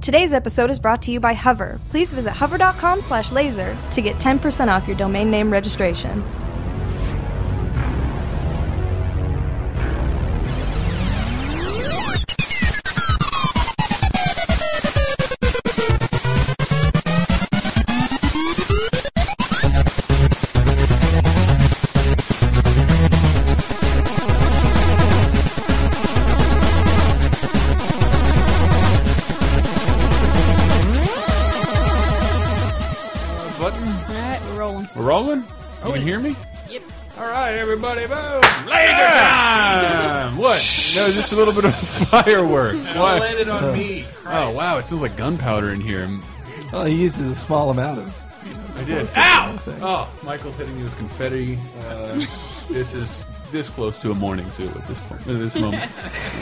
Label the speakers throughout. Speaker 1: Today's episode is brought to you by Hover. Please visit hover.com slash laser to get 10% off your domain name registration.
Speaker 2: Button.
Speaker 3: All right, we're rolling.
Speaker 2: We're rolling. You can hear me?
Speaker 3: Yep.
Speaker 2: All right, everybody, boom! Laser time. What? No, just a little bit of firework. What?
Speaker 4: landed on me.
Speaker 2: Oh wow, it smells like gunpowder in here.
Speaker 4: Well, Oh, he uses a small amount of.
Speaker 2: I did. Ow! Oh, Michael's hitting me with confetti. Uh, this is this close to a morning zoo at this point. At this moment,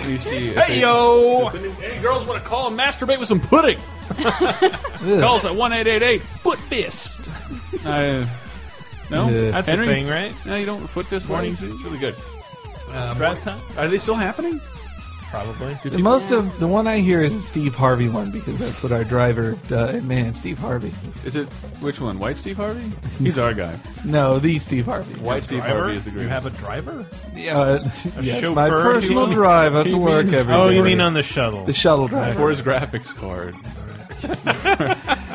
Speaker 2: we see. Hey yo! Any girls want to call and masturbate with some pudding? call us at one eight eight eight foot fist. Uh, no,
Speaker 4: Yeah.
Speaker 5: That's
Speaker 2: Henry?
Speaker 5: a thing, right?
Speaker 2: No, you don't foot fist morning zoo. It's really good.
Speaker 5: Drive time?
Speaker 2: Are they still happening?
Speaker 5: Probably.
Speaker 4: The most of the one I hear is the Steve Harvey one because that's what our driver. Uh, man, Steve Harvey.
Speaker 2: Is it which one? White Steve Harvey? He's our guy.
Speaker 4: No, the Steve Harvey.
Speaker 2: White Steve
Speaker 5: Driver?
Speaker 2: Harvey is the
Speaker 5: You
Speaker 2: greatest.
Speaker 5: have a driver?
Speaker 4: Uh, yes, my
Speaker 5: chauffeur,
Speaker 4: personal
Speaker 5: he-
Speaker 4: drive out to work every day.
Speaker 5: Oh, you mean on the shuttle?
Speaker 4: the shuttle driver?
Speaker 2: for his graphics card.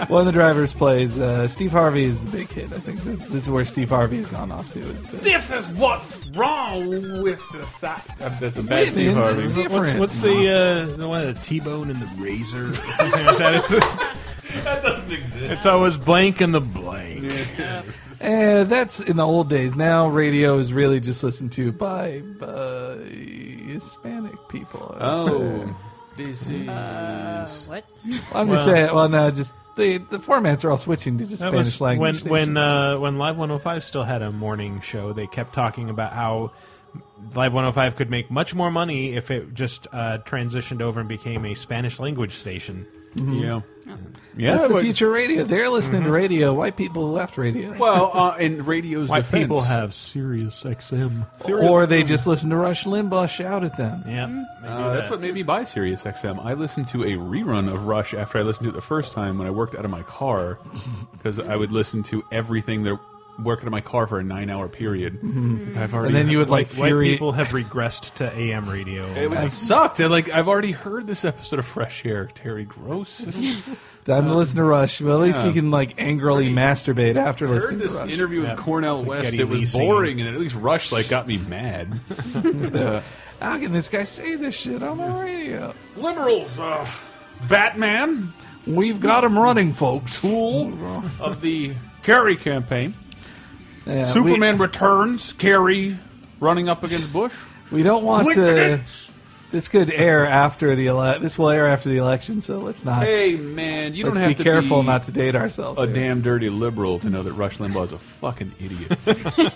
Speaker 4: One of the drivers plays uh, Steve Harvey is the big hit. I think this, this is where Steve Harvey has gone off to. Is to
Speaker 2: This is what's wrong with society. That's a bad
Speaker 4: It's- it's
Speaker 2: Steve Harvey.
Speaker 4: different.
Speaker 5: what's what's the uh, the one the T-bone and the razor? that, is,
Speaker 2: That doesn't exist.
Speaker 5: it's always blank and the blank.
Speaker 4: Eh, that's in the old days. Now radio is really just listened to by uh, Hispanic people.
Speaker 2: Oh, this is
Speaker 3: What?
Speaker 4: I'm just
Speaker 5: Well-
Speaker 4: saying. Well, no, just the the formats are all switching to just
Speaker 5: That
Speaker 4: Spanish
Speaker 5: was when
Speaker 4: language.
Speaker 5: when
Speaker 4: stations.
Speaker 5: uh, when Live 105 still had a morning show. They kept talking about how Live 105 could make much more money if it just uh, transitioned over and became a Spanish language station.
Speaker 2: yeah, yeah.
Speaker 4: that's the
Speaker 2: but-
Speaker 4: future radio. They're listening to radio. White people left radio,
Speaker 2: Mm-hmm. Well, uh, in radio's
Speaker 5: White
Speaker 2: defense,
Speaker 5: people have Sirius XM.
Speaker 4: or they just listen to Rush Limbaugh shout at them.
Speaker 5: Yeah,
Speaker 3: Hmm?
Speaker 5: they do
Speaker 2: Uh, that's
Speaker 5: that.
Speaker 2: what made me buy Sirius XM. I listened to a rerun of Rush after I listened to it the first time when I worked out of my car because I would listen to everything that worked out of my car for a nine-hour period. I've already
Speaker 4: And then you would like
Speaker 5: White
Speaker 4: fury.
Speaker 5: people have regressed to AM radio.
Speaker 2: It, was- it sucked. And, like I've already heard this episode of Fresh Air, Terry Gross.
Speaker 4: Time to listen to Rush. Well, at least
Speaker 2: yeah.
Speaker 4: you can like angrily masturbate after
Speaker 2: I heard
Speaker 4: listening to
Speaker 2: this
Speaker 4: Rush.
Speaker 2: interview with
Speaker 5: Yeah.
Speaker 2: Cornell West.
Speaker 5: Getty
Speaker 2: it was
Speaker 5: Lee singing.
Speaker 2: boring, and at least Rush like got me mad.
Speaker 4: How can this guy say this shit on the radio?
Speaker 2: Liberals, uh, Batman,
Speaker 4: We've got him running, folks.
Speaker 2: tool of the Kerry campaign.
Speaker 4: Yeah, we-
Speaker 2: Superman returns. Kerry running up against Bush.
Speaker 4: We, don't want to.
Speaker 2: Coincidence?
Speaker 4: This could air after the ele- This will air after the election, so let's not.
Speaker 2: Hey man, you
Speaker 4: let's
Speaker 2: don't have
Speaker 4: be
Speaker 2: to
Speaker 4: careful
Speaker 2: be
Speaker 4: not to date ourselves.
Speaker 2: a
Speaker 4: here.
Speaker 2: damn dirty liberal to know that Rush Limbaugh is a fucking idiot.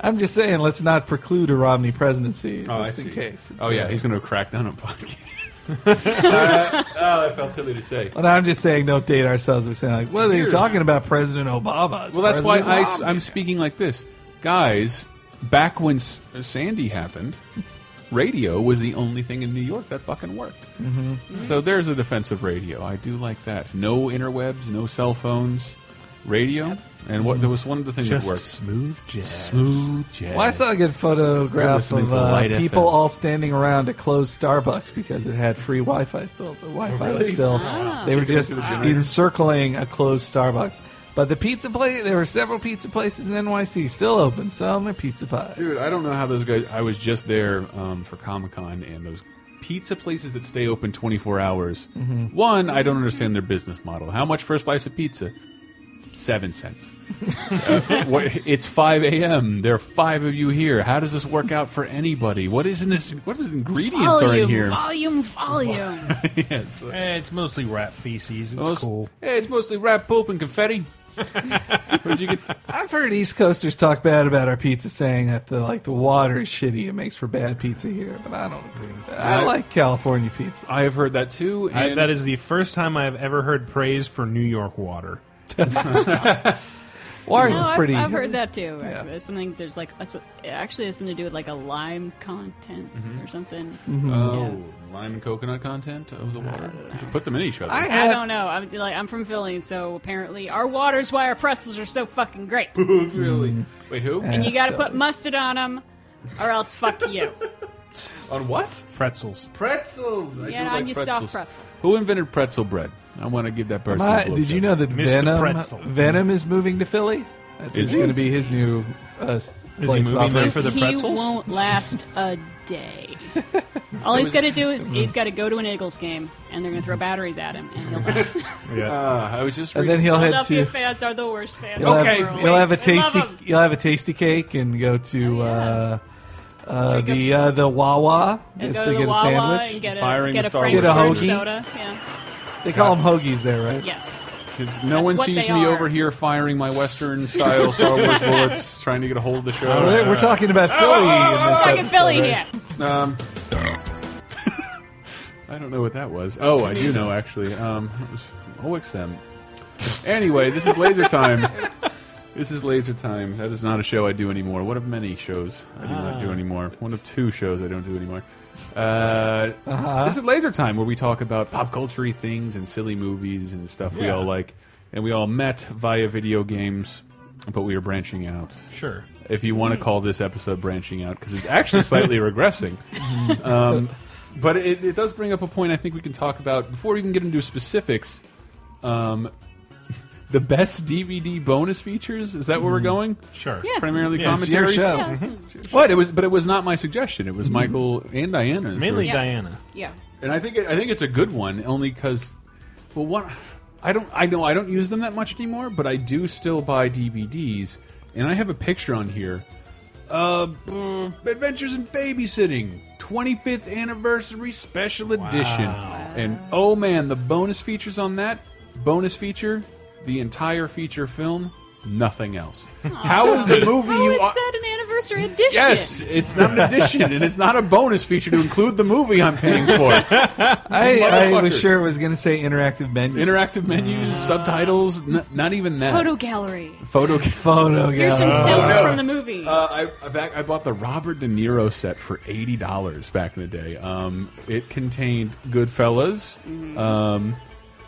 Speaker 4: I'm just saying, let's not preclude a Romney presidency
Speaker 2: Oh,
Speaker 4: just
Speaker 2: I
Speaker 4: in
Speaker 2: see.
Speaker 4: case.
Speaker 2: Oh yeah, he's going to crack down on podcasts. Uh, oh, that felt silly to say.
Speaker 4: Well, no, I'm just saying, don't date ourselves. We're saying like, what are you
Speaker 2: Weird.
Speaker 4: talking about, President Obama? It's
Speaker 2: Well, that's why
Speaker 4: President Romney.
Speaker 2: I, am speaking like this, guys. Back when S- Sandy happened, radio was the only thing in New York that fucking worked.
Speaker 4: Mm-hmm.
Speaker 2: So there's a defense of radio. I do like that. No interwebs, no cell phones, radio, and what there was one of the things
Speaker 5: Just
Speaker 2: that worked.
Speaker 5: smooth jazz.
Speaker 2: jazz.
Speaker 4: Well, I saw a good
Speaker 2: We're
Speaker 4: photograph
Speaker 2: listening
Speaker 4: of
Speaker 2: to
Speaker 4: uh,
Speaker 2: Light
Speaker 4: people
Speaker 2: FM.
Speaker 4: all standing around a closed Starbucks because it had free Wi-Fi still. The Wi-Fi
Speaker 2: Oh,
Speaker 4: was still. They were just encircling a closed Starbucks. But the pizza place, there were several pizza places in NYC still open, selling their pizza pies.
Speaker 2: Dude, I don't know how those guys. I was just there um, for Comic Con, and those pizza places that stay open 24 hours. One, I don't understand their business model. How much for a slice of pizza? Seven cents. Uh, what, it's 5 a.m. There are five of you here. How does this work out for anybody? What is in this? What is ingredients are in here?
Speaker 3: Volume, volume, volume.
Speaker 2: yes.
Speaker 5: Eh, it's mostly rat feces. It's
Speaker 2: Most-
Speaker 5: cool.
Speaker 2: Hey, it's mostly rat poop and confetti. Where'd you get?
Speaker 4: I've heard East Coasters talk bad about our pizza, saying that the like the water is shitty. It makes for bad pizza here, but I don't agree with that. I,
Speaker 2: I-
Speaker 4: like California pizza.
Speaker 2: I have heard that too.
Speaker 5: I,
Speaker 2: and-
Speaker 5: that is the first time I've ever heard praise for New York water.
Speaker 4: Ours
Speaker 3: No,
Speaker 4: is
Speaker 3: I've-
Speaker 4: pretty.
Speaker 3: I've, heard that too.
Speaker 4: Yeah.
Speaker 3: It's something there's like it's- it actually has something to do with like a lime content or something.
Speaker 2: Oh, lime and coconut content of the water. You should put them in each other.
Speaker 4: I
Speaker 3: I
Speaker 4: had.
Speaker 3: don't know. I'm like I'm from Philly, so apparently our waters why our pretzels are so fucking great.
Speaker 2: really? Wait, who?
Speaker 4: Yeah.
Speaker 3: And you got to put
Speaker 4: Philly.
Speaker 3: mustard on them, or else fuck you.
Speaker 2: On what?
Speaker 5: Pretzels.
Speaker 2: Pretzels. I
Speaker 3: Yeah,
Speaker 2: do
Speaker 3: on
Speaker 2: like
Speaker 3: your soft pretzels.
Speaker 2: Who invented pretzel bread? I want to give that person.
Speaker 4: My-
Speaker 2: a blow
Speaker 4: did you
Speaker 2: job.
Speaker 4: know that
Speaker 5: Mr.
Speaker 4: Venom?
Speaker 5: Pretzel.
Speaker 4: Venom is moving to Philly. That's
Speaker 2: Is he?
Speaker 4: going to be his new. Uh, is
Speaker 5: Is he moving there for the
Speaker 3: he
Speaker 5: pretzels?
Speaker 3: won't last a day. All he's got to do is he's got to go to an Eagles game, and they're going to throw batteries at him, and he'll die.
Speaker 5: Yeah.
Speaker 2: Uh, I was just.
Speaker 4: And then
Speaker 2: reading-
Speaker 4: he'll head
Speaker 3: Philadelphia
Speaker 4: to.
Speaker 3: fans are the worst fans.
Speaker 4: You'll
Speaker 2: Okay.
Speaker 3: in the
Speaker 4: have,
Speaker 3: world.
Speaker 4: you'll have a
Speaker 3: They love
Speaker 4: tasty.
Speaker 3: 'em.
Speaker 4: You'll have a tasty cake and go to
Speaker 3: Oh, yeah.
Speaker 4: uh, uh,
Speaker 3: Drink a-
Speaker 4: the uh, the Wawa.
Speaker 3: And
Speaker 4: Gets
Speaker 3: go
Speaker 4: to
Speaker 3: to
Speaker 4: get
Speaker 3: the
Speaker 4: a
Speaker 3: Wawa
Speaker 4: sandwich.
Speaker 3: and get a
Speaker 2: Firing
Speaker 3: get
Speaker 2: the
Speaker 3: a
Speaker 2: Star
Speaker 3: Frank's
Speaker 4: Wars
Speaker 3: fruit
Speaker 4: hoagie.
Speaker 3: soda. Yeah.
Speaker 4: they call them hoagies there, right?
Speaker 3: Yes.
Speaker 2: 'cause no
Speaker 3: That's
Speaker 2: one
Speaker 3: what
Speaker 2: sees
Speaker 3: they
Speaker 2: me
Speaker 3: are.
Speaker 2: over here firing my Western style Star Wars bullets, trying to get a hold of the show.
Speaker 4: We're, we're talking about Philly in this
Speaker 3: Fucking
Speaker 4: episode,
Speaker 3: Philly
Speaker 4: right?
Speaker 3: here.
Speaker 2: I don't know what that was. Oh, I do know actually. Um, it was OXM. Anyway, this is Laser Time. this is Laser Time. That is not a show I do anymore. One of many shows I do not do anymore. One of two shows I don't do anymore. Uh, This is Laser Time, where we talk about pop culture things and silly movies and stuff we
Speaker 5: Yeah.
Speaker 2: all like, and we all met via video games, but we are branching out.
Speaker 5: Sure.
Speaker 2: If you want to call this episode branching out, because it's actually slightly regressing. Um, but it, it does bring up a point I think we can talk about before we even get into specifics. Um, the best DVD bonus features is that where we're going?
Speaker 5: Sure.
Speaker 3: Yeah.
Speaker 2: Primarily
Speaker 5: Yeah,
Speaker 4: It's your
Speaker 2: commentaries.
Speaker 4: show.
Speaker 3: Mm-hmm.
Speaker 2: What it was, but it was not my suggestion. It was Michael and Diana's.
Speaker 5: Mainly
Speaker 3: Yeah.
Speaker 5: Diana.
Speaker 3: Yeah.
Speaker 2: and I think it, I think it's a good one only because, well, what I don't I know I don't use them that much anymore, but I do still buy DVDs, and I have a picture on here, uh, uh, Adventures in Babysitting. 25th anniversary special edition and oh man the bonus features on that bonus feature the entire feature film nothing else how is the movie
Speaker 3: How
Speaker 2: you
Speaker 3: is
Speaker 2: are-
Speaker 3: that an anniversary edition?
Speaker 2: yes it's not an addition and it's not a bonus feature to include the movie i'm paying for
Speaker 4: I, I was
Speaker 2: Motherfuckers.
Speaker 4: sure it was going to say interactive menu.
Speaker 2: Interactive menus, subtitles, n- not even that.
Speaker 3: Photo gallery.
Speaker 2: Photo.
Speaker 4: photo.
Speaker 3: Here's
Speaker 4: gallery.
Speaker 3: some stills
Speaker 2: no.
Speaker 3: from the movie.
Speaker 2: Uh, I, I, back, I bought the Robert De Niro set for eighty dollars back in the day. Um, it contained Goodfellas, um,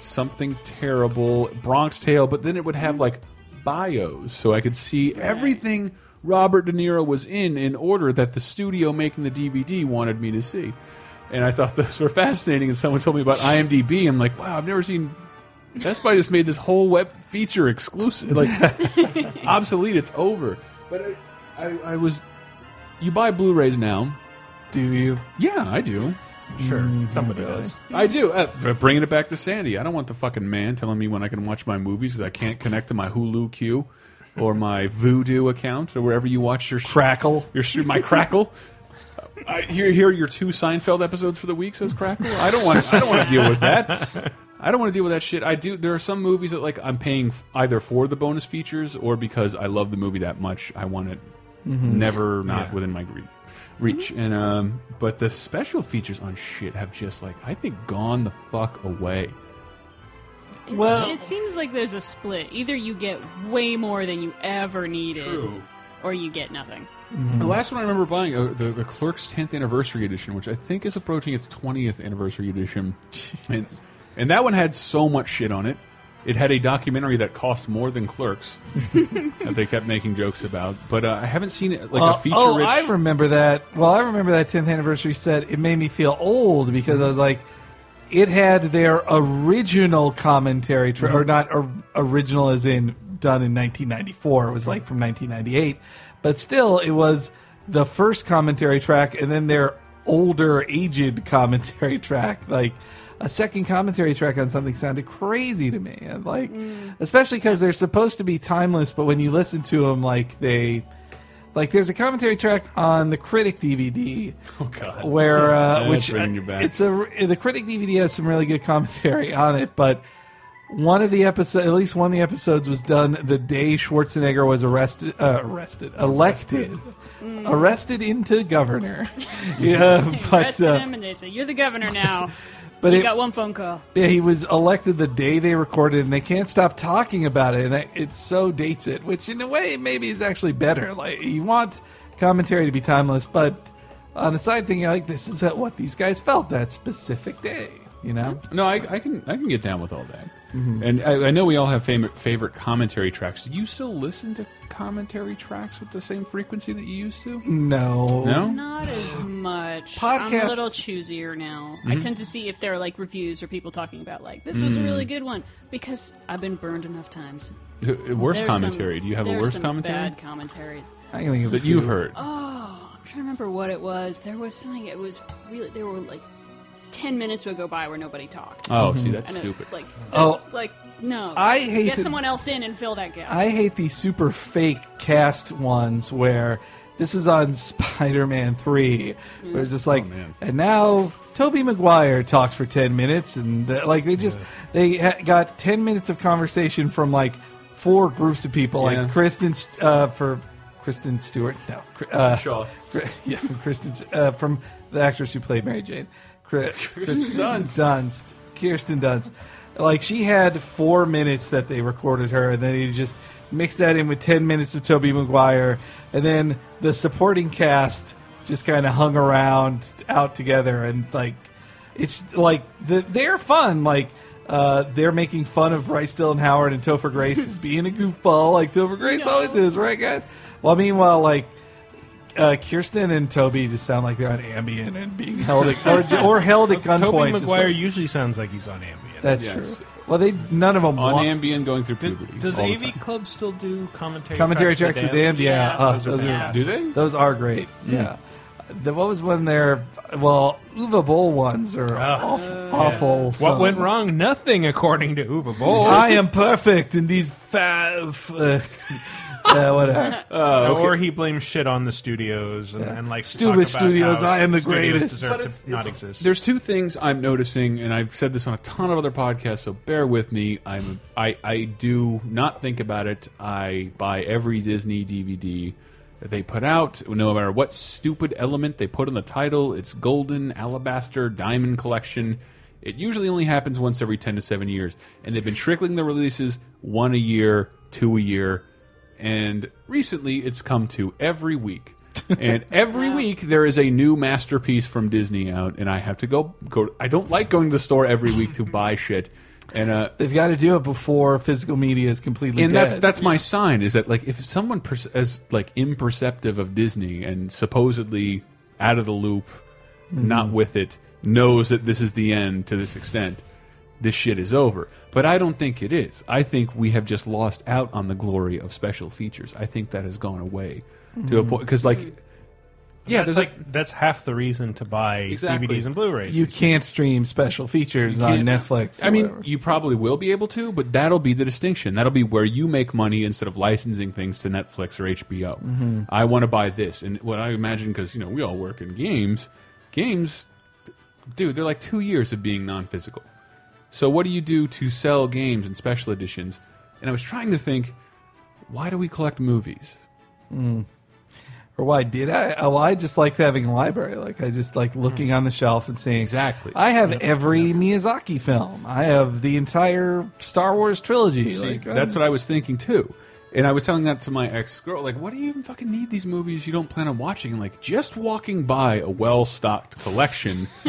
Speaker 2: something terrible, Bronx Tale, but then it would have like bios, so I could see everything Robert De Niro was in in order that the studio making the DVD wanted me to see. And I thought those were fascinating. And someone told me about IMDb. I'm like, wow, I've never seen Best Buy just made this whole web feature exclusive, like obsolete. It's over. But I, I, I was. You buy Blu-rays now?
Speaker 4: Do you?
Speaker 2: Yeah, I do.
Speaker 5: Sure. Somebody does.
Speaker 2: I do. Uh, f- bringing it back to Sandy. I don't want the fucking man telling me when I can watch my movies that I can't connect to my Hulu queue or my Voodoo account or wherever you watch your sh-
Speaker 4: Crackle.
Speaker 2: your sh- my Crackle. Uh, I, here, here are your two Seinfeld episodes for the week. Says Crackle. I don't want. I don't want to deal with that. I don't want to deal with that shit. I do. There are some movies that like I'm paying f- either for the bonus features or because I love the movie that much. I want it never not
Speaker 5: Yeah.
Speaker 2: within my re- reach. And um, but the special features on shit have just like I think gone the fuck away.
Speaker 3: It's-
Speaker 4: well-
Speaker 3: it seems like there's a split. Either you get way more than you ever needed, or you get nothing.
Speaker 2: The last one I remember buying uh, the the Clerks 10th anniversary edition, which I think is approaching its 20th anniversary edition, and, and that one had so much shit on it. It had a documentary that cost more than Clerks that they kept making jokes about, but uh, I haven't seen it like
Speaker 4: Uh,
Speaker 2: a feature.
Speaker 4: oh,
Speaker 2: rich,
Speaker 4: I remember that. Well, I remember that 10th anniversary set. It made me feel old because I was like, it had their original commentary, tra- or not or, original as in done in 1994. It was like from 1998, but still, it was the first commentary track, and then their older, aged commentary track, like. A second commentary track on something sounded crazy to me, and like, especially because they're supposed to be timeless. But when you listen to them, like they, like there's a commentary track on the Critic DVD
Speaker 2: God.
Speaker 4: where uh,
Speaker 2: That's
Speaker 4: which
Speaker 2: bringing you back.
Speaker 4: it's a the Critic DVD has some really good commentary on it, but one of the episodes, at least one of the episodes, was done the day Schwarzenegger was arrested, uh, arrested, elected, arrested into governor. yeah, but
Speaker 3: Arrested
Speaker 4: uh,
Speaker 3: him, and they say, "You're the governor now."
Speaker 4: But
Speaker 3: You
Speaker 4: it,
Speaker 3: got one phone call.
Speaker 4: yeah, he was elected the day they recorded, and they can't stop talking about it, and that, it so dates it, which in a way maybe is actually better. Like you want commentary to be timeless, but on a side thing, you're like, this is what these guys felt that specific day. You know,
Speaker 2: No, I, I can I can get down with all that.
Speaker 4: Mm-hmm.
Speaker 2: And I, I know we all have favorite favorite commentary tracks. Do you still listen to commentary tracks with the same frequency that you used to?
Speaker 4: no,
Speaker 2: No.
Speaker 3: Not as much. I'm
Speaker 4: Podcasts-
Speaker 3: a little choosier now. I
Speaker 2: Mm-hmm.
Speaker 3: tend to see if there are like reviews or people talking about like this was a really
Speaker 2: Mm.
Speaker 3: good one because I've been burned enough times.
Speaker 2: H- Worse
Speaker 3: There's some-
Speaker 2: commentary. Do you have a
Speaker 3: there's
Speaker 2: worse
Speaker 3: some
Speaker 2: commentary
Speaker 3: Bad commentaries.
Speaker 4: I can think of a
Speaker 2: that
Speaker 4: few.
Speaker 2: you've heard?
Speaker 3: I'm trying to remember what it was. There was something. It was really. There were like ten minutes would go by where nobody talked.
Speaker 2: oh, see, that's
Speaker 3: and
Speaker 2: stupid.
Speaker 3: It's like, that's
Speaker 4: Oh.
Speaker 3: like no.
Speaker 4: I hate
Speaker 3: Get
Speaker 4: to-
Speaker 3: someone else in and fill that gap.
Speaker 4: I hate the super fake cast ones where this was on Spider Man 3, where it's just like,
Speaker 2: Oh, man.
Speaker 4: and now Toby Maguire talks for 10 minutes, and the, like they just, they ha- got 10 minutes of conversation from like four groups of people,
Speaker 2: Yeah.
Speaker 4: like Kristen, St- uh, for Kristen Stewart, no, Kr- uh, Gr- yeah, from Kristen, uh, from the actress who played Mary Jane, Cri- Kristen
Speaker 2: Dunst.
Speaker 4: Dunst, Kirsten Dunst. Like she had four minutes that they recorded her, and then he just mixed that in with ten minutes of Toby Maguire, and then the supporting cast just kind of hung around out together, and like it's like the, they're fun, like. Uh, they're making fun of Bryce Dillon Howard and Topher Grace as being a goofball, like Topher Grace always is, right, guys? Well, meanwhile, like uh, Kirsten and Toby just sound like they're on Ambien and being held at, or, or held at gunpoint.
Speaker 5: Toby
Speaker 4: just
Speaker 5: McGuire
Speaker 4: like-
Speaker 5: usually sounds like he's on Ambien.
Speaker 4: that's
Speaker 2: Yes.
Speaker 4: true. Well, they none of them
Speaker 2: on
Speaker 4: want
Speaker 2: Ambien going through
Speaker 5: Th-
Speaker 2: puberty.
Speaker 5: Does
Speaker 2: all the
Speaker 5: AV
Speaker 2: time.
Speaker 5: Club still do commentary?
Speaker 4: commentary
Speaker 5: tracks
Speaker 4: tracks.
Speaker 5: to
Speaker 4: The
Speaker 5: damn?
Speaker 4: damned, yeah,
Speaker 3: Yeah,
Speaker 4: Uh,
Speaker 5: those are
Speaker 4: those, are,
Speaker 3: bad.
Speaker 2: Do they?
Speaker 4: those are great. Yeah, the, what was one there? Well, Uva Bowl ones are awful. awful
Speaker 5: What
Speaker 4: some.
Speaker 5: went wrong? Nothing, according to Uva Bowl.
Speaker 4: I am perfect in these five. Uh, yeah, whatever.
Speaker 5: Uh, Or he blames shit on the studios and, and like to
Speaker 4: Stupid
Speaker 5: talk about
Speaker 4: studios,
Speaker 5: how
Speaker 4: I am the
Speaker 5: studios
Speaker 4: greatest.
Speaker 5: Deserve to not exist.
Speaker 2: There's two things I'm noticing, and I've said this on a ton of other podcasts, so bear with me. I'm I I do not think about it. I buy every Disney DVD that they put out, no matter what stupid element they put in the title. It's golden, alabaster, diamond collection. It usually only happens once every ten to seven years, and they've been trickling the releases one a year, two a year, and recently it's come to every week. and every week there is a new masterpiece from Disney out, and I have to go go. I don't like going to the store every week to buy shit, and uh,
Speaker 4: They've got to do it before physical media is completely
Speaker 2: and
Speaker 4: dead.
Speaker 2: that's that's my sign is that like if someone perce- as like imperceptive of Disney and supposedly out of the loop,
Speaker 4: Mm-hmm.
Speaker 2: not with it, knows that this is the end to this extent, this shit is over. But I don't think it is. I think we have just lost out on the glory of special features. I think that has gone away
Speaker 4: Mm-hmm.
Speaker 2: to a point because like. Yeah,
Speaker 5: that's
Speaker 2: there's like
Speaker 5: like that's half the reason to buy
Speaker 2: Exactly.
Speaker 5: DVDs and Blu-rays.
Speaker 4: you can't stream special features on
Speaker 2: can't-
Speaker 4: Netflix. or
Speaker 2: I mean,
Speaker 4: whatever.
Speaker 2: you probably will be able to, but that'll be the distinction. That'll be where you make money instead of licensing things to Netflix or HBO.
Speaker 4: Mm-hmm.
Speaker 2: I want to buy this, and what I imagine because you know we all work in games, games, dude, they're like two years of being non-physical. So what do you do to sell games and special editions? And I was trying to think, why do we collect movies?
Speaker 4: or why did I? Oh, I just liked having a library. Like I just like looking on the shelf and seeing
Speaker 2: Hmm. Exactly.
Speaker 4: I have every Miyazaki film. I have the entire Star Wars trilogy.
Speaker 2: See,
Speaker 4: like
Speaker 2: that's what I was thinking too. And I was telling that to my ex girl, like, what do you even fucking need these movies you don't plan on watching? And like, just walking by a well stocked collection,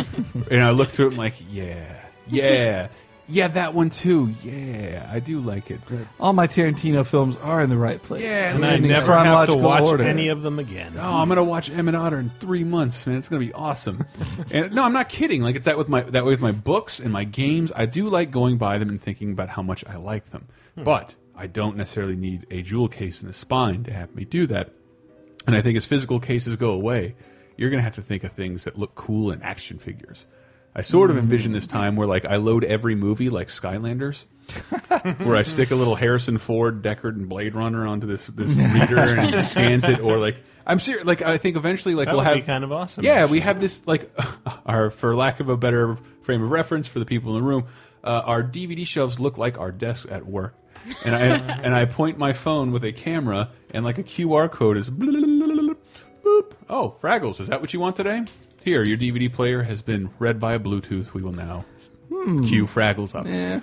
Speaker 2: and I looked through it and like, yeah, yeah, yeah, that one too, yeah, I do like it. But,
Speaker 4: all my Tarantino films are in the right place.
Speaker 2: Yeah,
Speaker 5: and
Speaker 4: They're
Speaker 5: I
Speaker 4: in the
Speaker 5: never have to
Speaker 4: chronological
Speaker 5: watch
Speaker 4: order.
Speaker 5: any of them again.
Speaker 2: oh, I'm gonna watch Emmett Otter in three months, man. It's gonna be awesome. and no, I'm not kidding. Like, it's that with my that way with my books and my games. I do like going by them and thinking about how much I like them, but I don't necessarily need a jewel case and a spine to have me do that. And I think as physical cases go away, you're going to have to think of things that look cool in action figures. I sort of envision this time where like I load every movie like Skylanders, where I stick a little Harrison Ford, Deckard, and Blade Runner onto this this reader and it scans it. Or like I'm serious. Like I think eventually like
Speaker 5: that
Speaker 2: we'll
Speaker 5: would
Speaker 2: have
Speaker 5: be kind of awesome.
Speaker 2: yeah,
Speaker 5: actually.
Speaker 2: we have this like our, for lack of a better frame of reference for the people in the room, uh, our DVD shelves look like our desks at work, and I and I point my phone with a camera and like a QR code is. Boop. Oh, Fraggles, is that what you want today? Here, your DVD player has been read by Bluetooth. We will now
Speaker 5: Hmm.
Speaker 2: cue Fraggles up.
Speaker 4: Eh,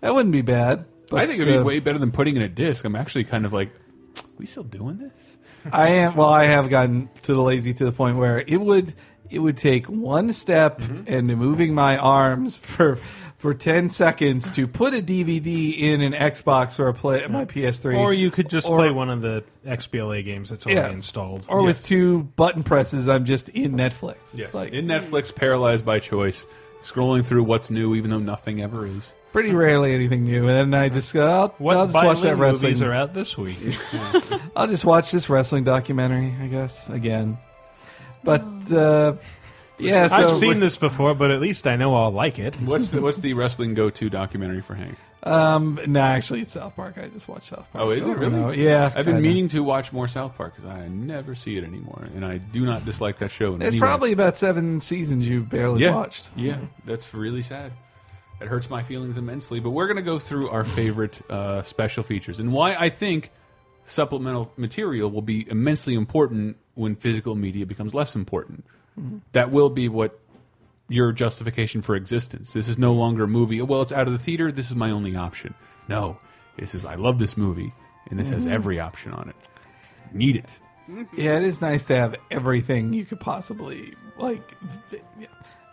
Speaker 4: that wouldn't be bad. But,
Speaker 2: I think it would be
Speaker 4: uh,
Speaker 2: way better than putting in a disc. I'm actually kind of like, we still doing this?
Speaker 4: I am. Well, I have gotten to the lazy to the point where it would it would take one step
Speaker 5: Mm-hmm.
Speaker 4: and moving my arms for for ten seconds to put a DVD in an Xbox or a play my PS3,
Speaker 5: Or you could just
Speaker 4: Or-
Speaker 5: play one of the XBLA games that's already installed.
Speaker 4: or with
Speaker 5: Yes.
Speaker 4: two button presses, I'm just in Netflix.
Speaker 2: Yes.
Speaker 4: Like,
Speaker 2: in Netflix, paralyzed by choice, scrolling through what's new, even though nothing ever is.
Speaker 4: pretty rarely anything new, and then I just go, I'll,
Speaker 5: What
Speaker 4: I'll just watch that
Speaker 5: violin movies
Speaker 4: wrestling.
Speaker 5: are out this week?
Speaker 4: I'll just watch this wrestling documentary, I guess, again. But uh, yeah, so
Speaker 5: I've seen this before, but at least I know I'll like it.
Speaker 2: What's the what's the wrestling go to documentary for Hank?
Speaker 4: Um, no, actually, it's South Park. I just watch South Park.
Speaker 2: Oh, is it
Speaker 4: over and
Speaker 2: really?
Speaker 4: over. Yeah,
Speaker 2: I've been
Speaker 4: kinda.
Speaker 2: meaning to watch more South Park because I never see it anymore, and I do not dislike that show. in
Speaker 4: There's
Speaker 2: any way.
Speaker 4: probably about seven seasons you've barely
Speaker 2: yeah,
Speaker 4: watched.
Speaker 2: yeah. That's really sad. It hurts my feelings immensely. But we're gonna go through our favorite uh, special features and why I think supplemental material will be immensely important when physical media becomes less important. That will be what your justification for existence. This is no longer a movie. Well, it's out of the theater. This is my only option. No, this is I love this movie, and this has every option on it. Need it.
Speaker 4: Yeah, it is nice to have everything you could possibly like. th- Yeah.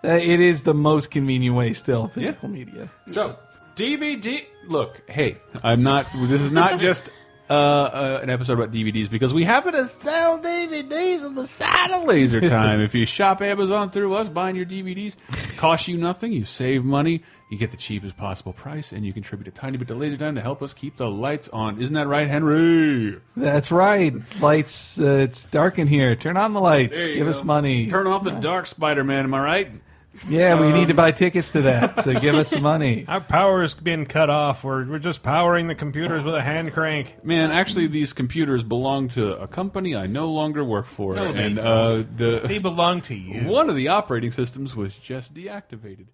Speaker 4: Uh, It is the most convenient way still physical media.
Speaker 2: So DVD. Look, hey, I'm not. This is not just uh, uh, an episode about DVDs because we happen to sell DVDs on the side of Laser Time. if you shop Amazon through us, buying your DVDs costs you nothing. You save money. You get the cheapest possible price, and you contribute a tiny bit to Laser Time to help us keep the lights on. Isn't that right, Henry?
Speaker 4: That's right. Lights. Uh, it's dark in here. Turn on the lights.
Speaker 2: There you
Speaker 4: Give us
Speaker 2: go.
Speaker 4: money.
Speaker 2: Turn off the dark Spider Man. Am I right?
Speaker 4: yeah, we need to buy tickets to that. So give us some money.
Speaker 5: Our power's been cut off. We're, we're just powering the computers with a hand crank.
Speaker 2: Man, actually, these computers belong to a company I no longer work for,
Speaker 5: No, they
Speaker 2: and uh, the
Speaker 5: They belong to you.
Speaker 2: One of the operating systems was just deactivated.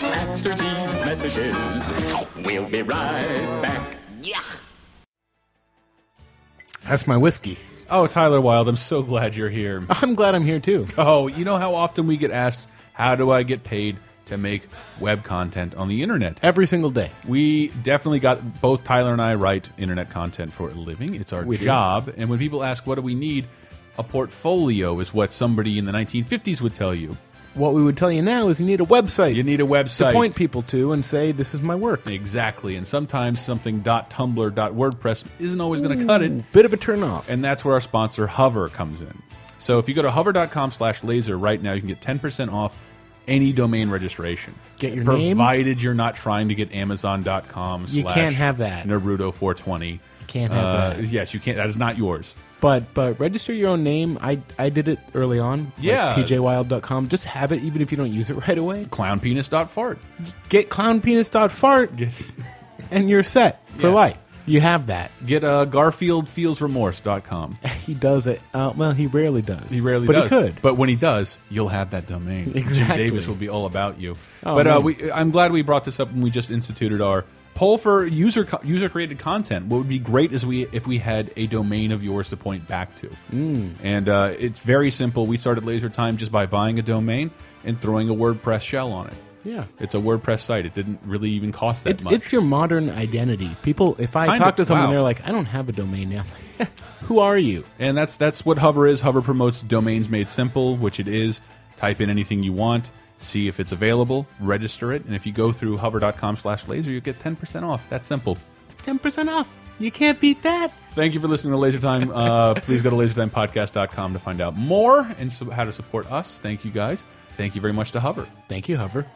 Speaker 6: After these messages, we'll be right back.
Speaker 7: That's my whiskey.
Speaker 2: Oh, Tyler Wilde, I'm so glad you're here.
Speaker 7: I'm glad I'm here too.
Speaker 2: Oh, you know how often we get asked, how do I get paid to make web content on the internet?
Speaker 7: Every single day.
Speaker 2: We definitely got both Tyler and I write internet content for a living. It's our
Speaker 7: We do.
Speaker 2: job. And when people ask, what do we need? A portfolio is what somebody in the 1950s would tell you.
Speaker 7: What we would tell you now is you need a website
Speaker 2: You need a website.
Speaker 7: to point people to and say, this is my work.
Speaker 2: Exactly. And sometimes something .tumblr .wordpress isn't always going to cut it.
Speaker 7: Bit of a turnoff.
Speaker 2: and that's where our sponsor hover comes in so if you go to hover.com slash laser right now you can get 10% off any domain registration
Speaker 7: Get your
Speaker 2: provided
Speaker 7: name?
Speaker 2: provided you're not trying to get amazon.com
Speaker 7: You
Speaker 2: slash
Speaker 7: can't have that.
Speaker 2: naruto 420
Speaker 7: Can't have that.
Speaker 2: yes you can't that is not yours
Speaker 7: But but register your own name. I I did it early on.
Speaker 2: Yeah.
Speaker 7: Like TJWild.com. Just have it even if you don't use it right away.
Speaker 2: clownpenis.fart
Speaker 7: Get clownpenis.fart and you're set for
Speaker 2: Yeah.
Speaker 7: life. You have that.
Speaker 2: get uh, garfieldfeelsremorse.com
Speaker 7: He does it. Uh, well, he rarely does.
Speaker 2: He rarely
Speaker 7: but
Speaker 2: does.
Speaker 7: he could.
Speaker 2: But when he does, you'll have that domain.
Speaker 7: Exactly.
Speaker 2: Jim Davis will be all about you.
Speaker 7: Oh,
Speaker 2: but uh,
Speaker 7: man.
Speaker 2: we, I'm glad we brought this up when we just instituted our poll for user co user created content. What would be great is we if we had a domain of yours to point back to.
Speaker 7: Mm.
Speaker 2: And uh, it's very simple. We started Laser Time just by buying a domain and throwing a WordPress shell on it.
Speaker 7: Yeah.
Speaker 2: It's a WordPress site. It didn't really even cost that
Speaker 7: It's,
Speaker 2: much.
Speaker 7: it's your modern identity. People, if I
Speaker 2: Kind
Speaker 7: talk
Speaker 2: of.
Speaker 7: to someone,
Speaker 2: Wow.
Speaker 7: they're like, I don't have a domain now. Who are you?
Speaker 2: And that's that's what Hover is. Hover promotes domains made simple, which it is. Type in anything you want, see if it's available, register it, and if you go through hover.com/laser, you get 10% off. That's simple.
Speaker 7: 10% off. You can't beat that.
Speaker 2: Thank you for listening to Laser Time. Uh, please go to lasertimepodcast.com to find out more and so how to support us. Thank you guys. Thank you very much to Hover.
Speaker 7: Thank you, Hover.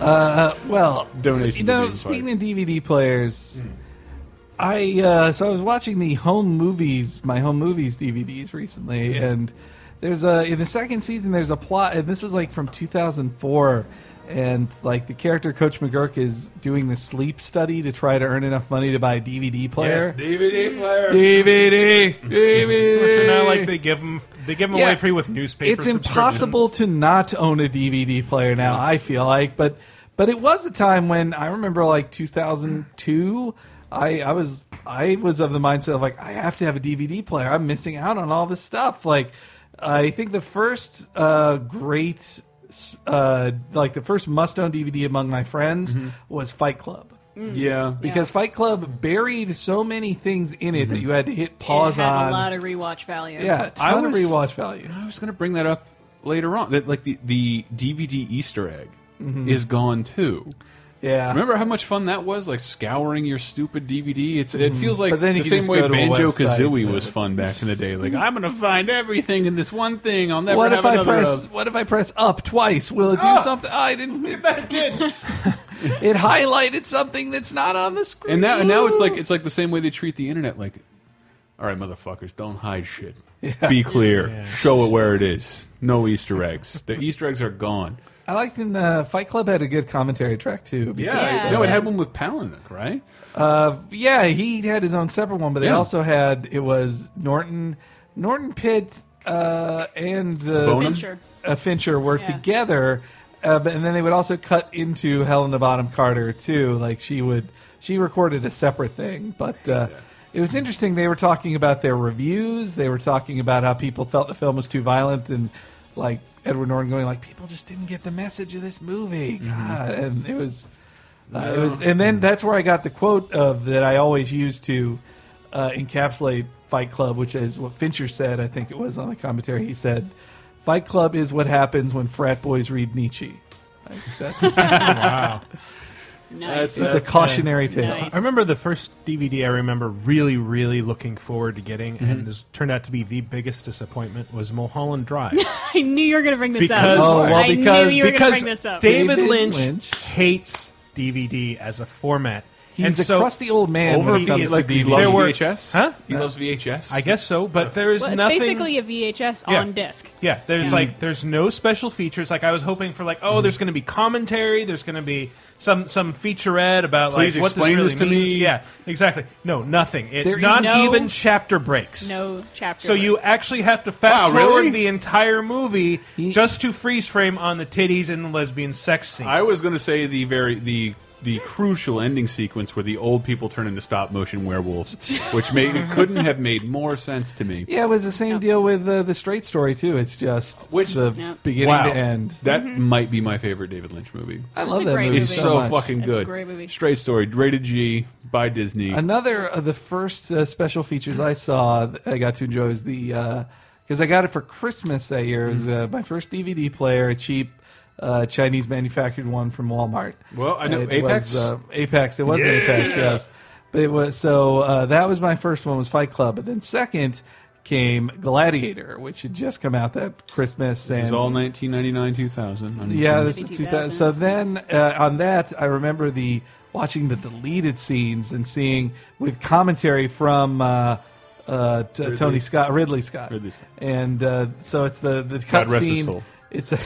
Speaker 4: Well,
Speaker 2: Donation
Speaker 4: so, you know,
Speaker 2: to Green Park.
Speaker 4: speaking of DVD players,
Speaker 5: Hmm.
Speaker 4: I uh, so I was watching the home movies, my home movies DVDs recently,
Speaker 5: Hmm.
Speaker 4: and there's a in the second season there's a plot, and this was like from 2004. and like the character Coach McGurk is doing the sleep study to try to earn enough money to buy a DVD player.
Speaker 2: DVD player.
Speaker 4: DVD, DVD.
Speaker 5: So now, like they give them, they give them
Speaker 4: Eh. Yeah.
Speaker 5: away free with newspaper.
Speaker 4: It's impossible
Speaker 5: subscriptions.
Speaker 4: to not own a DVD player now. I feel like, but but it was a time when I remember, like 2002. I, I was I was of the mindset of like I have to have a DVD player. I'm missing out on all this stuff. Like I think the first uh, great uh, like the first must own DVD among my friends
Speaker 2: Mm-hmm.
Speaker 4: was Fight Club
Speaker 2: Yeah.
Speaker 4: because Fight Club buried so many things in it that you had to hit
Speaker 3: It
Speaker 4: pause
Speaker 3: had
Speaker 4: on.
Speaker 3: a lot of rewatch
Speaker 4: yeah,
Speaker 3: value.
Speaker 4: a
Speaker 2: Mm-hmm. I
Speaker 4: ton
Speaker 2: was-
Speaker 4: of rewatch value.
Speaker 2: I was going to bring that up later on. That like the the DVD Easter egg is gone too.
Speaker 4: Yeah,
Speaker 2: Remember how much fun that was? Like scouring your stupid DVD. It's it feels like
Speaker 4: Mm-hmm. But then you
Speaker 2: the
Speaker 4: can
Speaker 2: same
Speaker 4: just
Speaker 2: way
Speaker 4: go to a
Speaker 2: Banjo
Speaker 4: website
Speaker 2: Kazooie
Speaker 4: for
Speaker 2: was
Speaker 4: it.
Speaker 2: fun back in the day. Like I'm gonna find everything in this one thing. I'll never
Speaker 4: What
Speaker 2: have
Speaker 4: if I
Speaker 2: another
Speaker 4: press?
Speaker 2: of.
Speaker 4: What if I press up twice? Will it do
Speaker 2: Ah!
Speaker 4: something? I didn't. It, it highlighted something that's not on the screen.
Speaker 2: And now and now it's like it's like the same way they treat the internet. Like, all right, motherfuckers, don't hide shit. Be clear. Show it where it is. No Easter eggs. The Easter eggs are gone.
Speaker 4: I liked in uh, Fight Club had a good commentary track too. because-
Speaker 3: Yeah.
Speaker 2: No, it had one with Palahniuk, right?
Speaker 4: yeah, he had his own separate one, but they
Speaker 2: Yeah.
Speaker 4: also had it was Norton, Norton Pitt, uh, and uh,
Speaker 2: Bonham?
Speaker 3: Fincher.
Speaker 4: uh, Fincher were
Speaker 3: Yeah.
Speaker 4: together, uh, but, and then they would also cut into Helena Bonham Carter too. Like she would, she recorded a separate thing, but uh, it was interesting. They were talking about their reviews. They were talking about how people felt the film was too violent and like Edward Norton going like people just didn't get the message of this movie, God. and it was. Uh, it was, and then that's where I got the quote of that I always use to uh, encapsulate Fight Club, which is what Fincher said. I think it was on the commentary. He said, "Fight Club is what happens when frat boys read Nietzsche." Like, that's,
Speaker 3: Nice.
Speaker 2: uh,
Speaker 4: it's a cautionary tale.
Speaker 3: nice.
Speaker 5: I remember the first DVD I remember really, really looking forward to getting,
Speaker 4: Mm-hmm.
Speaker 5: and this turned out to be the biggest disappointment was Mulholland Drive.
Speaker 3: I knew you were going to bring this
Speaker 5: Because-
Speaker 3: up.
Speaker 5: Oh, well,
Speaker 3: I knew
Speaker 4: because-
Speaker 3: you were going to
Speaker 5: because
Speaker 3: bring this up.
Speaker 5: David,
Speaker 4: David
Speaker 5: Lynch,
Speaker 4: Lynch.
Speaker 5: hates DVD as a format.
Speaker 4: He's
Speaker 5: and
Speaker 4: a
Speaker 5: so
Speaker 4: crusty old man.
Speaker 5: over
Speaker 4: When it
Speaker 5: the-
Speaker 4: comes
Speaker 5: like
Speaker 4: to
Speaker 5: the
Speaker 4: DVD.
Speaker 5: There were-
Speaker 2: VHS?
Speaker 5: Huh?
Speaker 2: He loves VHS.
Speaker 5: I guess so, but there is
Speaker 3: well, it's
Speaker 5: nothing.
Speaker 3: basically a VHS
Speaker 5: Yeah.
Speaker 3: on disc.
Speaker 5: yeah, there's
Speaker 3: Yeah.
Speaker 5: like there's no special features. Like I was hoping for like,
Speaker 2: Mm-hmm.
Speaker 5: oh, there's going to be commentary. There's going to be some some featurette about
Speaker 2: Please
Speaker 5: like what this
Speaker 2: explain
Speaker 5: really
Speaker 2: this to me.
Speaker 5: means. Yeah, exactly. No, nothing. It,
Speaker 4: There is
Speaker 5: not
Speaker 3: no-
Speaker 5: even chapter breaks.
Speaker 3: No chapter.
Speaker 5: So you
Speaker 3: breaks.
Speaker 5: actually have to fast
Speaker 2: Wow, really?
Speaker 5: forward the entire movie just to freeze frame on the titties and the lesbian sex scene.
Speaker 2: I was going to say the very the the crucial ending sequence where the old people turn into stop motion werewolves, which made it couldn't have made more sense to me.
Speaker 4: yeah, it was the same deal with uh, the straight story too. It's just
Speaker 2: Which-
Speaker 4: the
Speaker 3: Yeah.
Speaker 4: beginning
Speaker 2: Wow,
Speaker 4: to end.
Speaker 2: that
Speaker 3: Mm-hmm.
Speaker 2: might be my favorite David Lynch movie.
Speaker 4: I
Speaker 3: That's
Speaker 4: love
Speaker 3: a
Speaker 4: that
Speaker 3: great
Speaker 4: movie.
Speaker 3: movie.
Speaker 2: It's so
Speaker 4: much.
Speaker 2: fucking
Speaker 3: That's a
Speaker 2: good.
Speaker 3: great movie.
Speaker 2: Straight story, rated G by Disney.
Speaker 4: Another of the first uh, special features I saw that I got to enjoy was the because I got it for Christmas that year. It was uh,
Speaker 2: Mm-hmm.
Speaker 4: my first DVD player, a cheap uh, Chinese manufactured one from Walmart.
Speaker 2: Well, I know
Speaker 4: It
Speaker 2: Apex?
Speaker 4: was, uh, Apex. It was Apex. Yes, but it was so uh, that was my first one was Fight Club, but then second came Gladiator, which had just come out that Christmas.
Speaker 2: This
Speaker 4: and
Speaker 2: is all 1999, 2000. on
Speaker 4: yeah,
Speaker 2: Instagram.
Speaker 4: this is
Speaker 3: 2000.
Speaker 4: 2000. So then uh, on that, I remember the watching the deleted scenes and seeing with commentary from uh, uh, t- Tony Scott, Ridley Scott,
Speaker 2: Ridley Scott.
Speaker 4: and uh, so it's the the cut
Speaker 2: rest his
Speaker 4: scene.
Speaker 2: soul.
Speaker 4: It's a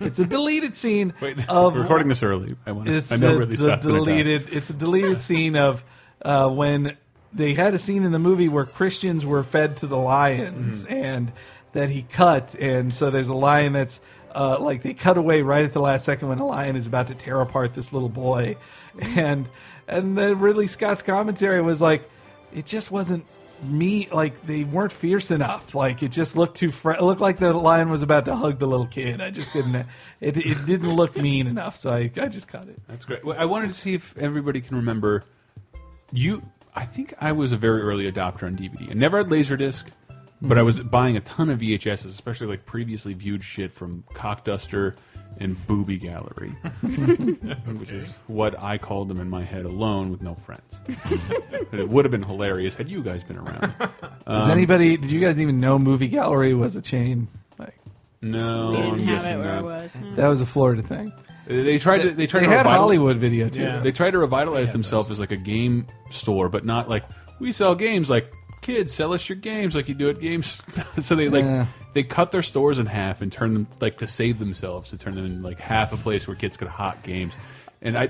Speaker 4: it's a deleted scene
Speaker 2: Wait,
Speaker 4: of
Speaker 2: we're recording this early. I, wanna,
Speaker 4: it's
Speaker 2: I know
Speaker 4: a,
Speaker 2: really
Speaker 4: it's a deleted. It's a deleted scene of uh, when they had a scene in the movie where Christians were fed to the lions, and that he cut, and so there's a lion that's. Uh, like they cut away right at the last second when a lion is about to tear apart this little boy, and and then Ridley Scott's commentary was like, it just wasn't me. Like they weren't fierce enough. Like it just looked too. Fr- it looked like the lion was about to hug the little kid. I just couldn't. It, it didn't look mean enough, so I, I just cut it.
Speaker 2: That's great. Well, I wanted to see if everybody can remember. You, I think I was a very early adopter on DVD. I never had Laserdisc, but I was buying a ton of VHSs, especially like previously viewed shit from Cockduster and Booby Gallery, which is what I called them in my head alone with no friends. but it would have been hilarious had you guys been around. Um,
Speaker 4: Does anybody? Did you guys even know Movie Gallery was a chain? Like
Speaker 2: No,
Speaker 3: we
Speaker 2: I'm
Speaker 3: didn't have it
Speaker 2: guessing
Speaker 3: where
Speaker 2: not.
Speaker 3: it was. Hmm. Yeah.
Speaker 4: that was a Florida thing.
Speaker 2: They tried to. They tried
Speaker 4: They
Speaker 2: to
Speaker 4: had
Speaker 2: revival-
Speaker 4: Hollywood video too.
Speaker 5: Yeah.
Speaker 2: They try to revitalize themselves as like a game store, but not like we sell games like kids, sell us your games like you do at games. so they like
Speaker 4: Yeah.
Speaker 2: they cut their stores in half and turn them like to save themselves to turn them into like half a place where kids could hot games. And I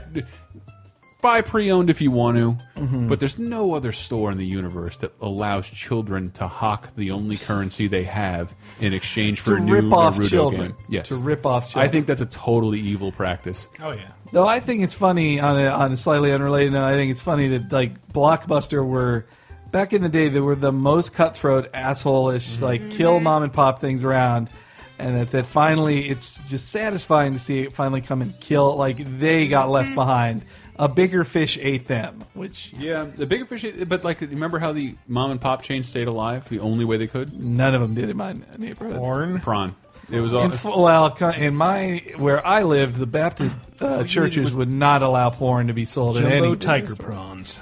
Speaker 2: buy pre-owned if you want to,
Speaker 4: Mm-hmm.
Speaker 2: but there's no other store in the universe that allows children to hawk the only currency they have in exchange for
Speaker 4: To
Speaker 2: a new
Speaker 4: rip off
Speaker 2: Naruto
Speaker 4: children.
Speaker 2: game. Yes,
Speaker 4: To rip off
Speaker 2: I
Speaker 4: children.
Speaker 2: think that's a totally evil practice.
Speaker 5: Oh yeah.
Speaker 4: Though I think it's funny on a, on a slightly unrelated note. I think it's funny that like Blockbuster were back in the day they were the most cutthroat asshole-ish
Speaker 2: Mm-hmm.
Speaker 4: like kill mom and pop things around, and that that finally it's just satisfying to see it finally come and kill like they got left behind. A bigger fish ate them, which
Speaker 2: Yeah, the bigger fish. But like, remember how the mom and pop chain stayed alive? The only way they could
Speaker 4: none of them did in my neighborhood.
Speaker 5: Porn.
Speaker 2: prawn. It was all.
Speaker 4: In, f- well, co- in my where I lived, the Baptist uh, churches would not allow porn to be sold in
Speaker 5: Jumbo
Speaker 4: any
Speaker 5: tiger prawns.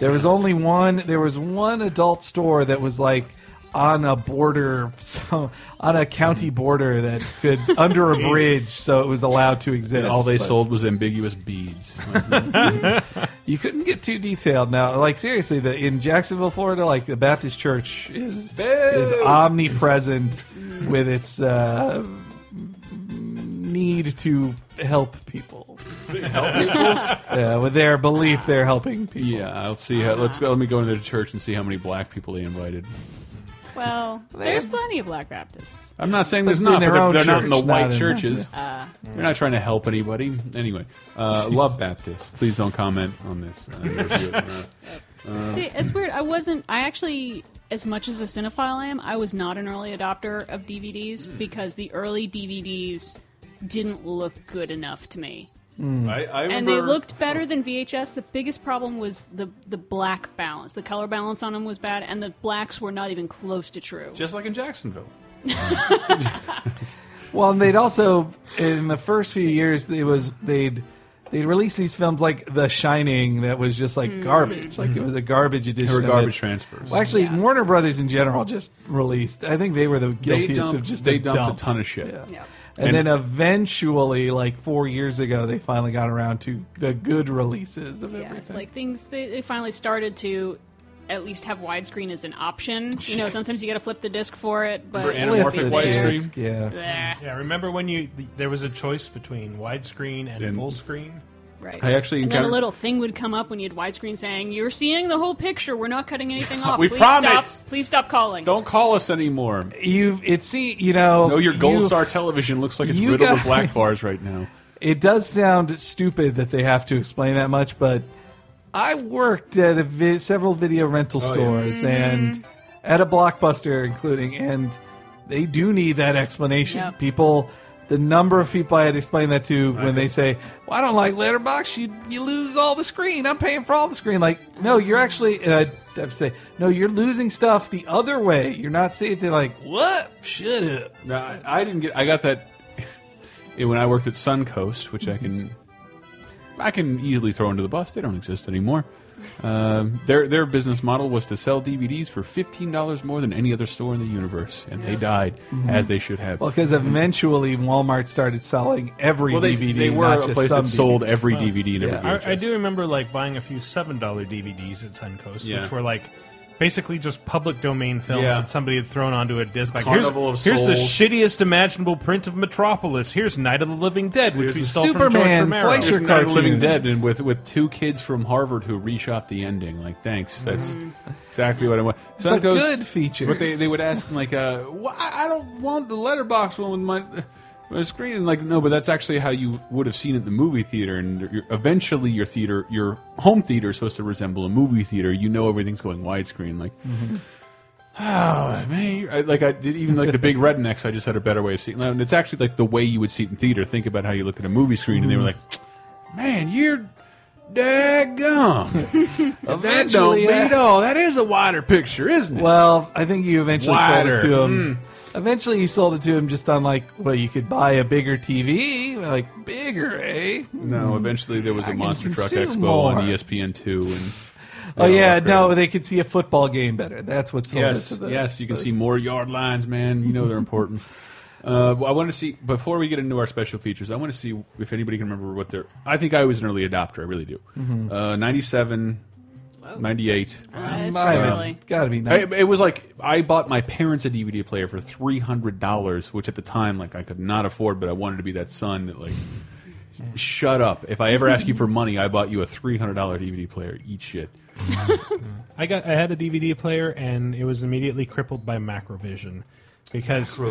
Speaker 4: There was only one. There was one adult store that was like on a border, so on a county border that could under a bridge, so it was allowed to exist.
Speaker 2: all they
Speaker 4: But
Speaker 2: sold was ambiguous beads.
Speaker 4: You couldn't get too detailed now. Like seriously, the in Jacksonville, Florida, like the Baptist Church is is omnipresent with its uh, need to help people. Yeah, with their belief, they're helping people.
Speaker 2: yeah, I'll see. How, let's go. Let me go into the church and see how many black people they invited.
Speaker 3: Well, there's plenty of Black Baptists.
Speaker 2: I'm not saying there's
Speaker 4: in
Speaker 2: not,
Speaker 4: their
Speaker 2: but they're,
Speaker 4: own
Speaker 2: they're not in the
Speaker 4: church, not
Speaker 2: white
Speaker 4: in-
Speaker 2: churches.
Speaker 3: Uh.
Speaker 2: they're not trying to help anybody. Anyway, uh, love Baptists. Please don't comment on this. I don't know if you- uh,
Speaker 3: See, it's weird. I wasn't. I actually, as much as a cinephile I am, I was not an early adopter of DVDs
Speaker 5: Hmm.
Speaker 3: because the early DVDs didn't look good enough to me.
Speaker 2: I, I
Speaker 3: And
Speaker 2: remember,
Speaker 3: they looked
Speaker 5: Oh.
Speaker 3: better than VHS. The biggest problem was the the black balance. The color balance on them was bad, and the blacks were not even close to true.
Speaker 2: just like in Jacksonville.
Speaker 4: Well, and they'd also in the first few years it was they'd they'd release these films like The Shining that was just
Speaker 3: Hmm.
Speaker 4: like garbage, like it was a garbage edition.
Speaker 2: Hmm. They were
Speaker 4: of
Speaker 2: garbage
Speaker 4: it.
Speaker 2: transfers.
Speaker 4: Well, actually,
Speaker 3: Yeah.
Speaker 4: Warner Brothers in general just released. I think they were the
Speaker 2: They
Speaker 4: guiltiest
Speaker 2: dumped,
Speaker 4: of just
Speaker 2: they
Speaker 4: the
Speaker 2: dumped
Speaker 4: dump.
Speaker 2: a ton of shit.
Speaker 3: yeah.
Speaker 4: And,
Speaker 2: And-
Speaker 4: then eventually, like four years ago, they finally got around to the good releases of
Speaker 3: Yeah, it's
Speaker 4: everything.
Speaker 3: like things they, they finally started to at least have widescreen as an option. You know, sometimes you got to flip the disc for it, but
Speaker 2: For
Speaker 3: it'll
Speaker 2: anamorphic
Speaker 3: be
Speaker 4: Flip the
Speaker 3: there.
Speaker 2: widescreen.
Speaker 4: disc, Yeah.
Speaker 3: Bleh.
Speaker 5: Yeah, remember when you th- there was a choice between widescreen and
Speaker 2: And-
Speaker 5: full screen?
Speaker 3: Right.
Speaker 2: I actually
Speaker 3: and then a
Speaker 2: encountered-
Speaker 3: little thing would come up when you had widescreen saying, "You're seeing the whole picture. We're not cutting anything off.
Speaker 2: We
Speaker 3: Please
Speaker 2: promise."
Speaker 3: stop. Please stop calling."
Speaker 2: Don't call us anymore.
Speaker 4: You it see you know
Speaker 2: No, your Gold
Speaker 4: you-
Speaker 2: Star television looks like it's
Speaker 4: you
Speaker 2: riddled with
Speaker 4: guys-
Speaker 2: black bars right now.
Speaker 4: It does sound stupid that they have to explain that much, but I worked at a vi- several video rental stores and at a blockbuster, including, and they do need that explanation.
Speaker 3: Yep.
Speaker 4: People, the number of people I had explained that to when they say, "Well, I don't like letterbox. You you lose all the screen. I'm paying for all the screen." Like, no, you're actually. And I have to say, no, you're losing stuff the other way. You're not seeing. They're like, "What? Shut up."
Speaker 2: No, I, I didn't get. I got that when I worked at Suncoast, which I can, I can easily throw under the bus. They don't exist anymore. Um, their their business model was to sell DVDs for fifteen dollars more than any other store in the universe, and they died as they should have.
Speaker 4: Well, because eventually Walmart started selling every
Speaker 2: Well, they,
Speaker 4: DVD.
Speaker 2: they were
Speaker 4: not
Speaker 2: a
Speaker 4: just
Speaker 2: place
Speaker 4: some
Speaker 2: that sold
Speaker 4: DVD.
Speaker 2: every DVD and every VHS.
Speaker 5: I, I do remember like buying a few seven dollar DVDs at Suncoast,
Speaker 2: Yeah.
Speaker 5: which were like basically just public domain films
Speaker 2: Yeah.
Speaker 5: that somebody had thrown onto a disc. Like
Speaker 2: Carnival of
Speaker 5: here's, here's the
Speaker 2: Souls.
Speaker 5: shittiest imaginable print of Metropolis. Here's Night of the Living Dead, which
Speaker 2: Here's
Speaker 5: we
Speaker 2: the
Speaker 5: stole from George
Speaker 4: Superman,
Speaker 5: Romero.
Speaker 4: Fleischer
Speaker 2: There's Night of the Living
Speaker 4: cartoons.
Speaker 2: Dead, and with with two kids from Harvard who reshot the ending. Like, thanks. That's exactly what I want.
Speaker 4: Mm-hmm.
Speaker 2: Suncoast,
Speaker 4: good features.
Speaker 2: But they, they would ask like, uh, "Why- I don't want the letterbox one with my, my screen. And like, no, but that's actually how you would have seen it in the movie theater. And you're, eventually, your theater, your home theater, is supposed to resemble a movie theater. You know everything's going widescreen. Like.
Speaker 4: Mm-hmm.
Speaker 2: Oh man! I, like I did, even like the big rednecks. I just had a better way of seeing. And it's actually like the way you would see it in theater. Think about how you look at a movie screen, and they were
Speaker 4: Mm-hmm.
Speaker 2: like, "Man, you're daggum." that don't
Speaker 4: Eventually,
Speaker 2: beat
Speaker 4: uh,
Speaker 2: all. That is a wider picture, isn't it?
Speaker 4: Well, I think you eventually
Speaker 2: Wider.
Speaker 4: sold it to him.
Speaker 2: Hmm.
Speaker 4: Eventually, you sold it to him just on like, well, you could buy a bigger TV, like bigger, eh?
Speaker 2: no, eventually there was a
Speaker 4: I can
Speaker 2: Monster Truck
Speaker 4: consume
Speaker 2: Expo
Speaker 4: more.
Speaker 2: on E ESPN two, and
Speaker 4: Oh
Speaker 2: Yeah,
Speaker 4: yeah,
Speaker 2: okay.
Speaker 4: no, they could see a football game better. That's what sold it
Speaker 2: yes,
Speaker 4: to the
Speaker 2: yes, you can
Speaker 4: those-
Speaker 2: see more yard lines, man. You know they're important. Uh, well, I want to see before we get into our special features. I want to see Mm-hmm. if anybody can remember what they're. I think I was an early adopter. I really do. Uh, Ninety-seven. ninety eight.
Speaker 3: That's
Speaker 4: I
Speaker 3: Uh, pretty
Speaker 4: don't know.
Speaker 3: early.
Speaker 4: Gotta be nice.
Speaker 2: It, it was like I bought my parents a DVD player for three hundred dollars, which at the time like I could not afford, but I wanted to be that son that like. Shut up! If I ever ask you for money, I bought you a three hundred dollar DVD player. Eat shit.
Speaker 5: I got I had a DVD player and it was immediately crippled by Macrovision because the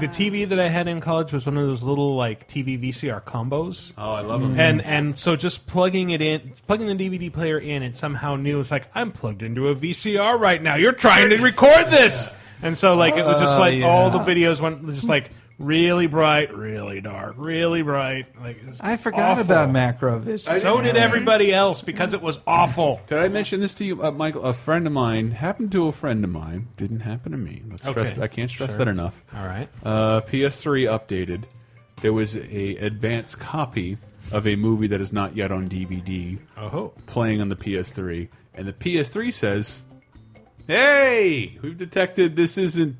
Speaker 5: the TV that I had in college was one of those little like TV VCR combos.
Speaker 2: Oh, I love them.
Speaker 4: Mm-hmm.
Speaker 5: And and so just plugging it in, plugging the DVD player in, it somehow knew it's like I'm plugged into a VCR right now. You're trying to record this, and so like it was just like
Speaker 4: Oh,
Speaker 5: all the videos went just like really bright, really dark, really bright. Like it was
Speaker 4: I forgot
Speaker 5: awful.
Speaker 4: about Macrovision.
Speaker 5: So did everybody else because it was awful.
Speaker 2: Did I mention this to you, uh, Michael? A friend of mine happened to a friend of mine. Didn't happen to me. Let's
Speaker 5: Okay.
Speaker 2: stress, I can't stress
Speaker 5: Sure.
Speaker 2: that enough.
Speaker 5: All right.
Speaker 2: Uh, PS3 updated. There was a advanced copy of a movie that is not yet on DVD
Speaker 5: Oh.
Speaker 2: playing on the PS3, and the PS3 says, "Hey, we've detected this isn't.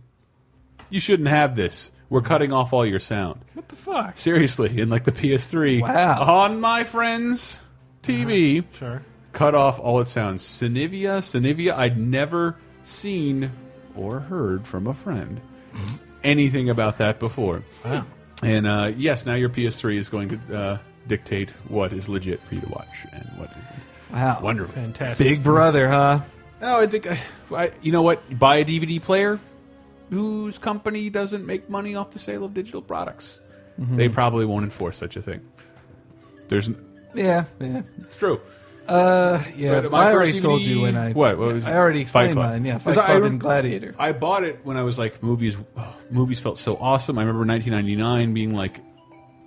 Speaker 2: You shouldn't have this. We're cutting off all your sound."
Speaker 5: What the fuck?
Speaker 2: Seriously, in like the PS3
Speaker 4: Wow.
Speaker 2: on my friend's TV
Speaker 5: Sure.
Speaker 2: cut off all its sounds. Synivia, Synivia, I'd never seen or heard from a friend anything about that before. Wow. And uh, yes, now your PS3 is going to uh, dictate what is legit for you to watch and what isn't.
Speaker 4: Wow.
Speaker 2: Wonderful.
Speaker 5: Fantastic.
Speaker 4: Big Brother, huh?
Speaker 2: No, I think I, I, you know what? Buy a DVD player whose company doesn't make money off the sale of digital products. They probably won't enforce such a thing. There's, n-
Speaker 4: Yeah, yeah.
Speaker 2: it's true.
Speaker 4: Uh, yeah.
Speaker 2: But my
Speaker 4: I already
Speaker 2: first
Speaker 4: told
Speaker 2: DVD
Speaker 4: you when I
Speaker 2: what? What was
Speaker 4: I
Speaker 2: it?
Speaker 4: already
Speaker 2: Fight
Speaker 4: explained
Speaker 2: Club.
Speaker 4: mine. Yeah, Fight
Speaker 2: 'Cause I
Speaker 4: Club
Speaker 2: rem-
Speaker 4: and Gladiator.
Speaker 2: I bought it when I was like movies. oh, movies felt so awesome. I remember 1999 being like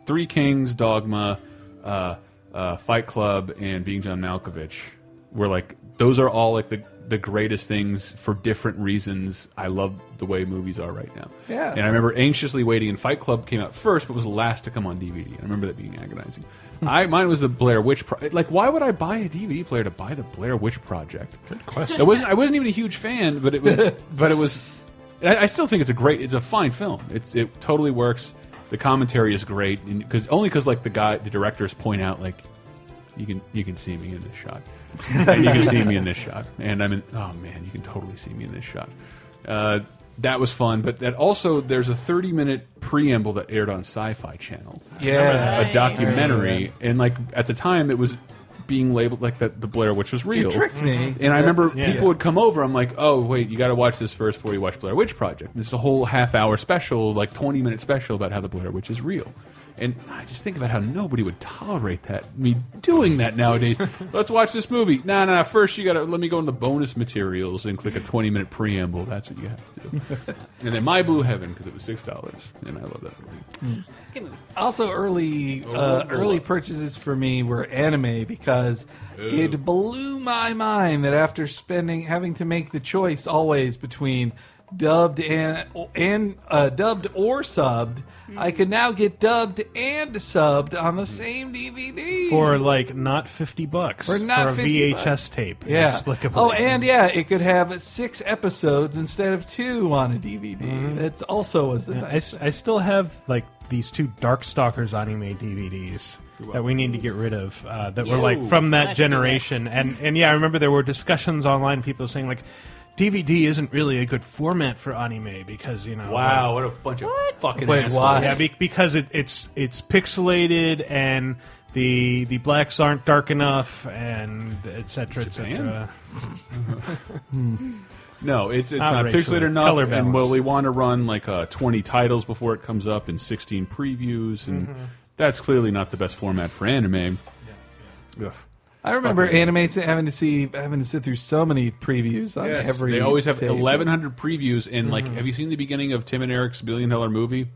Speaker 2: Three Kings, Dogma, uh, uh, Fight Club, and Being John Malkovich. Were like those are all like the the greatest things for different reasons. I love the way movies are right now.
Speaker 4: Yeah.
Speaker 2: And I remember anxiously waiting. And Fight Club came out first, but was the last to come on DVD. And I remember that being agonizing. I mine was the Blair Witch. Pro like, why would I buy a DVD player to buy the Blair Witch Project? Good question. I wasn't. I wasn't even a huge fan, but it was. but it was. and I, I still think it's a great. It's a fine film. It's it totally works. The commentary is great because only because like the guy, the directors point out like you can you can see me in this shot, and you can see me in this shot, and I'm in. Oh man, you can totally see me in this shot. Uh, that was fun, but that also there's a 30 minute preamble that aired on Sci-Fi Channel,
Speaker 4: yeah.
Speaker 2: a documentary, and like at the time it was being labeled like that the Blair Witch was real.
Speaker 4: You tricked me.
Speaker 2: And I remember
Speaker 5: Yeah.
Speaker 2: people would come over. I'm like, oh wait, you got to watch this first before you watch Blair Witch Project. And it's a whole half hour special, like 20 minute special about how the Blair Witch is real. And I just think about how nobody would tolerate that me doing that nowadays. Let's watch this movie. Nah, nah. First, you gotta let me go into the bonus materials and click a 20 minute preamble. That's what you have to do. and then My Blue Heaven because it was six dollars, and I love that movie.
Speaker 3: Good movie.
Speaker 4: Also, early
Speaker 2: Oh,
Speaker 4: uh, early purchases for me were anime because it blew my mind that after spending having to make the choice always between dubbed and and uh, dubbed or subbed, I could now get dubbed and subbed on the same DVD.
Speaker 5: for like not 50 bucks
Speaker 4: For not
Speaker 5: a
Speaker 4: 50
Speaker 5: VHS
Speaker 4: bucks.
Speaker 5: tape.
Speaker 4: yeah.
Speaker 5: Inexplicably.
Speaker 4: Oh, and yeah, it could have six episodes instead of two on a DVD.
Speaker 2: Mm-hmm.
Speaker 4: That's also was a
Speaker 5: I,
Speaker 4: nice.
Speaker 5: s- I still have like these two Darkstalkers anime DVDs that we need to get rid of uh, that were like from that
Speaker 3: Let's do that.
Speaker 5: generation. And and yeah, I remember there were discussions online people saying like DVD isn't really a good format for anime because, you know,
Speaker 2: Wow, what a bunch of fucking
Speaker 4: Wait,
Speaker 2: assholes.
Speaker 4: why?
Speaker 5: Yeah, be- because it, it's it's pixelated and the the blacks aren't dark enough and et cetera, et
Speaker 2: Japan?
Speaker 5: cetera.
Speaker 2: No, it's it's
Speaker 5: Not
Speaker 2: not,
Speaker 5: racially.
Speaker 2: pixelated enough,
Speaker 5: Color
Speaker 2: and
Speaker 5: balance.
Speaker 2: well, we want to run like uh, twenty titles before it comes up and sixteen previews, and that's clearly not the best format for anime. Ugh.
Speaker 4: I remember
Speaker 2: Fucking-
Speaker 4: animates having to see having to sit through so many previews on every.
Speaker 2: they always have
Speaker 4: tape.
Speaker 2: eleven hundred previews, and like, have you seen the beginning of Tim and Eric's Billion Dollar Movie?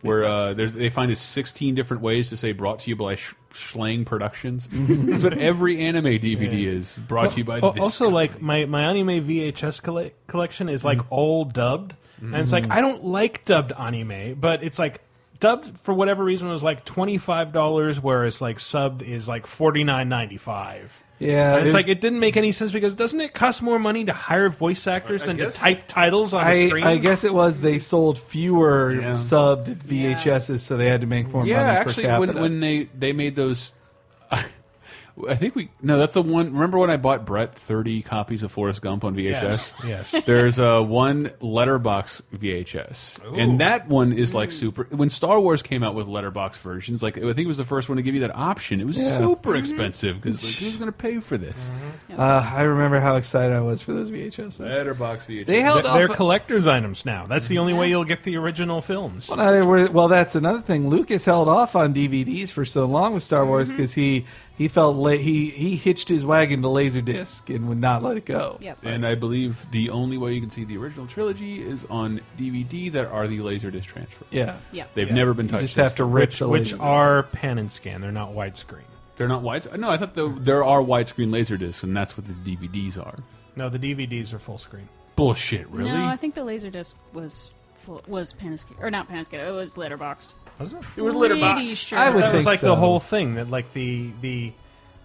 Speaker 2: Where uh, there's, they find is sixteen different ways to say "brought to you by Sh Schlang Productions." That's what every anime DVD is brought to you by.
Speaker 5: Al-
Speaker 2: this
Speaker 5: also, like my, my anime VHS colle- collection is
Speaker 2: Mm-hmm.
Speaker 5: like all dubbed, and it's like I don't like dubbed anime, but it's like dubbed for whatever reason was like twenty five dollars, whereas like subbed is like forty nine ninety five.
Speaker 4: Yeah,
Speaker 5: And it's
Speaker 4: there's-
Speaker 5: like it didn't make any sense because doesn't it cost more money to hire voice actors than
Speaker 2: guess-
Speaker 5: to type titles on a
Speaker 4: I,
Speaker 5: screen?
Speaker 4: I guess it was they sold fewer
Speaker 2: Yeah.
Speaker 4: subbed VHSs, so they had to make more
Speaker 2: yeah,
Speaker 4: money
Speaker 2: actually,
Speaker 4: per
Speaker 2: when,
Speaker 4: capita.
Speaker 2: when they they made those, I think we no. That's the one. Remember when I bought Brett thirty copies of Forrest Gump on VHS?
Speaker 5: Yes, yes.
Speaker 2: There's uh, one Letterbox VHS, and that one is
Speaker 4: Mm.
Speaker 2: like super. When Star Wars came out with Letterbox versions, like I think it was the first one to give you that option. It was
Speaker 4: Yeah. Mm-hmm.
Speaker 2: super expensive because like, who's going to pay for this?
Speaker 4: Uh, I remember how excited I was for those VHSs.
Speaker 2: Letterbox VHS.
Speaker 4: They held
Speaker 5: They're
Speaker 4: off.
Speaker 5: collector's items now. That's the only way you'll get the original films.
Speaker 4: Well, no, Uh, they were- well, that's another thing. Lucas held off on DVDs for so long with Star Wars because he he felt la- he he hitched his wagon to Laserdisc and would not let it go.
Speaker 3: Yep.
Speaker 2: And I believe the only way you can see the original trilogy is on DVD that are the Laserdisc transfer.
Speaker 4: Yeah,
Speaker 3: Yep.
Speaker 2: They've never been
Speaker 4: You
Speaker 2: touched.
Speaker 4: just have to rip
Speaker 5: Which
Speaker 4: the
Speaker 5: which
Speaker 4: Laserdisc.
Speaker 5: are pan and scan. They're not widescreen.
Speaker 2: They're not wide. No, I thought the, there are widescreen Laserdiscs, and that's what the DVDs are.
Speaker 5: No, the DVDs are full screen.
Speaker 2: Bullshit, really?
Speaker 3: No, I think the laser disc was full, was Panasca or not Panasca. It was letterboxed.
Speaker 5: Was it?
Speaker 2: it was
Speaker 3: Pretty
Speaker 2: litterbox.
Speaker 3: sure.
Speaker 4: I would
Speaker 5: that was
Speaker 4: think
Speaker 5: like
Speaker 4: so.
Speaker 5: the whole thing that like the the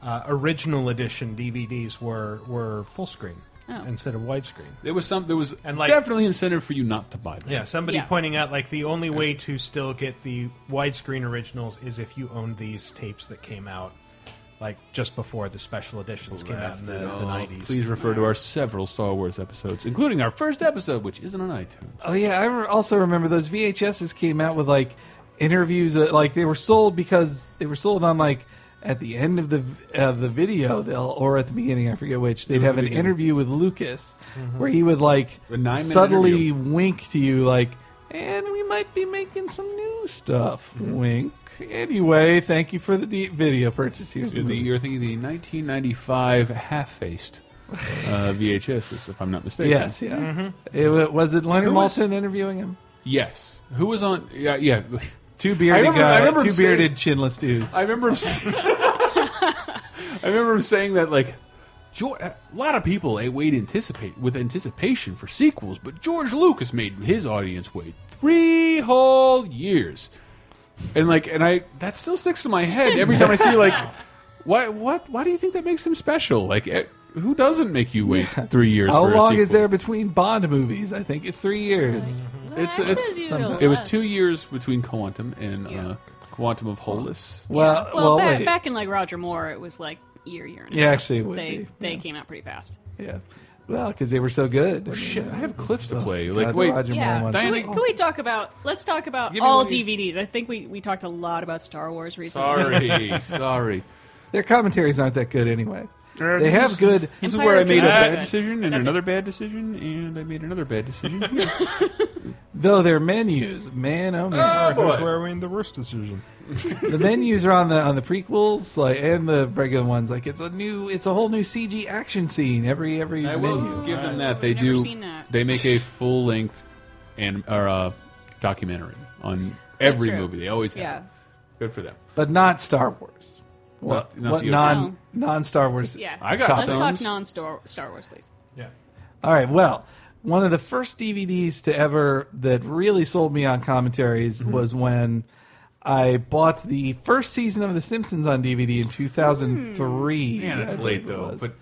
Speaker 5: uh, original edition DVDs were were full screen
Speaker 3: Oh.
Speaker 5: instead of widescreen.
Speaker 2: There was some. There was
Speaker 5: And, like-
Speaker 2: definitely incentive for you not to buy them.
Speaker 5: Yeah, somebody
Speaker 3: Yeah.
Speaker 5: pointing out like the only way to still get the widescreen originals is if you own these tapes that came out like just before the special editions came out in the, the 90s.
Speaker 2: Please refer to our several Star Wars episodes, including our first episode, which isn't on iTunes.
Speaker 4: Oh yeah, I re- also remember those VHSs came out with like interviews. uh like they were sold because they were sold on like at the end of the v- of the video, they'll or at the beginning. I forget which. They'd have an interview with Lucas where he would like
Speaker 2: A nine-minute
Speaker 4: subtly
Speaker 2: Mm-hmm. interview.
Speaker 4: wink to you, like, and we might be making some new stuff.
Speaker 2: Mm-hmm.
Speaker 4: Wink. Anyway, thank you for the de- video purchase. Here's the,
Speaker 2: The,
Speaker 4: movie.
Speaker 2: you're thinking the 1995 half-faced uh, VHS, if I'm not mistaken.
Speaker 4: Yes, yeah.
Speaker 2: Mm-hmm.
Speaker 4: It wa- was it Leonard
Speaker 2: Who was-
Speaker 4: Maltin interviewing him?
Speaker 2: Yes. Who was on? Yeah. Yeah.
Speaker 4: Two bearded
Speaker 2: remember- I
Speaker 4: guy-
Speaker 2: remember him
Speaker 4: two
Speaker 2: saying-
Speaker 4: bearded, chinless dudes.
Speaker 2: I remember him. Saying, I remember him saying that like. George, a lot of people eh, wait anticipate with anticipation for sequels, but George Lucas made his audience wait three whole years, and like, and I that still sticks in my head every time I see like, why, what, why do you think that makes him special? Like, eh, who doesn't make you wait three years?
Speaker 4: How
Speaker 2: for a
Speaker 4: long is
Speaker 2: sequel?
Speaker 4: there between Bond movies? I think it's three years.
Speaker 2: It's- it's
Speaker 3: actually, it was usually
Speaker 4: something.
Speaker 2: It was
Speaker 3: less.
Speaker 2: two years between Quantum and uh, Quantum of Holus.
Speaker 4: Well, well,
Speaker 3: Well, back,
Speaker 4: wait.
Speaker 3: back in like Roger Moore, it was like year, year and a
Speaker 4: Yeah,
Speaker 3: half.
Speaker 4: actually, it would
Speaker 3: they
Speaker 4: be,
Speaker 3: they
Speaker 4: yeah.
Speaker 3: came out pretty fast.
Speaker 4: Yeah. Well, because they were so good.
Speaker 2: Shit, I have clips to play.
Speaker 4: Oh, God,
Speaker 2: Like,
Speaker 4: the
Speaker 2: wait,
Speaker 4: Roger Moore
Speaker 3: Yeah,
Speaker 4: ones.
Speaker 3: can we,
Speaker 2: Diana-
Speaker 3: can we talk about? Let's talk about
Speaker 2: Give me
Speaker 3: all
Speaker 2: one of your-
Speaker 3: DVDs. I think we, we talked a lot about Star Wars recently.
Speaker 2: sorry, sorry.
Speaker 4: Their commentaries aren't that good anyway. They have good.
Speaker 2: This is
Speaker 3: Empire
Speaker 2: where I
Speaker 3: of
Speaker 2: made a
Speaker 3: Dreams is
Speaker 2: bad
Speaker 3: good.
Speaker 2: decision and
Speaker 3: That's it.
Speaker 2: another bad decision, and I made another bad decision.
Speaker 4: Though their menus, man, oh man,
Speaker 5: Here's where we made the worst decision.
Speaker 4: the menus are on the on the prequels, like and the regular ones. Like it's a new, it's a whole new CG action scene every every
Speaker 2: I will
Speaker 4: menu.
Speaker 2: give them that. They
Speaker 3: I've never
Speaker 2: do.
Speaker 3: seen that.
Speaker 2: They make a full length and or uh, documentary on
Speaker 3: That's
Speaker 2: every
Speaker 3: true.
Speaker 2: movie. They always have.
Speaker 3: Yeah.
Speaker 2: Good for them.
Speaker 4: but not Star Wars.
Speaker 2: Not-
Speaker 4: What,
Speaker 2: not
Speaker 4: what
Speaker 2: the
Speaker 4: non non Star Wars?
Speaker 3: Yeah.
Speaker 2: I got
Speaker 3: Let's
Speaker 2: some.
Speaker 3: talk non Star Star Wars, please.
Speaker 5: Yeah.
Speaker 4: All right. Well, one of the first DVDs to ever that really sold me on commentaries
Speaker 3: Mm-hmm.
Speaker 4: was when I bought the first season of The Simpsons on DVD in 2003.
Speaker 2: Hmm. Man, it's
Speaker 4: I believe
Speaker 2: late
Speaker 4: it
Speaker 2: though.
Speaker 4: was.
Speaker 2: But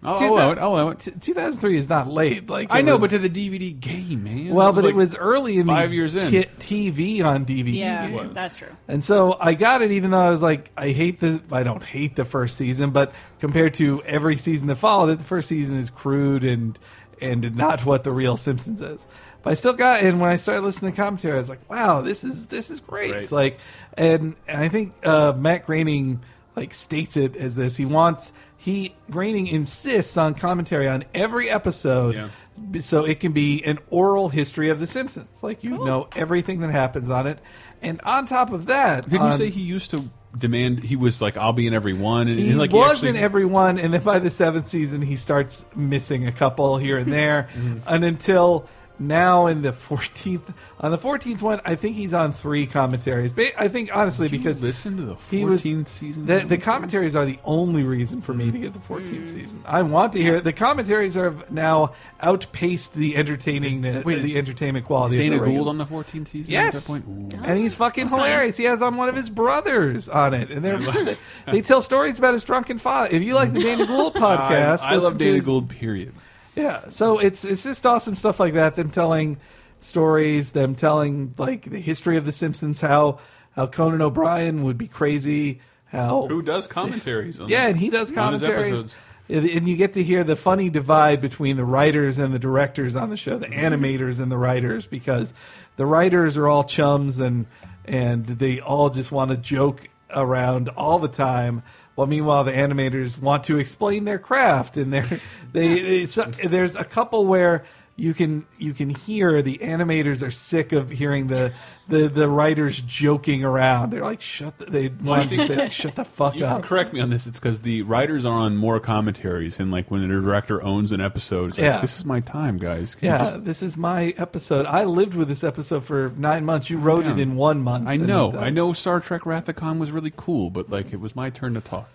Speaker 2: I'll,
Speaker 4: Two
Speaker 2: I'll allow
Speaker 4: thou-
Speaker 2: it. I'll allow it.
Speaker 4: T- 2003 is not late. Like
Speaker 2: I
Speaker 4: it
Speaker 2: know,
Speaker 4: was-
Speaker 2: but to the DVD game, man.
Speaker 4: well,
Speaker 2: That
Speaker 4: but
Speaker 2: like-
Speaker 4: it was early in
Speaker 2: five
Speaker 4: the
Speaker 2: years in.
Speaker 4: t- TV on DVD.
Speaker 3: Yeah,
Speaker 4: game.
Speaker 3: that's true.
Speaker 4: And so I got it, even though I was like, I hate the, I don't hate the first season, but compared to every season that followed it, the first season is crude and and not what the real Simpsons is. But I still got, and when I started listening to commentary, I was like, wow, this is this is great.
Speaker 2: Right.
Speaker 4: Like, and, and I think uh, Matt Groening like states it as this. He wants he Groening insists on commentary on every episode.
Speaker 2: Yeah.
Speaker 4: B- so it can be an oral history of The Simpsons. Like you know everything that happens on it, and on top of that, um,
Speaker 2: Didn't
Speaker 4: on-
Speaker 2: you say he used to demand? He was like, "I'll be in every one," and,
Speaker 4: he
Speaker 2: and, like
Speaker 4: was
Speaker 2: actually-
Speaker 4: in every one, and then by the seventh season, he starts missing a couple here and there,
Speaker 2: Mm-hmm.
Speaker 4: and until now in the fourteenth, on the fourteenth one, I think he's on three commentaries. Ba- I think honestly because
Speaker 2: listen to the
Speaker 4: he was
Speaker 2: 14th season
Speaker 4: The, the
Speaker 2: commentaries?
Speaker 4: commentaries are the only reason for me to get the 14th season. I want to hear it. The commentaries have now outpaced the entertaining, the, the entertainment quality. of
Speaker 2: Dana
Speaker 4: the regulars.
Speaker 2: Gould on the 14th season.
Speaker 4: Yes,
Speaker 2: At that point? Ooh.
Speaker 4: and he's fucking hilarious. He has on one of his brothers on it, and they're, they tell stories about his drunken father. If you like the Dana Gould podcast,
Speaker 2: I, I
Speaker 4: listen
Speaker 2: love
Speaker 4: to
Speaker 2: Dana
Speaker 4: his-
Speaker 2: Gould. Period.
Speaker 4: Yeah, so it's it's just awesome stuff like that. Them telling stories, them telling like the history of the Simpsons, how how Conan O'Brien would be crazy. how
Speaker 2: Who does commentaries? On
Speaker 4: yeah, and he does
Speaker 2: on his
Speaker 4: commentaries.
Speaker 2: episodes.
Speaker 4: And and you get to hear the funny divide between the writers and the directors on the show, the
Speaker 2: Mm-hmm.
Speaker 4: animators and the writers, because the writers are all chums and and they all just want to joke around all the time. While meanwhile, the animators want to explain their craft, and they're, they it's, there's a couple where you can you can hear the animators are sick of hearing the the, the writers joking around. They're like, shut. The, they want to say, shut the fuck
Speaker 2: You
Speaker 4: up.
Speaker 2: can correct me on this. It's because the writers are on more commentaries, and like when the director owns an episode, it's like,
Speaker 4: Yeah.
Speaker 2: this is my time, guys. Can you
Speaker 4: Yeah,
Speaker 2: just-
Speaker 4: this is my episode. I lived with this episode for nine months. You wrote it
Speaker 2: Yeah.
Speaker 4: in one month.
Speaker 2: I
Speaker 4: and uh,
Speaker 2: know.
Speaker 4: it's-
Speaker 2: I know Star Trek Wrath of Khan was really cool, but like it was my turn to talk.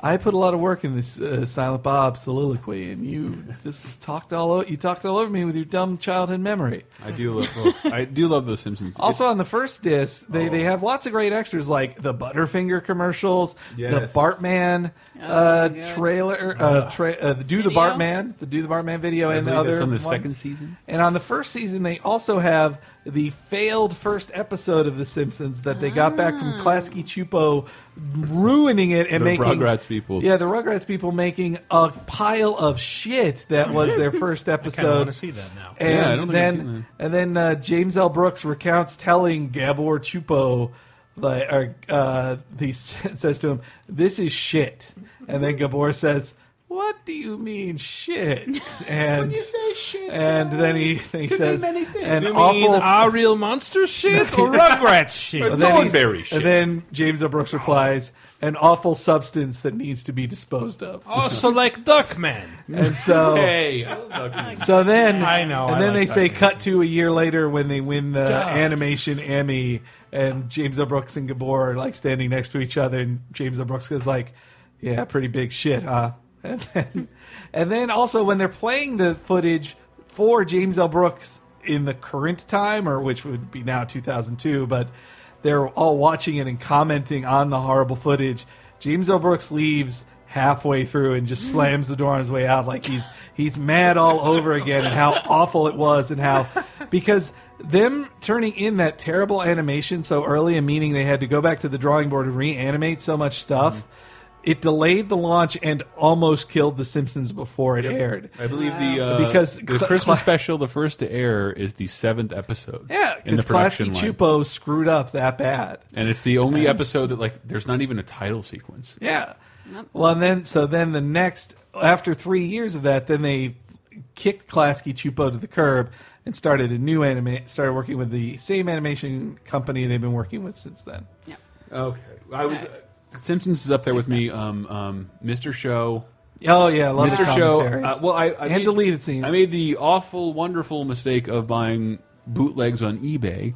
Speaker 4: I put a lot of work in this uh, Silent Bob soliloquy, and you just talked all over. You talked all over me with your dumb childhood memory.
Speaker 2: I do love. I do love those Simpsons.
Speaker 4: Also, on the first disc, they, they have lots of great extras like the Butterfinger commercials,
Speaker 2: Yes. Ah.
Speaker 4: the Bartman
Speaker 3: Oh, my
Speaker 4: uh,
Speaker 3: God.
Speaker 4: trailer, uh, tra- uh, the Do the
Speaker 3: Video.
Speaker 4: Bartman, the Do the Bartman video, and
Speaker 2: believe
Speaker 4: other
Speaker 2: that's on the
Speaker 4: ones.
Speaker 2: second season.
Speaker 4: And on the first season, they also have the failed first episode of The Simpsons that they got back
Speaker 3: Ah.
Speaker 4: from Klasky Chupo, ruining it and
Speaker 2: The
Speaker 4: making
Speaker 2: Rugrats people.
Speaker 4: Yeah, the Rugrats people making a pile of shit that was their first
Speaker 5: I kind of want
Speaker 4: episode.
Speaker 5: to see that now.
Speaker 4: And
Speaker 2: Yeah, I don't think I've seen
Speaker 4: then, and then uh, James L. Brooks recounts telling Gabor Chupo, like, or, uh, he s- says to him, "This is shit." And then Gabor says, "What do you mean shit?" And and then he, he says, "An
Speaker 5: You
Speaker 4: awful."
Speaker 5: mean our real monster shit or Rugrats shit?
Speaker 4: and then he's-
Speaker 2: Thornberry shit.
Speaker 4: And then James L. Brooks replies, "An awful substance that needs to be disposed of."
Speaker 5: also like Duckman.
Speaker 4: And so.
Speaker 2: Hey, I love Duckman.
Speaker 4: So then
Speaker 5: I know,
Speaker 4: and
Speaker 5: I
Speaker 4: then
Speaker 5: like
Speaker 4: they
Speaker 5: that
Speaker 4: say
Speaker 5: game.
Speaker 4: cut to a year later when they win the animation Emmy, and James L. Brooks and Gabor are like standing next to each other, and James L. Brooks goes like, "Yeah, pretty big shit, huh?" And then, and then also when they're playing the footage for James L. Brooks in the current time, or which would be now 2002, but they're all watching it and commenting on the horrible footage. James L. Brooks leaves halfway through and just slams the door on his way out like he's he's mad all over again and how awful it was and how because them turning in that terrible animation so early and meaning they had to go back to the drawing board and reanimate so much stuff it delayed the launch and almost killed the simpsons before it aired
Speaker 2: I believe the uh,
Speaker 4: Because
Speaker 2: the
Speaker 4: Cl-
Speaker 2: Christmas
Speaker 4: Cl-
Speaker 2: special, the first to air, is the seventh episode.
Speaker 4: yeah
Speaker 2: in the
Speaker 4: because E
Speaker 2: production
Speaker 4: Klasky
Speaker 2: line.
Speaker 4: Chupo screwed up that bad
Speaker 2: and it's the only episode that like there's not even a title sequence.
Speaker 4: Yeah. Well, and then so then the next after three years of that, then they kicked Klasky Chupo to the curb and started a new anime. Started working with the same animation company they've been working with since then.
Speaker 3: Yeah.
Speaker 2: Okay, I was. Simpsons is up there with me. Um, um, Mr. Show,
Speaker 4: Oh yeah, I love the
Speaker 2: Mr. Show.
Speaker 4: commentaries.
Speaker 2: Uh, well, I, I
Speaker 4: And
Speaker 2: made-
Speaker 4: deleted scenes.
Speaker 2: I made the awful, wonderful mistake of buying bootlegs on eBay,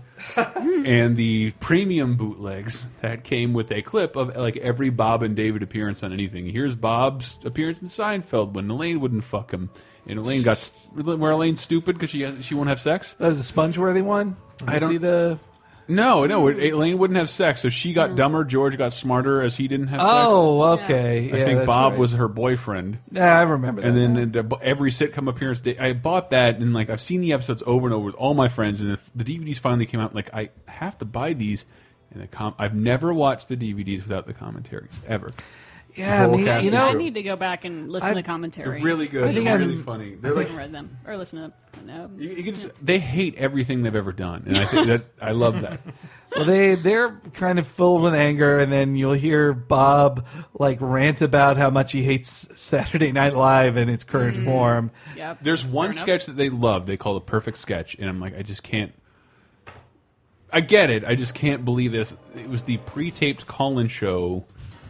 Speaker 2: and the premium bootlegs that came with a clip of like every Bob and David appearance on anything. Here's Bob's appearance in Seinfeld when Elaine wouldn't fuck him, and Elaine got st- where Elaine's stupid because she has, she won't have sex.
Speaker 4: that was the SpongeWorthy one. Did
Speaker 2: I
Speaker 4: you
Speaker 2: don't-
Speaker 4: see the.
Speaker 2: No, no, Elaine wouldn't have sex, so she got dumber. George got smarter as he didn't have
Speaker 4: Mm. Oh, okay.
Speaker 2: sex. I
Speaker 4: Yeah,
Speaker 2: think
Speaker 4: that's
Speaker 2: Bob
Speaker 4: right.
Speaker 2: was her boyfriend.
Speaker 4: Yeah, I remember.
Speaker 2: And
Speaker 4: that.
Speaker 2: then the- every sitcom appearance, they, I bought that, and like I've seen the episodes over and over with all my friends. And if the DVDs finally came out, like I have to buy these. And the com I've never watched the DVDs without the commentaries ever.
Speaker 4: yeah,
Speaker 2: the whole
Speaker 4: I mean,
Speaker 2: cast
Speaker 4: you
Speaker 2: is
Speaker 3: I
Speaker 4: know,
Speaker 2: true.
Speaker 3: need to go back and listen
Speaker 4: I-
Speaker 3: to the commentary.
Speaker 2: good,
Speaker 4: I think They're I'm- really
Speaker 2: funny.
Speaker 3: I haven't read them or listen to them. No.
Speaker 2: you, you can just, they hate everything they've ever done, and I think that I love that.
Speaker 4: Well, they they're kind of filled with anger, and then you'll hear Bob like rant about how much he hates Saturday Night Live in its current form.
Speaker 3: Yep.
Speaker 2: There's one
Speaker 3: Fair enough.
Speaker 2: sketch that they love. They call the perfect sketch, and I'm like, I just can't. I get it. I just can't believe this. It was the pre-taped call-in show,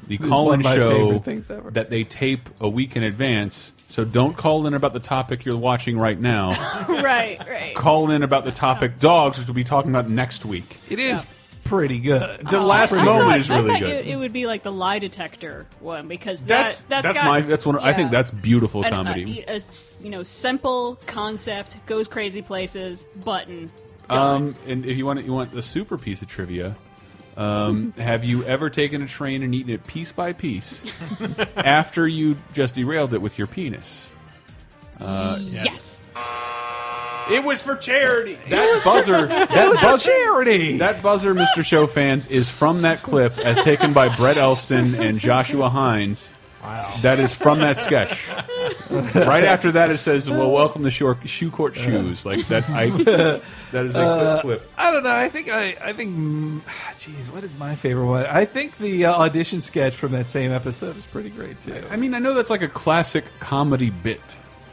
Speaker 2: the
Speaker 4: one
Speaker 2: call-in
Speaker 4: of my
Speaker 2: show
Speaker 4: favorite things ever.
Speaker 2: that they tape a week in advance. So don't call in about the topic you're watching right now.
Speaker 3: right, right.
Speaker 2: call in about the topic dogs, which we'll be talking about next week.
Speaker 4: It is pretty good.
Speaker 2: The last
Speaker 3: I
Speaker 2: moment
Speaker 3: thought,
Speaker 2: is
Speaker 3: I
Speaker 2: really
Speaker 3: thought
Speaker 2: good.
Speaker 3: It, it would be like the lie detector one because
Speaker 2: that's
Speaker 3: that, that's
Speaker 2: that's
Speaker 3: got,
Speaker 2: my that's one. I
Speaker 3: yeah. uh,
Speaker 2: think that's beautiful
Speaker 3: An-
Speaker 2: comedy.
Speaker 3: A, a s- you know, simple concept goes crazy places. Button.
Speaker 2: Um, and if you want, you want the super piece of trivia. Um, have you ever taken a train and eaten it piece by piece after you just derailed it with your penis?
Speaker 3: yes.
Speaker 5: It was for charity.
Speaker 2: That buzzer, that buzzer,
Speaker 4: Charity.
Speaker 2: that buzzer, Mr. Show fans, is from that clip as taken by Brett Elston and Joshua Hines. Wow. That is from that sketch. right after that, it says, "Well, welcome to Shore, Shoe Court Shoes." Like that, I that is a clip.
Speaker 4: I don't know. I think I, I think, mm, jeez, what is my favorite one? I think the uh, audition sketch from that same episode is pretty great too.
Speaker 2: I mean, I know that's like a classic comedy bit,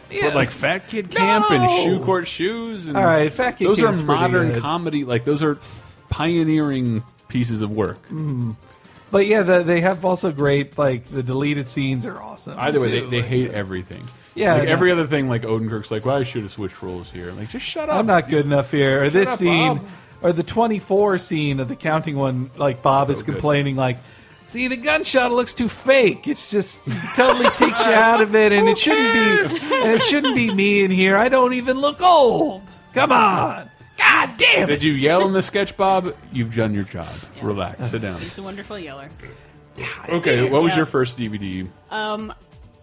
Speaker 4: Yeah.
Speaker 2: but like Fat Kid Camp and
Speaker 4: No!
Speaker 2: Shoe Court Shoes. And
Speaker 4: All right, Fat Kid
Speaker 2: Those
Speaker 4: Camp's
Speaker 2: are
Speaker 4: pretty
Speaker 2: modern
Speaker 4: good.
Speaker 2: comedy. Like those are pioneering pieces of work.
Speaker 4: Mm-hmm. But yeah, the, they have also great like the deleted scenes are awesome.
Speaker 2: Either way, they,
Speaker 4: too.
Speaker 2: they hate everything.
Speaker 4: Yeah,
Speaker 2: like
Speaker 4: no.
Speaker 2: every other thing. Like Odenkirk's like, well, I should have switched roles here. I'm like, just shut up.
Speaker 4: I'm not good enough here. Or this
Speaker 2: up,
Speaker 4: scene,
Speaker 2: Bob.
Speaker 4: or the 24 scene of the counting one. Like Bob is
Speaker 2: good.
Speaker 4: complaining, like, see, the gunshot looks too fake. It's just it totally takes you out of it, and it shouldn't be. And it shouldn't be me in here. I don't even look old. Come on, god damn it!
Speaker 2: Did you yell in the sketch, Bob? You've done your job. Relax. Sit down.
Speaker 3: He's a wonderful yeller.
Speaker 2: Okay. What was
Speaker 3: Yeah.
Speaker 2: your first DVD?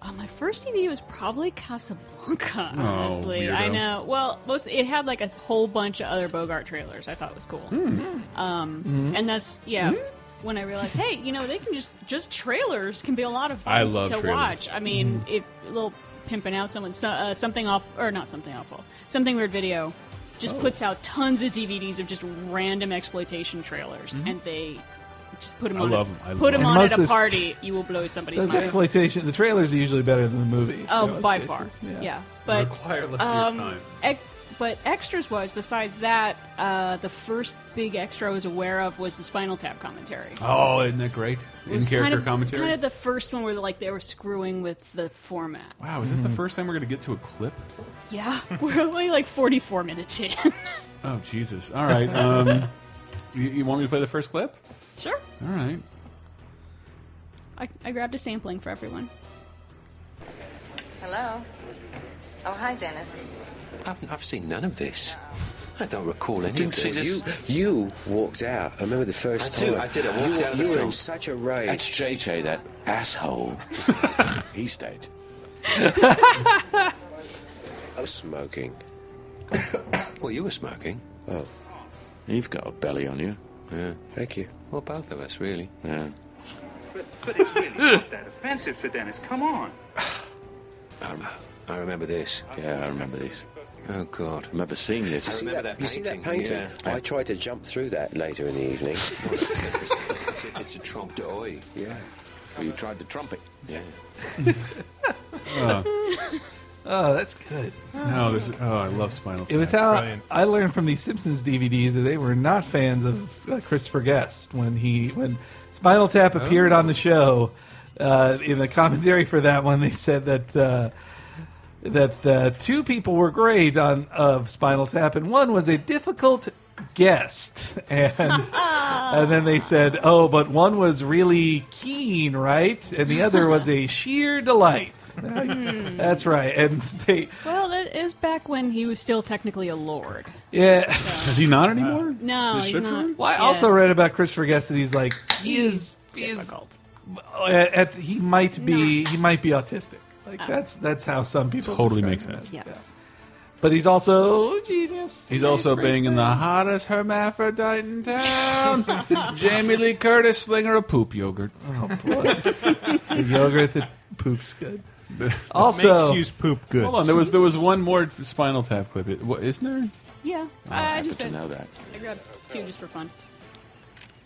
Speaker 3: Oh, my first DVD was probably Casablanca. Honestly,
Speaker 2: Oh, weirdo.
Speaker 3: I know. Well, most it had like a whole bunch of other Bogart trailers. I thought was cool.
Speaker 2: Hmm.
Speaker 3: Um,
Speaker 2: Mm-hmm.
Speaker 3: and that's yeah. When I realized, hey, you know, they can just just trailers can be a lot of fun
Speaker 2: I love
Speaker 3: to
Speaker 2: trailers. Mm-hmm.
Speaker 3: watch. I mean, if a little pimping out someone so, uh, something off or not something awful, something weird video just
Speaker 2: Oh.
Speaker 3: puts out tons of DVDs of just random exploitation trailers, and they just put them
Speaker 2: Mm-hmm. I
Speaker 3: on.
Speaker 2: love 'em.
Speaker 3: a,
Speaker 2: I love
Speaker 3: put
Speaker 2: 'em.
Speaker 3: them
Speaker 4: And
Speaker 3: on
Speaker 4: most
Speaker 3: at a
Speaker 4: is-
Speaker 3: party. You will blow somebody's
Speaker 4: Those
Speaker 3: mind.
Speaker 4: exploitation. The trailers are usually better than the movie. in
Speaker 3: Oh,
Speaker 4: most
Speaker 3: by
Speaker 4: cases.
Speaker 3: far. Yeah.
Speaker 4: yeah.
Speaker 3: But
Speaker 2: Require less of your
Speaker 3: um,
Speaker 2: time.
Speaker 3: ex- but extras wise, besides that, uh, the first big extra I was aware of was the Spinal Tap commentary.
Speaker 2: Oh, isn't that great?
Speaker 3: It
Speaker 2: In
Speaker 3: was
Speaker 2: character
Speaker 3: kind of,
Speaker 2: commentary.
Speaker 3: Kind of the first one where like they were screwing with the format.
Speaker 2: wow, is this
Speaker 4: Mm-hmm.
Speaker 2: the first time we're going to get to a clip?
Speaker 3: Yeah, we're only like forty four minutes in.
Speaker 2: Oh Jesus! All right. Um, you, you want me to play the first clip?
Speaker 3: sure,
Speaker 2: All right.
Speaker 3: I, I grabbed a sampling for everyone.
Speaker 8: Hello. Oh, hi, Dennis.
Speaker 9: I've, I've seen none of this. I don't recall any
Speaker 10: Didn't
Speaker 9: of
Speaker 10: see
Speaker 9: this.
Speaker 10: this. You walked out. I remember the first
Speaker 9: I do,
Speaker 10: time.
Speaker 9: I did. I walked
Speaker 10: you,
Speaker 9: out of the
Speaker 10: You were
Speaker 9: film.
Speaker 10: in such a rage.
Speaker 9: That's JJ, that
Speaker 10: asshole.
Speaker 9: he stayed.
Speaker 10: I was smoking.
Speaker 9: Well, you were smoking.
Speaker 10: Oh. You've got a belly on you.
Speaker 9: Yeah.
Speaker 10: Thank you.
Speaker 9: Well, both of us, really.
Speaker 10: Yeah.
Speaker 11: But it's really not that offensive, Sir Dennis. Come on.
Speaker 9: I, rem- I remember this.
Speaker 10: Yeah, I remember this.
Speaker 9: Oh, God.
Speaker 10: I remember seeing this.
Speaker 9: I
Speaker 10: You see
Speaker 9: remember that
Speaker 10: you see that
Speaker 9: painting,
Speaker 10: painting? I tried to jump through that later in the evening.
Speaker 9: it's, it's, it's, a, it's a trompe d'oeil.
Speaker 10: yeah. Well, you tried to trump it.
Speaker 9: Yeah.
Speaker 4: Oh, that's good.
Speaker 2: No, there's. Oh, I love Spinal.
Speaker 4: It was
Speaker 2: Tap.
Speaker 4: how
Speaker 5: Brilliant.
Speaker 4: I learned from these Simpsons DVDs that they were not fans of uh, Christopher Guest when he when Spinal Tap appeared on the show. Uh, in the commentary for that one, they said that uh, that uh, two people were great on of Spinal Tap, and one was a difficult guest, and and then they said, "Oh, but one was really keen, right, and the other was a sheer delight." That's right, and they
Speaker 3: Well, that is back when he was still technically a lord.
Speaker 4: yeah.
Speaker 2: Is he not anymore?
Speaker 3: No,
Speaker 2: They
Speaker 3: he's
Speaker 2: should
Speaker 3: not.
Speaker 4: Well, I
Speaker 3: Yeah.
Speaker 4: also read about Christopher Guest that he's like he is he is
Speaker 3: difficult.
Speaker 4: at, at, he might be he might be autistic. Like
Speaker 3: Oh.
Speaker 4: that's that's how some people
Speaker 2: Totally
Speaker 4: describe
Speaker 2: makes
Speaker 4: him
Speaker 2: sense.
Speaker 4: as. But he's also genius.
Speaker 2: He's also banging the hottest hermaphrodite in town, Jamie Lee Curtis, slinger of poop yogurt.
Speaker 4: The yogurt that poops good.
Speaker 5: Makes
Speaker 4: Also,
Speaker 5: use poop good.
Speaker 2: Hold on, there was there was one more Spinal Tap clip. It, what, isn't there?
Speaker 3: Yeah, I
Speaker 10: happy
Speaker 3: just
Speaker 10: to
Speaker 3: said
Speaker 10: know that.
Speaker 3: I grabbed two just for fun.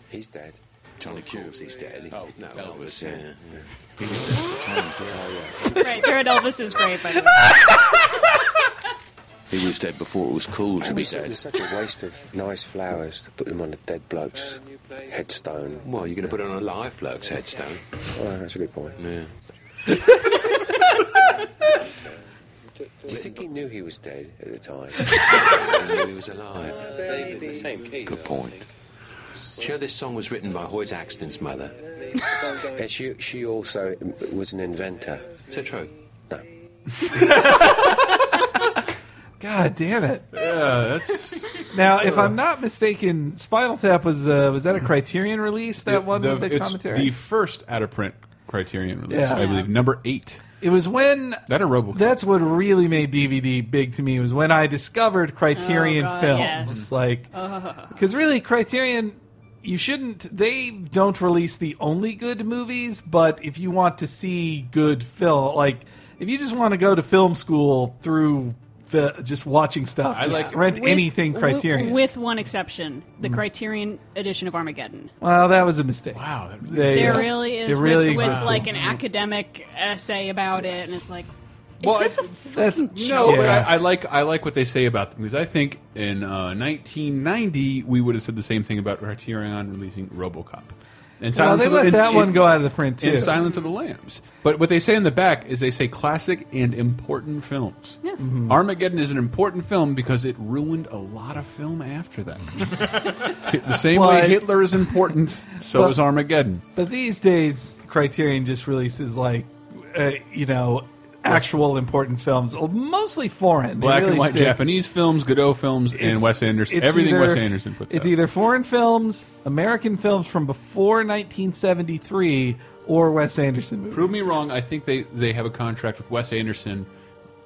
Speaker 10: He's dead.
Speaker 9: Johnny Cures, he's dead. Oh, no,
Speaker 10: Elvis,
Speaker 9: yeah.
Speaker 10: yeah.
Speaker 3: Right, they're at Elvis's grave by the way.
Speaker 10: He was dead before it was cool to It be was, it dead.
Speaker 9: dead.
Speaker 10: was such a waste of nice flowers to put them on a dead bloke's headstone.
Speaker 9: Well, you're going to put it on a live bloke's headstone.
Speaker 10: Oh, that's a good point.
Speaker 9: Yeah.
Speaker 10: Do you think he knew he was dead at the time?
Speaker 9: And he was alive.
Speaker 10: good point.
Speaker 9: Sure, this song was written by Hoyt Axton's mother.
Speaker 10: And she, she also was an inventor.
Speaker 9: Is that true?
Speaker 10: No.
Speaker 4: god damn it!
Speaker 2: Yeah, that's
Speaker 4: Now, if I'm not mistaken, Spinal Tap was uh, was that a Criterion release? That one
Speaker 2: the,
Speaker 4: with the
Speaker 2: it's
Speaker 4: commentary.
Speaker 2: the first out of print Criterion release,
Speaker 4: Yeah.
Speaker 2: I believe, number eight.
Speaker 4: It was when
Speaker 2: that a Robocop.
Speaker 4: That's what really made DVD big to me was when I discovered Criterion
Speaker 3: Oh, God,
Speaker 4: films.
Speaker 3: yes. Oh.
Speaker 4: Like, because really, Criterion, you shouldn't. They don't release the only good movies, but if you want to see good film, like if you just want to go to film school through fi- just watching stuff,
Speaker 2: I
Speaker 4: just
Speaker 2: like-
Speaker 4: rent
Speaker 3: With-
Speaker 4: anything
Speaker 3: wi-
Speaker 4: Criterion.
Speaker 3: With one exception, the Criterion edition of Armageddon.
Speaker 4: well, that was a mistake.
Speaker 2: Wow, that really
Speaker 4: They-
Speaker 3: There really is
Speaker 4: It really
Speaker 3: with, with
Speaker 4: existed.
Speaker 3: like an academic essay about it, and it's like, is
Speaker 2: Well,
Speaker 3: this a
Speaker 4: That's
Speaker 2: No, but
Speaker 4: Yeah.
Speaker 2: I, I like I like what they say about them because I think in uh, 1990 we would have said the same thing about Criterion releasing RoboCop.
Speaker 4: Well,
Speaker 2: And Silence
Speaker 4: they
Speaker 2: of the-
Speaker 4: let
Speaker 2: and-
Speaker 4: that one
Speaker 2: and-
Speaker 4: go out of the print too.
Speaker 2: And Silence of the Lambs. But what they say in the back is they say classic and important films.
Speaker 3: Yeah.
Speaker 4: Mm-hmm.
Speaker 2: Armageddon is an important film because it ruined a lot of film after that. the same way
Speaker 4: But-
Speaker 2: Hitler is important, so
Speaker 4: But-
Speaker 2: is Armageddon.
Speaker 4: But these days, Criterion just releases like, uh, you know, actual important films, uh, mostly foreign. They
Speaker 2: Black and
Speaker 4: really
Speaker 2: white
Speaker 4: stick.
Speaker 2: Japanese films, Godot films, and
Speaker 4: It's-
Speaker 2: Wes Anderson.
Speaker 4: it's
Speaker 2: Everything
Speaker 4: either-
Speaker 2: Wes Anderson puts
Speaker 4: It's
Speaker 2: out.
Speaker 4: either foreign films, American films from before 1973, or Wes Anderson movies.
Speaker 2: Prove me wrong. I think they they have a contract with Wes Anderson.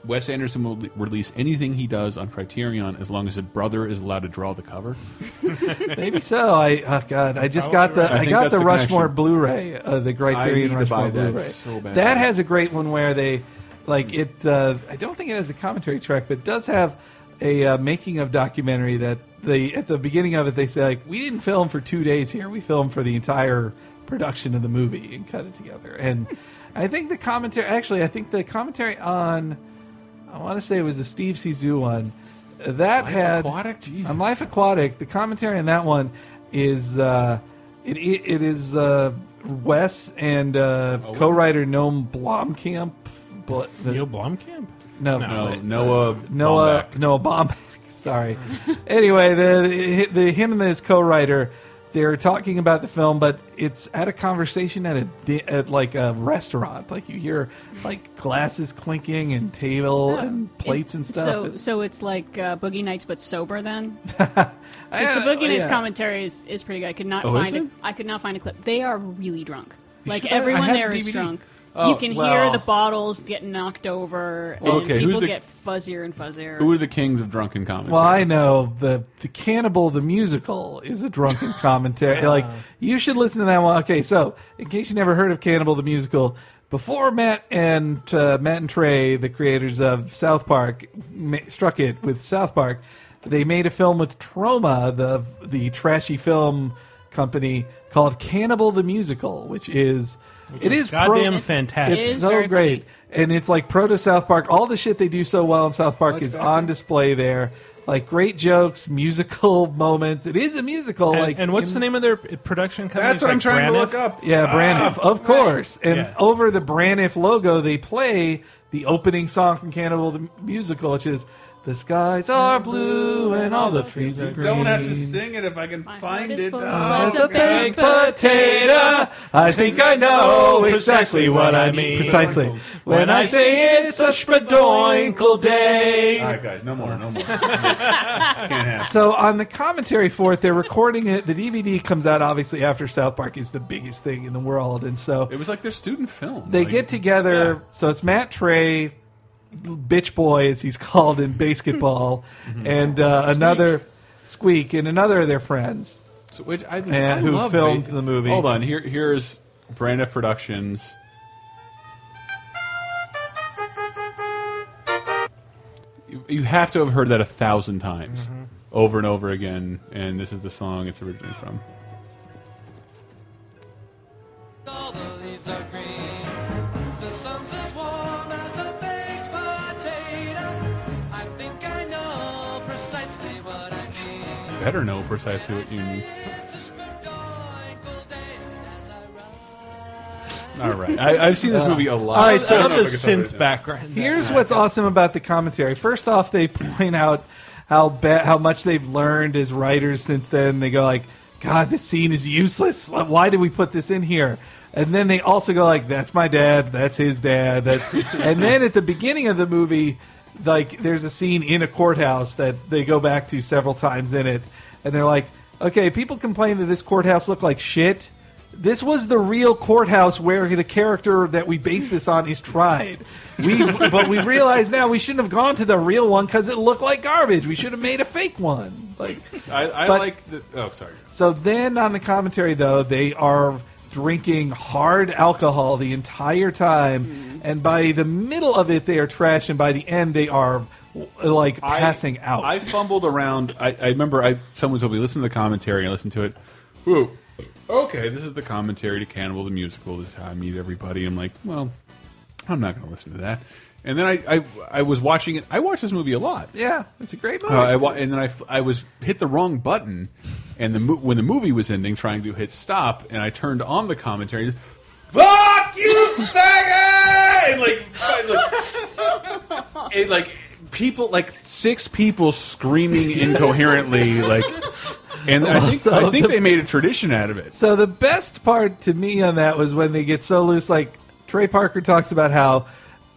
Speaker 2: Wes Anderson will le- release anything he does on Criterion as long as his brother is allowed to draw the cover.
Speaker 4: Maybe so. I oh god, I just got the
Speaker 2: I
Speaker 4: I,
Speaker 2: think
Speaker 4: got
Speaker 2: that's
Speaker 4: the
Speaker 2: the
Speaker 4: Rushmore
Speaker 2: connection.
Speaker 4: Blu-ray, uh, the Criterion
Speaker 2: need to
Speaker 4: Rushmore
Speaker 2: buy that
Speaker 4: Blu-ray.
Speaker 2: so bad.
Speaker 4: that has a great one where they like it. Uh, I don't think it has a commentary track, but it does have a uh, making of documentary that they at the beginning of it they say like we didn't film for two days here, we filmed for the entire production of the movie and cut it together. And
Speaker 2: Hmm.
Speaker 4: I think the commentary actually, I think the commentary on I want to say it was the Steve Zissou one. Uh, That had
Speaker 2: Aquatic? Jesus.
Speaker 4: on Life Aquatic. The commentary on that one is uh, it, it, it is uh, Wes and
Speaker 2: Oh,
Speaker 4: uh, co-writer Noam Blomkamp. Bl- the-
Speaker 5: Neil Blomkamp.
Speaker 4: no,
Speaker 2: No,
Speaker 4: wait.
Speaker 2: Noah
Speaker 4: Noah
Speaker 2: Baumbach.
Speaker 4: Noah Baumbach. Sorry. anyway, the, the him and his co-writer they're talking about the film, but it's at a conversation at a di- at like a restaurant. Like you hear like glasses clinking and table and plates and stuff.
Speaker 3: So,
Speaker 4: It's-
Speaker 3: so it's like uh, Boogie Nights, but sober. Then
Speaker 4: I-
Speaker 3: Because the Boogie Nights
Speaker 4: yeah.
Speaker 3: commentary is, is pretty good. I could not
Speaker 2: Oh, is
Speaker 3: find
Speaker 2: it?
Speaker 3: a, I could not find a clip. They are really drunk. Like
Speaker 2: should- I- I
Speaker 3: everyone
Speaker 2: have
Speaker 3: there is
Speaker 2: DVD.
Speaker 3: drunk.
Speaker 2: Oh,
Speaker 3: you can
Speaker 4: well.
Speaker 3: hear the bottles get knocked over, and
Speaker 2: Well, okay, who's
Speaker 3: people
Speaker 2: the-
Speaker 3: get fuzzier and fuzzier.
Speaker 2: Who are the kings of drunken comedy?
Speaker 4: Well, I know the the Cannibal the musical is a drunken commentary. like you should listen to that one. Okay, so in case you never heard of Cannibal the musical, before Matt and uh, Matt and Trey, the creators of South Park, ma- struck it with South Park. They made a film with Troma, the the trashy film company called Cannibal the Musical, which is it
Speaker 5: is
Speaker 4: is pro-
Speaker 5: goddamn
Speaker 4: it's-
Speaker 5: fantastic.
Speaker 4: It's
Speaker 3: It is
Speaker 4: so
Speaker 3: very
Speaker 4: great.
Speaker 3: funny.
Speaker 4: And it's like proto South Park. All the shit they do so well in South Park is on display there. Like great jokes, musical moments. It is a musical.
Speaker 5: And,
Speaker 4: like
Speaker 5: and what's
Speaker 4: in-
Speaker 5: the name of their production company?
Speaker 7: That's
Speaker 5: It's
Speaker 7: what
Speaker 5: like
Speaker 7: I'm trying to
Speaker 5: Braniff?
Speaker 7: look up.
Speaker 4: Yeah, Braniff, of course. And
Speaker 5: Yeah.
Speaker 4: over the Braniff logo, they play the opening song from Cannibal the Musical, which is "The skies are blue and all the trees are green."
Speaker 7: Don't have to sing it if I can
Speaker 3: My
Speaker 7: find
Speaker 3: heart is
Speaker 7: it.
Speaker 3: full
Speaker 7: Oh,
Speaker 3: of
Speaker 4: It's a
Speaker 3: big
Speaker 4: uh, baked potato. I think I know exactly what I mean. Precisely. When I say it's a spadoinkle day.
Speaker 2: All right, guys, no more, no more.
Speaker 4: So on the commentary for it, they're recording it. The DVD comes out obviously after South Park is the biggest thing in the world, and so
Speaker 2: it was like their student film.
Speaker 4: they
Speaker 2: Like,
Speaker 4: get together. So it's Matt Trey, bitch boy as he's called in basketball, and uh, another squeak and another of their friends.
Speaker 2: so, which I, think-
Speaker 4: And
Speaker 2: I
Speaker 4: who
Speaker 2: love
Speaker 4: filmed
Speaker 2: ba-
Speaker 4: the movie.
Speaker 2: Hold on, here here's Branda Productions. You, you have to have heard that a thousand times, over and over again. And this is the song it's originally from.
Speaker 12: All the leaves are green. The sun's as warm as a baked potato. I think I know precisely what I mean.
Speaker 2: Better know precisely what you mean.
Speaker 12: It's a spadoinkle day as I
Speaker 2: All right, I, I've seen this movie a lot.
Speaker 4: Uh, All right, so-
Speaker 5: I love the
Speaker 2: I can tell
Speaker 5: synth
Speaker 2: right
Speaker 5: background.
Speaker 4: Here's what's awesome about the commentary. First off, they point out how ba- how much they've learned as writers since then. They go like, "God, this scene is useless. Like, Why did we put this in here?" And then they also go like, "That's my dad. That's his dad." That, and then at the beginning of the movie, like there's a scene in a courthouse that they go back to several times in it, and they're like, "Okay, people complain that this courthouse looked like shit." This was the real courthouse where the character that we base this on is tried. We, but we realize now we shouldn't have gone to the real one because it looked like garbage. We should have made a fake one. Like,
Speaker 2: I, I
Speaker 4: but-
Speaker 2: like the. Oh, sorry.
Speaker 4: so then on the commentary, though, they are drinking hard alcohol the entire time.
Speaker 2: Mm-hmm.
Speaker 4: And by the middle of it, they are trash. And by the end, they are like passing out.
Speaker 2: I fumbled around. I, I remember I someone told me listen to the commentary and I listened to it. Ooh, okay, this is the commentary to Cannibal the musical. This is how I meet everybody. I'm like, well, I'm not going to listen to that. And then I, I I was watching it. I watched this movie a lot.
Speaker 4: yeah, it's a great movie.
Speaker 2: Uh, I wa and then I, f- I was hit the wrong button, and the mo when the movie was ending, trying to hit stop, and I turned on the commentary. and Fuck you, faggot! And like, I, like, it, like people, like six people screaming incoherently, like, and I think, I
Speaker 4: Also,
Speaker 2: think
Speaker 4: the-
Speaker 2: they made a tradition out of it.
Speaker 4: So the best part to me on that was when they get so loose. Like Trey Parker talks about how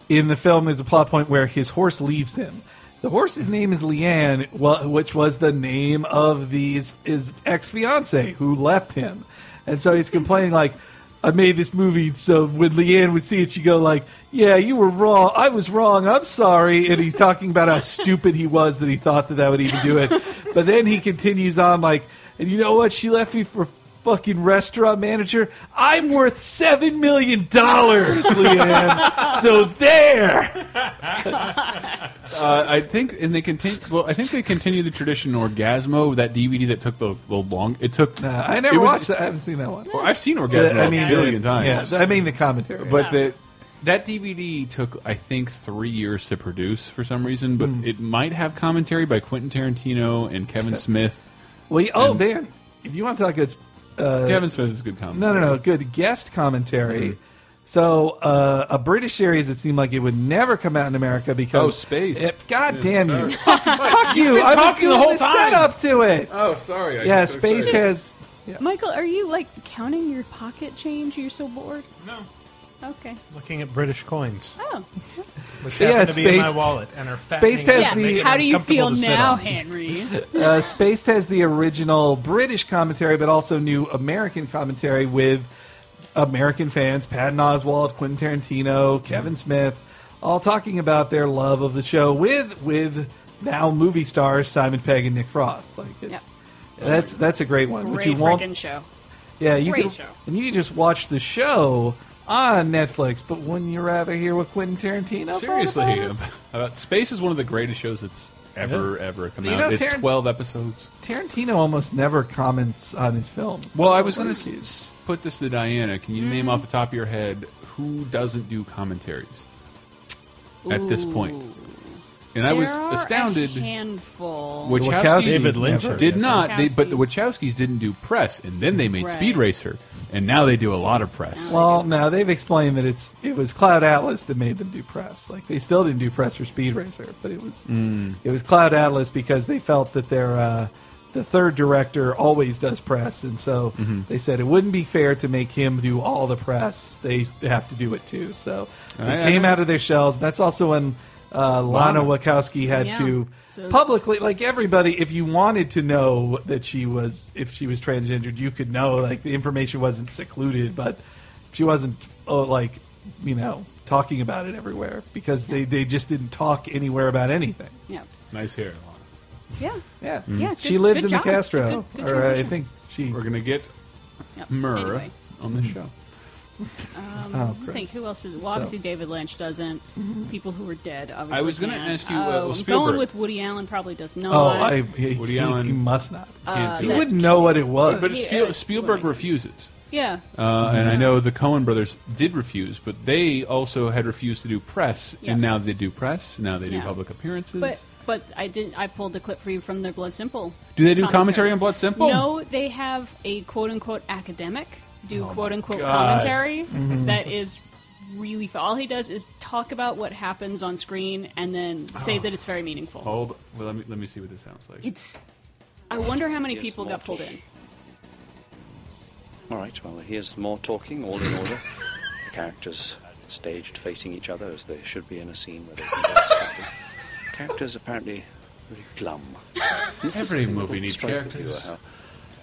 Speaker 4: in the film there's a plot point where his horse leaves him. The horse's name is Leanne, wh- which was the name of the, his, his ex fiance who left him, and so he's complaining like. I made this movie so when Leanne would see it, she'd go like, "Yeah, you were wrong. I was wrong. I'm sorry." And he's talking about how stupid he was that he thought that that would even do it. But then he continues on like, "And you know what? She left me for fucking restaurant manager. I'm worth seven million dollars, Leanne. so there.
Speaker 2: Uh, I think, and they continue. Well, I think they continue the tradition. Orgasmo, that DVD that took the, the long. It took.
Speaker 4: Uh, I never
Speaker 2: it was-
Speaker 4: watched that. I haven't seen that one.
Speaker 2: Well, I've seen Orgasmo
Speaker 4: I
Speaker 2: a
Speaker 4: mean,
Speaker 2: billion
Speaker 4: it-
Speaker 2: times.
Speaker 4: yeah, I mean the commentary.
Speaker 2: But the, that DVD took, I think, three years to produce for some reason. But
Speaker 4: Mm.
Speaker 2: it might have commentary by Quentin Tarantino and Kevin Smith.
Speaker 4: Well, you- oh man, if you want to talk good, uh,
Speaker 2: Kevin Smith is a good commentary. Mm-hmm.
Speaker 4: No, no, no, good guest commentary. So uh, a British series that seemed like it would never come out in America because
Speaker 2: Oh, Space.
Speaker 4: If, God
Speaker 2: Yeah,
Speaker 4: damn
Speaker 2: sorry.
Speaker 4: you! Fuck, fuck you!
Speaker 2: You've been
Speaker 4: I was
Speaker 2: talking the
Speaker 4: doing the,
Speaker 2: whole time.
Speaker 4: setup to it.
Speaker 2: Oh, sorry. I
Speaker 4: yeah,
Speaker 2: got so
Speaker 4: Space
Speaker 2: excited.
Speaker 4: has
Speaker 3: Michael, are you like counting your pocket change? You're so bored. No. Okay.
Speaker 5: Looking at British coins.
Speaker 3: Oh.
Speaker 5: Which
Speaker 4: Yeah,
Speaker 5: happen to be in my
Speaker 4: Spaced-
Speaker 5: wallet and are fattening
Speaker 4: Spaced has
Speaker 5: and
Speaker 4: the-
Speaker 5: making
Speaker 3: How do
Speaker 5: them
Speaker 3: you
Speaker 5: comfortable
Speaker 3: feel
Speaker 5: to sit
Speaker 3: now,
Speaker 5: on.
Speaker 3: Henry?
Speaker 4: uh, Spaced has the original British commentary, but also new American commentary with American fans, Patton Oswald, Quentin Tarantino, Kevin Smith, all talking about their love of the show with with now movie stars Simon Pegg and Nick Frost. Like it's that's that's a great one. which
Speaker 3: Great
Speaker 4: you won't
Speaker 3: freaking show.
Speaker 4: yeah, you
Speaker 3: Great
Speaker 4: can,
Speaker 3: show.
Speaker 4: and you can just watch the show on Netflix. But wouldn't you rather hear what Quentin Tarantino? thought about
Speaker 2: Seriously,
Speaker 4: it?
Speaker 2: about- Space is one of the greatest shows that's ever ever come
Speaker 4: You
Speaker 2: out.
Speaker 4: know,
Speaker 2: it's
Speaker 4: Taran-
Speaker 2: twelve episodes.
Speaker 4: Tarantino almost never comments on his films.
Speaker 2: Well, I was going to put this to Diana. Can you name off the top of your head who doesn't do commentaries at this point? And I was
Speaker 3: There are
Speaker 2: astounded.
Speaker 3: A handful.
Speaker 2: Wachowskis,
Speaker 5: David Lynch
Speaker 2: did
Speaker 5: never
Speaker 2: not. They, but the
Speaker 3: Wachowski.
Speaker 2: Wachowskis didn't do press, and then they made
Speaker 3: Right.
Speaker 2: Speed Racer, and now they do a lot of press.
Speaker 4: Well, no, they've explained that it's it was Cloud Atlas that made them do press. Like they still didn't do press for Speed Racer, but it was
Speaker 2: Mm.
Speaker 4: it was Cloud Atlas because they felt that their uh, the third director always does press, and so
Speaker 2: Mhm.
Speaker 4: they said it wouldn't be fair to make him do all the press. They have to do it too. So they
Speaker 2: Alright,
Speaker 4: came
Speaker 2: alright.
Speaker 4: out of their shells. That's also when uh, Lana
Speaker 2: Lana.
Speaker 4: Wachowski had
Speaker 3: Yeah.
Speaker 4: to
Speaker 3: So-
Speaker 4: publicly, like everybody, if you wanted to know that she was if she was transgendered, you could know. Like the information wasn't secluded, but she wasn't oh, like you know talking about it everywhere because they, they just didn't talk anywhere about anything.
Speaker 3: Yeah.
Speaker 2: Nice hair.
Speaker 3: Yeah.
Speaker 4: Yeah,
Speaker 3: Yeah, it's
Speaker 4: she
Speaker 3: good-
Speaker 4: lives in
Speaker 3: good job.
Speaker 4: the
Speaker 3: It's a
Speaker 4: Castro,
Speaker 3: good- good
Speaker 4: or I
Speaker 3: transition.
Speaker 4: think she.
Speaker 2: We're gonna get
Speaker 3: Yep.
Speaker 2: Murrah
Speaker 3: Anyway.
Speaker 2: on this show.
Speaker 3: Um,
Speaker 2: Oh,
Speaker 3: I think
Speaker 2: Christ.
Speaker 3: who else is? Well,
Speaker 2: So- Mm-hmm.
Speaker 3: obviously David Lynch doesn't. People who are dead. Obviously
Speaker 2: I was gonna
Speaker 3: can.
Speaker 2: ask you, uh,
Speaker 3: Oh, I'm
Speaker 2: Spielberg.
Speaker 3: going with Woody Allen. Probably does not.
Speaker 4: Oh, I, he,
Speaker 2: Woody
Speaker 4: he-
Speaker 2: Allen
Speaker 4: he must not.
Speaker 3: can't Uh, do
Speaker 4: he
Speaker 3: it. that's
Speaker 4: wouldn't know what it was.
Speaker 2: But, but it's
Speaker 3: Yeah,
Speaker 2: Spiel-
Speaker 3: that's
Speaker 2: Spielberg refuses.
Speaker 3: Yeah.
Speaker 2: Uh, and I
Speaker 3: Yeah.
Speaker 2: know the Cohen brothers did refuse, but they also had refused to do press,
Speaker 3: Yeah.
Speaker 2: and now they do press. Now they do
Speaker 3: Yeah.
Speaker 2: public appearances.
Speaker 3: But but I didn't. I pulled the clip for you from their Blood Simple.
Speaker 2: do they do commentary on Blood Simple?
Speaker 3: No, they have a quote unquote academic do quote unquote
Speaker 2: God.
Speaker 3: commentary
Speaker 2: Mhm.
Speaker 3: that is really f- all he does is talk about what happens on screen and then say that it's very meaningful.
Speaker 2: Hold. Well, let me let me see what this sounds like.
Speaker 3: It's. I wonder how many
Speaker 13: Yes,
Speaker 3: people got
Speaker 13: mortal.
Speaker 3: pulled in.
Speaker 13: All right, well, here's more talking, all in order. the characters staged facing each other as they should be in a scene where they converse properly. Characters apparently very glum.
Speaker 2: Every movie needs characters.
Speaker 13: How,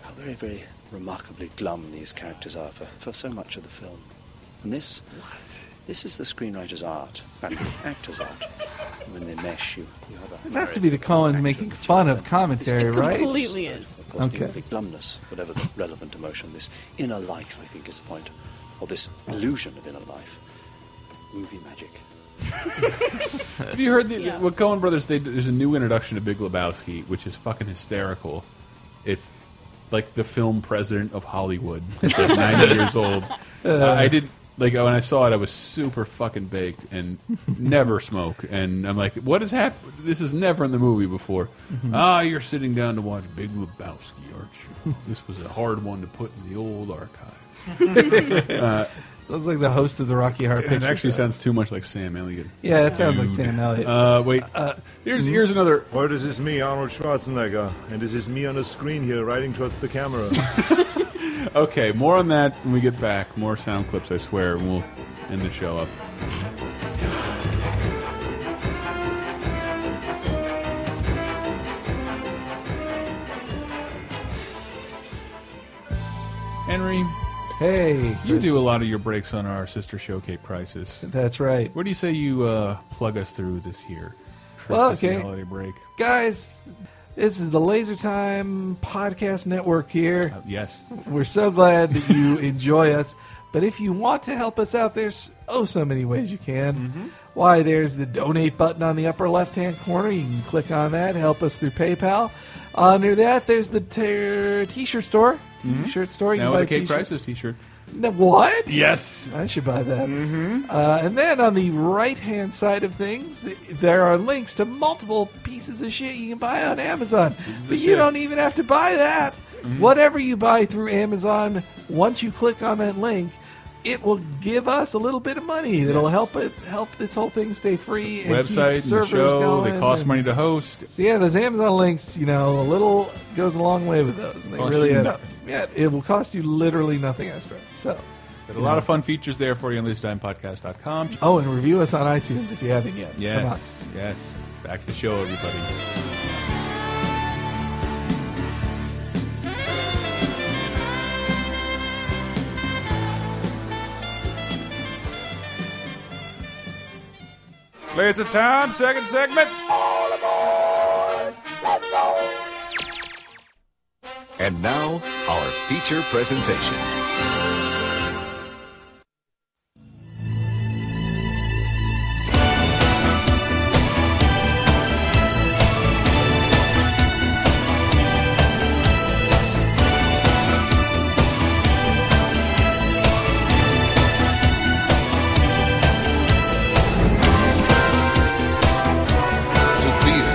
Speaker 13: how very, very remarkably glum these characters are for, for so much of the film. And this, this is the screenwriter's art and the actor's art. And when they mesh, you, you have a
Speaker 4: This has to be the Coens making fun of commentary, right?
Speaker 3: completely is.
Speaker 13: Of course,
Speaker 4: Okay.
Speaker 13: the glumness, whatever the relevant emotion, this inner life, I think, is the point, or this illusion of inner life. Movie magic.
Speaker 2: Have you heard the, what Coen Brothers? They there's a new introduction to Big Lebowski, which is fucking hysterical. It's like the film president of Hollywood, It's like 90 years old.
Speaker 4: Uh.
Speaker 2: I did like when I saw it, I was super fucking baked and never smoke. And I'm like, what is happening? This is never in the movie before.
Speaker 4: Mm-hmm.
Speaker 14: Mhm.
Speaker 2: Ah, you're sitting down to watch Big Lebowski, aren't you? this was a hard one to put in the old archive. uh,
Speaker 4: Sounds like the host of the Rocky Horror
Speaker 2: it
Speaker 4: Picture
Speaker 2: actually
Speaker 4: Show.
Speaker 2: sounds too much like Sam Elliott.
Speaker 4: Yeah, that sounds like
Speaker 2: Dude.
Speaker 4: Sam Elliott. mm-hmm.
Speaker 2: Uh, wait, here's here's another.
Speaker 15: Well, this is me, Arnold Schwarzenegger, and this is me on the screen here, riding towards the camera.
Speaker 2: Okay, more on that when we get back. More sound clips, I swear, and we'll end the show up. Henry.
Speaker 4: Hey.
Speaker 2: You do a lot of your breaks on our sister show, Cape Crisis.
Speaker 4: That's right.
Speaker 2: What do you say you uh, plug us through this year?
Speaker 4: Well,
Speaker 2: Christmas and
Speaker 4: okay.
Speaker 2: Holiday break.
Speaker 4: Guys, this is the Laser Time Podcast Network here.
Speaker 2: yes.
Speaker 4: We're so glad that you enjoy us. But if you want to help us out, there's oh so many ways you can.
Speaker 2: Mm-hmm.
Speaker 4: Why, there's the donate button on the upper left hand corner. You can click on that, help us through PayPal. Under that, there's the t shirt store. T shirt store. You
Speaker 2: Mm-hmm. Now
Speaker 4: can
Speaker 2: with
Speaker 4: buy
Speaker 2: a Cape
Speaker 4: t-shirts.
Speaker 2: Crisis t-shirt.
Speaker 4: No, what?
Speaker 2: Yes.
Speaker 4: I should buy that. Mm-hmm. Uh, and then on the right hand side of things, th- there are links to multiple pieces of shit you can buy on Amazon. But you
Speaker 12: shit.
Speaker 4: don't even have to buy that.
Speaker 2: Mm-hmm.
Speaker 4: Whatever you buy through Amazon, once you click on that link, it will give us a little bit of money. That'll
Speaker 2: Yes.
Speaker 4: help it help this whole thing stay free. And keep
Speaker 2: Website, and the
Speaker 4: servers
Speaker 2: show,
Speaker 4: going
Speaker 2: they cost
Speaker 4: and-
Speaker 2: money to host.
Speaker 4: So yeah, those Amazon links, you know, a little goes a long way with those. And they
Speaker 2: Cost
Speaker 4: really
Speaker 2: you
Speaker 4: add up.
Speaker 2: nothing.
Speaker 4: Yeah, it will cost you literally nothing extra. So
Speaker 2: There's a lot of fun features there for you on LazyTimePodcast.com.
Speaker 4: Oh, and review us on iTunes if you haven't yet. Come on.
Speaker 2: Yes, yes. Back to the show, everybody.
Speaker 7: Laser time, second segment.
Speaker 16: And now, our feature presentation.
Speaker 17: To video,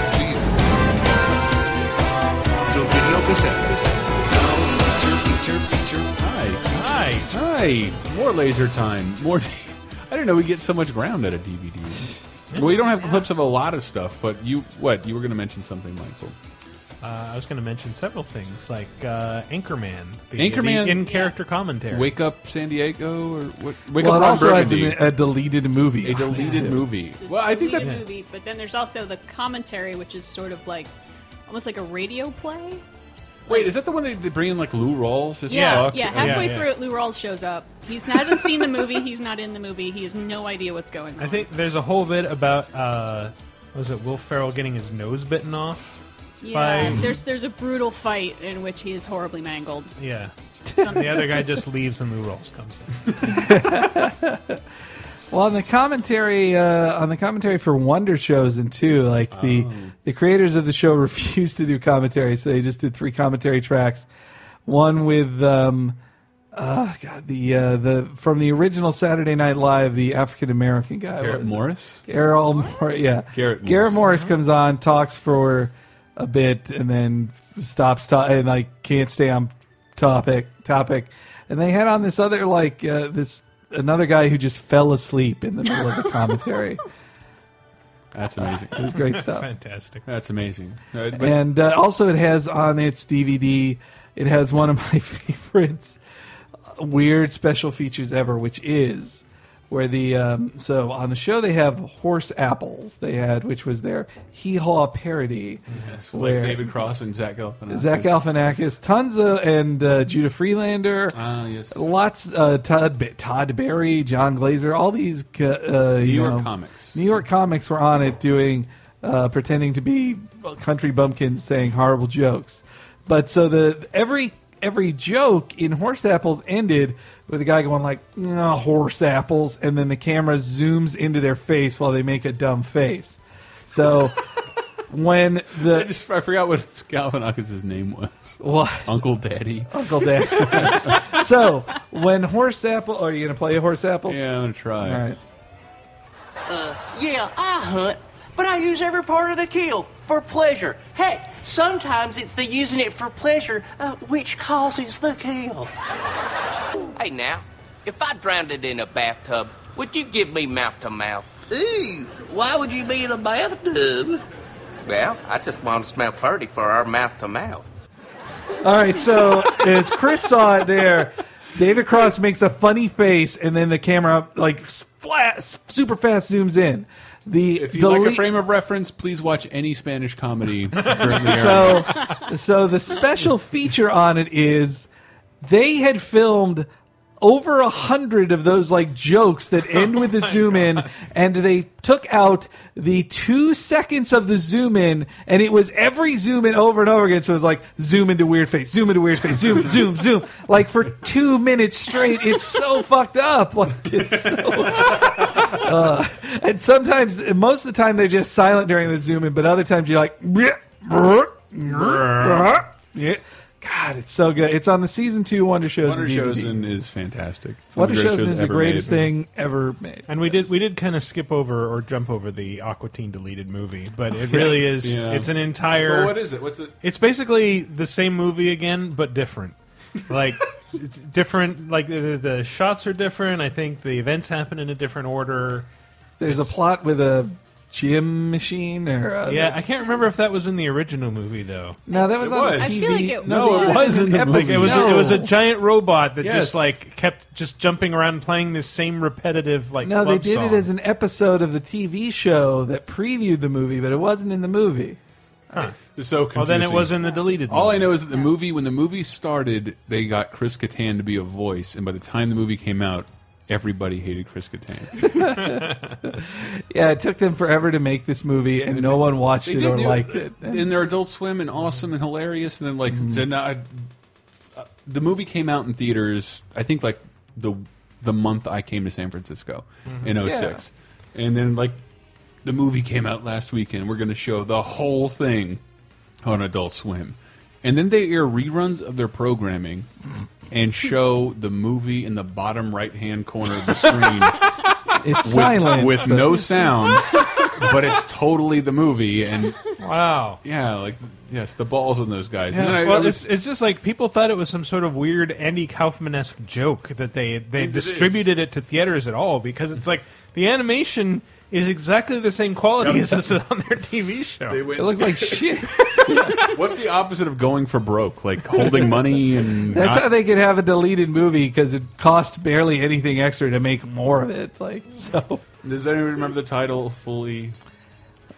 Speaker 17: to video cassettes.
Speaker 2: Feature, feature. Hi. Hi. Hi. More laser time. More. I didn't know we get so much ground out of DVDs. well, you don't have clips of a lot of stuff, but you what? You were going to mention something, Michael.
Speaker 5: Uh, I was going to mention several things like uh, Anchorman, the,
Speaker 2: Anchorman-
Speaker 5: in character commentary.
Speaker 2: Wake up San Diego or what? Wake
Speaker 4: well, it
Speaker 2: up Ron
Speaker 4: also has
Speaker 2: Burgundy.
Speaker 4: an, uh, a deleted movie.
Speaker 2: A deleted movie. Well, I think
Speaker 3: Deleted
Speaker 2: that's
Speaker 3: movie, but then there's also the commentary, which is sort of like almost like a radio play.
Speaker 2: Wait, is that the one they, they bring in like Lou Rawls? as
Speaker 3: yeah,
Speaker 2: Spock? uh,
Speaker 3: yeah. Halfway through it, Lou Rawls shows up. He hasn't seen the movie. He's not in the movie. He has no idea what's going on.
Speaker 5: I think there's a whole bit about uh, what was it Will Ferrell getting his nose bitten off?
Speaker 3: Yeah,
Speaker 5: by-
Speaker 3: there's there's a brutal fight in which he is horribly mangled.
Speaker 5: yeah.
Speaker 3: Something-
Speaker 5: the other guy just leaves and Lou Rolls comes in.
Speaker 4: Well, on the commentary, uh, on the commentary for Wonder shows and two, like the
Speaker 2: Oh.
Speaker 4: the creators of the show refused to do commentary, so they just did three commentary tracks. One with um, uh, God, the uh, the from the original Saturday Night Live, the African American guy, what
Speaker 2: Garrett
Speaker 4: is it?
Speaker 2: Morris?
Speaker 4: Errol Morris, yeah,
Speaker 2: Garrett
Speaker 4: Garrett Morris comes on, talks for a bit, and then stops ta- and like can't stay on topic topic. And they had on this other like uh, this another guy who just fell asleep in the middle of the commentary.
Speaker 2: That's amazing.
Speaker 4: It was great
Speaker 5: That's
Speaker 4: stuff.
Speaker 5: fantastic.
Speaker 2: That's amazing. Uh, but-
Speaker 4: And uh, also, it has on its DVD, it has one of my favorites, uh, weird special features ever, which is where the um, so on the show they have horse apples they had which was their hee haw parody
Speaker 2: Yes, like David Cross and Zach Galifianakis.
Speaker 4: Zach Galifianakis, tons of and uh, Judah Freelander,
Speaker 2: Ah, yes.
Speaker 4: lots uh, Todd Ba- Todd Berry, John Glazer, all these uh, New
Speaker 2: York comics.
Speaker 4: New York comics were on it doing uh, pretending to be country bumpkins saying horrible jokes. But so the every every joke in Horse Apples ended with a guy going like "Nah, Horse Apples, and then the camera zooms into their face while they make a dumb face. So. When the
Speaker 2: I just I forgot what Galifianakis' name was.
Speaker 4: What?
Speaker 2: Uncle Daddy.
Speaker 4: Uncle Dan. so when horse apple, are you gonna play horse apples?
Speaker 2: Yeah, I'm gonna try.
Speaker 4: All right.
Speaker 14: Yeah, I hunt, but I use every part of the kill for pleasure. Heck, sometimes it's the using it for pleasure uh, which causes the kill.
Speaker 18: Hey now, if I drowned it in a bathtub, would you give me mouth to mouth?
Speaker 14: Ooh, why would you be in a bathtub?
Speaker 18: Well, I just want to smell pretty for our mouth to mouth.
Speaker 4: All right. So as Chris saw it there, David Cross makes a funny face, and then the camera like flat, super fast zooms in. The
Speaker 2: If you like a frame of reference, please watch any Spanish comedy. during the
Speaker 4: so,
Speaker 2: era.
Speaker 4: so the special feature on it is they had filmed over a hundred of those like jokes that end with the zoom in, and they took out the two seconds of the zoom in, and it was every zoom in over and over again. So it was like zoom into weird face, zoom into weird face, zoom, zoom, zoom, like for two minutes straight. It's so fucked up. Like it's so. Uh, and sometimes, most of the time, they're just silent during the zoom in, but other times you're like, "Bleh, bleh, bleh, bleh." God, it's so good. It's on the season two Wonder Shows.
Speaker 2: Wonder
Speaker 4: and DVD.
Speaker 2: Chosen is fantastic. It's one
Speaker 4: Wonder
Speaker 2: of the greatest
Speaker 4: Shows
Speaker 2: shows
Speaker 4: is the
Speaker 2: ever
Speaker 4: greatest
Speaker 2: made.
Speaker 4: thing ever made.
Speaker 5: And we did we did kind of skip over or jump over the Aquatine deleted movie, but it really is
Speaker 2: Yeah.
Speaker 5: it's an entire.
Speaker 2: Well, what is it? What's it?
Speaker 5: It's basically the same movie again, but different. Like it's different, like the, the shots are different. I think the events happen in a different order.
Speaker 4: There's a
Speaker 5: It's-
Speaker 4: plot with a gym machine or a,
Speaker 5: yeah, I can't remember if that was in the original movie though.
Speaker 4: No, that was It on was.
Speaker 5: the
Speaker 4: I feel TV. like it
Speaker 5: no,
Speaker 4: was.
Speaker 5: it was in the
Speaker 4: Epic-
Speaker 5: movie. It was
Speaker 4: No.
Speaker 5: it was a giant robot that
Speaker 4: Yes.
Speaker 5: just like kept just jumping around playing this same repetitive like.
Speaker 4: no, they
Speaker 5: club
Speaker 4: did
Speaker 5: song.
Speaker 4: it as an episode of the TV show that previewed the movie, but it wasn't in the movie.
Speaker 2: It's so
Speaker 5: Well, Oh, then it
Speaker 2: confusing.
Speaker 5: was in the deleted
Speaker 2: All I know is that the movie, when the movie started, they got Chris Kattan to be a voice, and by the time the movie came out, everybody hated Chris Kattan.
Speaker 4: Yeah, it took them forever to make this movie, and no one watched
Speaker 2: they
Speaker 4: it
Speaker 2: did
Speaker 4: or
Speaker 2: do-
Speaker 4: liked it. And-
Speaker 2: And they're Adult Swim and awesome and hilarious, and then like did not- uh, the movie came out in theaters. I think like the the month I came to San Francisco
Speaker 16: Mhm.
Speaker 2: in 06. and then like the movie came out last weekend. We're going to show the whole thing on Adult Swim, and then they air reruns of their programming and show the movie in the bottom right hand corner of the screen.
Speaker 4: It's
Speaker 2: with,
Speaker 4: silent,
Speaker 2: with
Speaker 4: but-
Speaker 2: no sound, but it's totally the movie. And
Speaker 5: wow,
Speaker 2: yeah, like yes, the balls on those guys.
Speaker 5: Yeah.
Speaker 2: And then I- I
Speaker 5: well,
Speaker 2: was-
Speaker 5: it's, it's just like people thought it was some sort of weird Andy Kaufman esque joke that they they
Speaker 2: It is.
Speaker 5: distributed it to theaters at all because it's like the animation is exactly the same quality
Speaker 2: Yep.
Speaker 5: as it's on their TV show.
Speaker 2: They went-
Speaker 4: It looks like shit.
Speaker 2: What's the opposite of going for broke? Like holding money and
Speaker 4: That's
Speaker 2: not-
Speaker 4: how they could have a deleted movie because it cost barely anything extra to make more of it. Like so,
Speaker 2: Does anyone remember the title fully?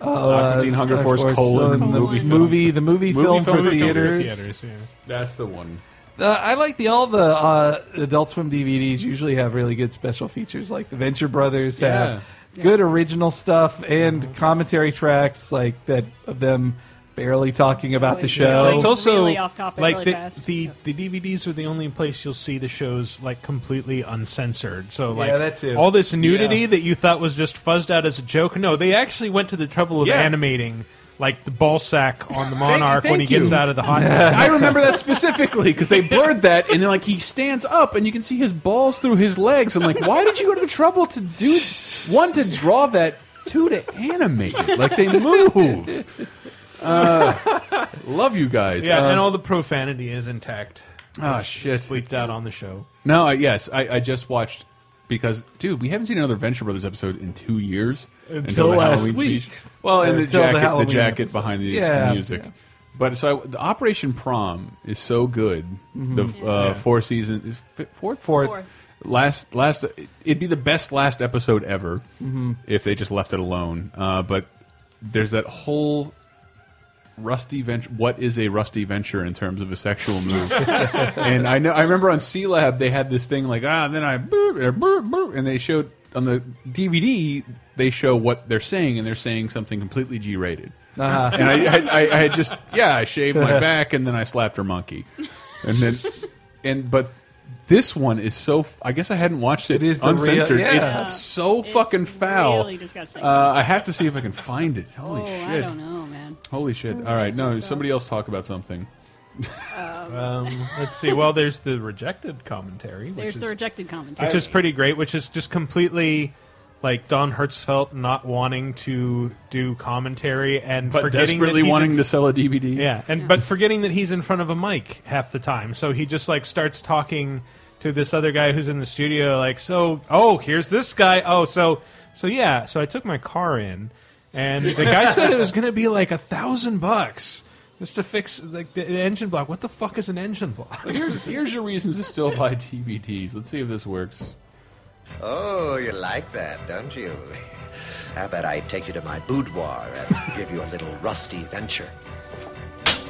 Speaker 4: uh,
Speaker 2: Aquatine Hunger Force, colon,
Speaker 4: the
Speaker 2: movie film.
Speaker 4: movie, the movie, film, for theaters.
Speaker 2: That's the one.
Speaker 4: Uh, I like the all the uh, Adult Swim DVDs usually have really good special features, like the Venture Brothers have good original stuff and commentary tracks, like that of them barely talking about the show.
Speaker 5: It's also
Speaker 3: really off topic
Speaker 5: like
Speaker 3: really
Speaker 5: the
Speaker 3: fast.
Speaker 5: the, the DVDs are the only place you'll see the shows like completely uncensored. So like
Speaker 4: Yeah, that too.
Speaker 5: all this nudity
Speaker 4: Yeah.
Speaker 5: that you thought was just fuzzed out as a joke, no, they actually went to the trouble of
Speaker 2: Yeah.
Speaker 5: animating like the ball sack on the monarch when he
Speaker 2: Thank
Speaker 5: gets
Speaker 2: you.
Speaker 5: out of the hot.
Speaker 2: I remember that specifically because they blurred that, and then like he stands up, and you can see his balls through his legs. I'm like, why did you go to the trouble to do one to draw that, two to animate it? Like they move. Uh, love you guys.
Speaker 5: yeah,
Speaker 2: Uh,
Speaker 5: and all the profanity is intact.
Speaker 2: Ah,
Speaker 5: It's-
Speaker 2: shit.
Speaker 5: it's bleeped out on the show.
Speaker 2: No, I, yes, I, I just watched because, dude, we haven't seen another Venture Brothers episode in two years
Speaker 4: Until
Speaker 2: the
Speaker 4: last
Speaker 2: Halloween
Speaker 4: week.
Speaker 2: speech. Well, and the
Speaker 4: Until the
Speaker 2: jacket, the,
Speaker 4: Halloween
Speaker 2: jacket
Speaker 4: episode.
Speaker 2: behind the,
Speaker 4: Yeah,
Speaker 2: the music.
Speaker 4: yeah.
Speaker 2: But so I, the Operation Prom is so good.
Speaker 4: Mhm.
Speaker 2: The uh,
Speaker 4: Yeah.
Speaker 2: four season is fi- fourth,
Speaker 4: Fourth. Fourth.
Speaker 2: last last it'd be the best last episode ever
Speaker 4: Mhm.
Speaker 2: if they just left it alone. Uh, but there's that whole rusty venture. What is a rusty venture in terms of a sexual move? and I know I remember on C Lab they had this thing like ah, and then I boop, or boop, boop, and they showed on the DVD they show what they're saying and they're saying something completely G-rated.
Speaker 4: Ah.
Speaker 2: And I, I, I, I had just yeah, I shaved my back and then I slapped her monkey, and then and but. This one is so. I guess I hadn't watched it, it is
Speaker 4: the real-
Speaker 2: uncensored.
Speaker 4: yeah.
Speaker 2: It's so fucking foul.
Speaker 3: really disgusting.
Speaker 2: Uh, I have to see if I can find it. Holy
Speaker 3: oh,
Speaker 2: shit!
Speaker 3: I don't know, Oh, man.
Speaker 2: Holy shit! All right, no, somebody else talk about something.
Speaker 5: Um, let's see. Well, there's the rejected commentary. Which
Speaker 3: There's
Speaker 5: is,
Speaker 3: the rejected commentary.
Speaker 5: which is pretty great. Which is just completely like Don Hertzfeldt not wanting to do commentary and
Speaker 2: But
Speaker 5: forgetting that
Speaker 2: desperately
Speaker 5: he's in-
Speaker 2: wanting to sell a DVD.
Speaker 5: Yeah, and but forgetting that he's in front of a mic half the time, so he just like starts talking to this other guy who's in the studio, like, so oh, here's this guy. Oh, so so yeah, so I took my car in, and the guy said it was going to be like a thousand bucks just to fix like the, the engine block. What the fuck is an engine block?
Speaker 2: Here's here's your reasons to still buy DVDs. Let's see if this works.
Speaker 19: Oh, you like that, don't you? How about I take you to my boudoir and give you a little rusty venture?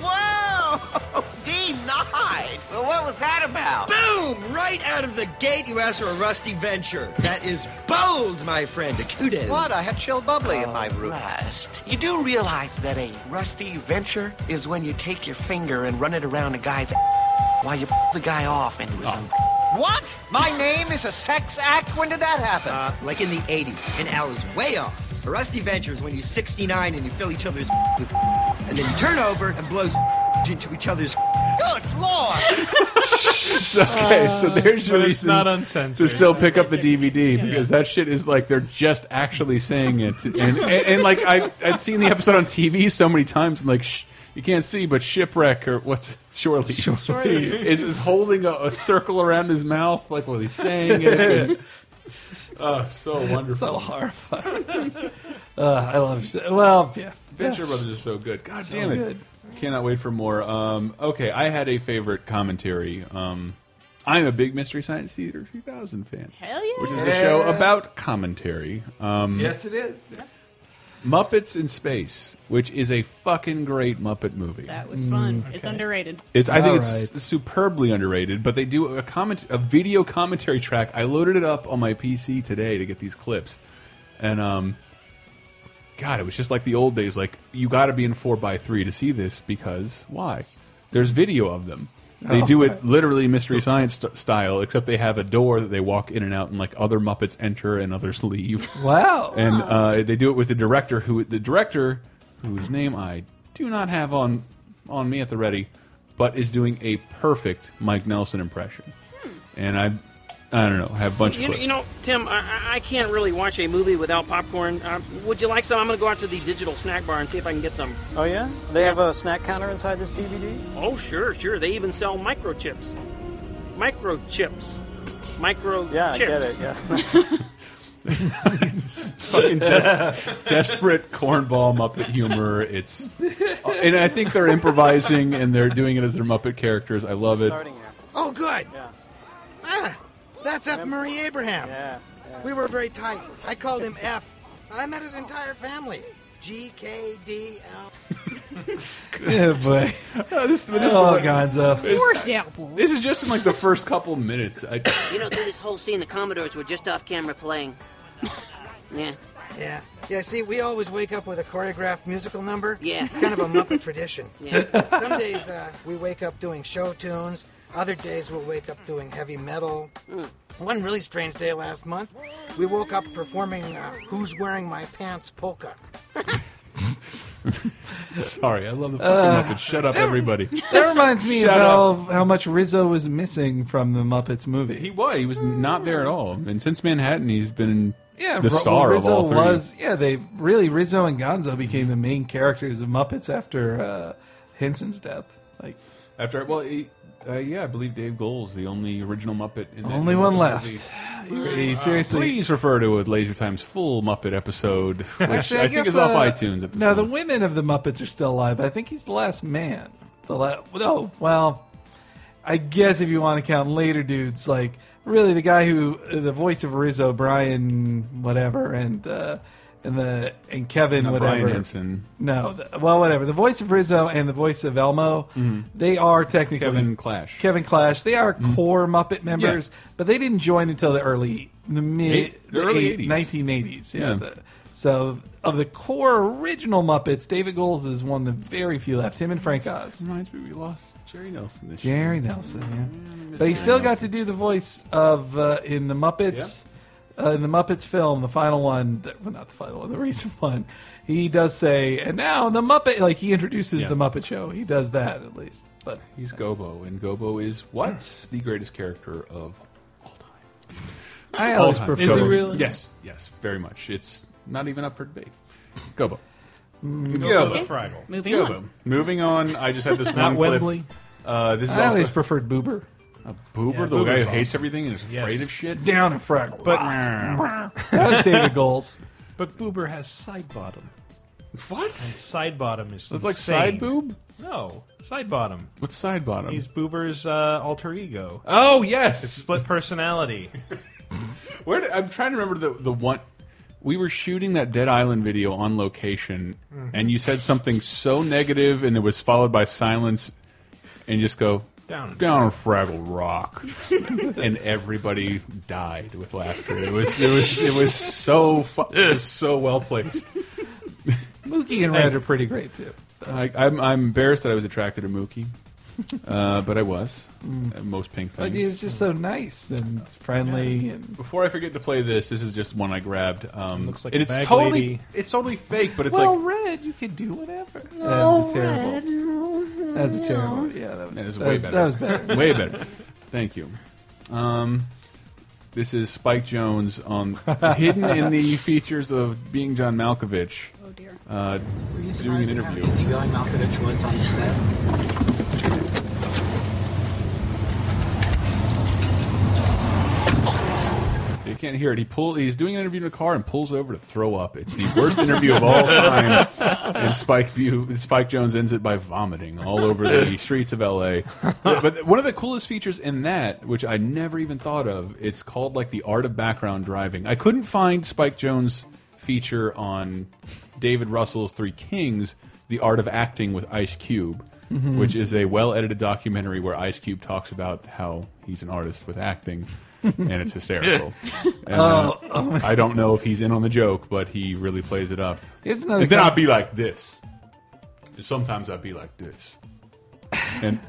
Speaker 12: Whoa! Denied! Well, what was that about?
Speaker 19: Boom! Right out of the gate, you ask for a rusty venture. That is bold, my friend. Kudos.
Speaker 12: What? I had
Speaker 19: chill bubbly in my room.
Speaker 12: Rust. You do realize that a rusty venture is when you take your finger and run it around a guy's while you the guy off into his own.
Speaker 19: What? My name is a sex act? When did that happen? Uh, like in the 80s. And Al is way off. A rusty venture is when you're 69 and you fill each other's with and then you turn over and blow into each other's Good lord!
Speaker 2: okay, so there's your
Speaker 5: But it's
Speaker 2: reason
Speaker 5: not uncensored.
Speaker 2: to still pick up the DVD because that shit is like they're just actually saying it, and and, and like I I'd seen the episode on TV so many times, and like sh you can't see, but shipwreck or what's surely
Speaker 5: Leave.
Speaker 2: is is holding a, a circle around his mouth like while he's saying it. and- oh, so wonderful,
Speaker 4: So horrifying. uh, I love. Well, yeah.
Speaker 2: Venture Brothers are so good. God
Speaker 4: So
Speaker 2: damn it.
Speaker 4: good.
Speaker 2: Cannot wait for more. Um, okay, I had a favorite commentary. Um, I'm a big Mystery Science Theater 3000 fan.
Speaker 12: Hell yeah.
Speaker 2: Which is a show
Speaker 12: Yeah.
Speaker 2: about commentary. Um,
Speaker 4: Yes, it is.
Speaker 2: Muppets in Space, which is a fucking great Muppet movie.
Speaker 3: That was fun.
Speaker 2: Mm,
Speaker 3: It's underrated.
Speaker 2: It's I think
Speaker 4: All
Speaker 2: it's superbly underrated, but they do a comment a video commentary track. I loaded it up on my PC today to get these clips. And um God, it was just like the old days, like you gotta be in four by three to see this because why? There's video of them. They
Speaker 5: Oh.
Speaker 2: do it literally mystery science st style, except they have a door that they walk in and out, and like other Muppets enter and others leave.
Speaker 4: Wow!
Speaker 2: And
Speaker 20: Oh.
Speaker 2: uh, they do it with the director, who the director whose name I do not have on on me at the ready, but is doing a perfect Mike Nelson impression. And I, I don't know, have a bunch
Speaker 20: Hmm. you,
Speaker 2: of
Speaker 20: know,
Speaker 2: clips.
Speaker 20: you know, Tim, I- I, I can't really watch a movie without popcorn. Um, would you like some? I'm going to go out to the digital snack bar and see if I can get some.
Speaker 21: Oh yeah, they have a snack counter inside this DVD.
Speaker 20: Oh, sure, sure. They even sell microchips. Microchips. Micro
Speaker 21: Yeah, I
Speaker 20: chips.
Speaker 21: get it. Yeah.
Speaker 2: fucking des- desperate cornball Muppet humor. It's uh, and I think they're improvising and they're doing it as their Muppet characters. I love it.
Speaker 12: Oh, good. Ah, that's F. Murray Abraham. We were very tight. I called him F. I met his entire family. G K D L.
Speaker 4: Yeah, boy.
Speaker 2: Oh, this, this is
Speaker 4: oh,
Speaker 2: the-
Speaker 4: Gonzo.
Speaker 2: This- This is just in like the first couple minutes. I,
Speaker 22: You know, through this whole scene, the Commodores were just off camera playing. Yeah.
Speaker 11: Yeah. Yeah, see, we always wake up with a choreographed musical number.
Speaker 22: Yeah.
Speaker 11: It's kind of a Muppet tradition.
Speaker 22: Yeah.
Speaker 11: Some days uh, we wake up doing show tunes. Other days we'll wake up doing heavy metal.
Speaker 22: Mm.
Speaker 11: One really strange day last month, we woke up performing uh, Who's Wearing My Pants polka.
Speaker 2: sorry, I love the
Speaker 4: Uh,
Speaker 2: fucking Muppets. Shut up, everybody.
Speaker 4: That reminds me of
Speaker 2: Shut
Speaker 4: how, how much Rizzo was missing from the Muppets movie.
Speaker 2: He was. He was not there at all. And since Manhattan, he's been
Speaker 4: Yeah,
Speaker 2: the
Speaker 4: Ro-
Speaker 2: star
Speaker 4: Rizzo
Speaker 2: of all three.
Speaker 4: was. Yeah, they really Rizzo and Gonzo became the main characters of Muppets after uh, Henson's death. Like
Speaker 2: After well, he, uh, yeah, I believe Dave Gold's the only original Muppet. in that
Speaker 4: Only one
Speaker 2: movie.
Speaker 4: left. He- he
Speaker 2: Uh,
Speaker 4: seriously-
Speaker 2: please refer to a Laser Time's full Muppet episode, which I, think
Speaker 4: guess,
Speaker 2: is off
Speaker 4: uh,
Speaker 2: iTunes. At this
Speaker 4: no, the women of the Muppets are still alive. But I think he's the last man. oh, The la- no, well, I guess if you want to count later dudes, like really the guy who the voice of Rizzo, Brian whatever, and uh, and the and Kevin
Speaker 2: Not Brian
Speaker 4: whatever.
Speaker 2: Henson.
Speaker 4: No, the- well whatever. The voice of Rizzo and the voice of Elmo,
Speaker 2: Mhm.
Speaker 4: they are technically
Speaker 2: Kevin Clash. Mm-hmm.
Speaker 4: Kevin Clash. They are core Muppet members, but they didn't join until the early the mid
Speaker 2: Eight- the early
Speaker 4: eight-
Speaker 2: 80s.
Speaker 4: 1980s. Yeah.
Speaker 2: Yeah.
Speaker 4: the- so of the core original Muppets, David Goles is one of the very few left. Him and Frank Oz.
Speaker 2: Reminds me, we lost Jerry Nelson this year.
Speaker 4: Jerry Nelson, yeah. But he still got to do the voice of uh, in the Muppets, uh, in the Muppets film, the final one. The, well, not the final one, the recent one. He does say, and now the Muppet, like he introduces
Speaker 2: Yeah.
Speaker 4: the Muppet Show. He does that at least. But
Speaker 2: he's Gobo, and Gobo is what the greatest character of
Speaker 4: I
Speaker 2: all
Speaker 4: always
Speaker 2: time.
Speaker 4: prefer.
Speaker 2: Is he really? Yes, yes, very much. It's not even up for debate. Gobo.
Speaker 4: Mm.
Speaker 2: Gobo.
Speaker 4: Okay, Fraggle. moving
Speaker 2: Gobo.
Speaker 4: on.
Speaker 2: Moving on. I just had this
Speaker 4: Not
Speaker 2: one clip.
Speaker 4: Wembley.
Speaker 2: Uh, this is
Speaker 4: I
Speaker 2: also
Speaker 4: always preferred Boober.
Speaker 2: A Boober,
Speaker 4: Yeah,
Speaker 2: the guy
Speaker 4: Boober's
Speaker 2: who hates
Speaker 4: awesome.
Speaker 2: everything and is
Speaker 4: Yes.
Speaker 2: afraid of shit.
Speaker 4: Down a Fraggle.
Speaker 2: But
Speaker 4: that was David Goals.
Speaker 5: But Boober has side bottom.
Speaker 2: What?
Speaker 5: side bottom is
Speaker 2: It's like
Speaker 5: insane.
Speaker 2: side boob.
Speaker 5: No, side bottom.
Speaker 2: What's side bottom?
Speaker 5: He's Boober's uh, alter ego.
Speaker 2: Oh, yes.
Speaker 5: It's split personality.
Speaker 2: Where did, I'm trying to remember the the one we were shooting that Dead Island video on location,
Speaker 5: Mhm.
Speaker 2: and you said something so negative, and it was followed by silence, and you just go
Speaker 5: Down.
Speaker 2: down Fraggle Rock, and everybody died with laughter. It was it was it was so fu it was so well placed.
Speaker 4: Mookie and Red are pretty great too.
Speaker 2: I, I'm, I'm embarrassed that I was attracted to Mookie, uh, but I was.
Speaker 4: Mm.
Speaker 2: Uh, Most pink things.
Speaker 4: But he's just so nice and friendly. And
Speaker 2: Before I forget to play this, this is just one I grabbed. Um,
Speaker 4: Looks like
Speaker 2: and
Speaker 4: a
Speaker 2: it's
Speaker 4: bag
Speaker 2: totally
Speaker 4: lady.
Speaker 2: it's totally fake, but it's
Speaker 4: well,
Speaker 2: like
Speaker 4: Red, you could do whatever.
Speaker 2: No,
Speaker 4: That's a terrible.
Speaker 2: Red.
Speaker 4: That's a terrible. Yeah, that was,
Speaker 2: That is
Speaker 4: that
Speaker 2: way
Speaker 4: was-
Speaker 2: better.
Speaker 4: That was better.
Speaker 2: way better. Thank you. Um, this is Spike Jones on hidden in the features of being John Malkovich. Oh dear. Uh, doing an interview.
Speaker 1: easygoing Malkovich was on the set.
Speaker 2: You can't hear it. He pull. He's doing an interview in a car and pulls over to throw up. It's the worst interview of all time. And Spike View, Spike Jones ends it by vomiting all over the streets of L.A. But one of the coolest features in that, which I never even thought of, it's called like the art of background driving. I couldn't find Spike Jones' feature on David Russell's Three Kings, the art of acting with Ice Cube,
Speaker 6: Mhm.
Speaker 2: which is a well-edited documentary where Ice Cube talks about how he's an artist with acting. and it's hysterical. And, uh,
Speaker 4: Oh.
Speaker 2: I don't know if he's in on the joke, but he really plays it up.
Speaker 4: Here's another
Speaker 2: and then
Speaker 4: guy-
Speaker 2: I'd be like this. And sometimes I'd be like this. And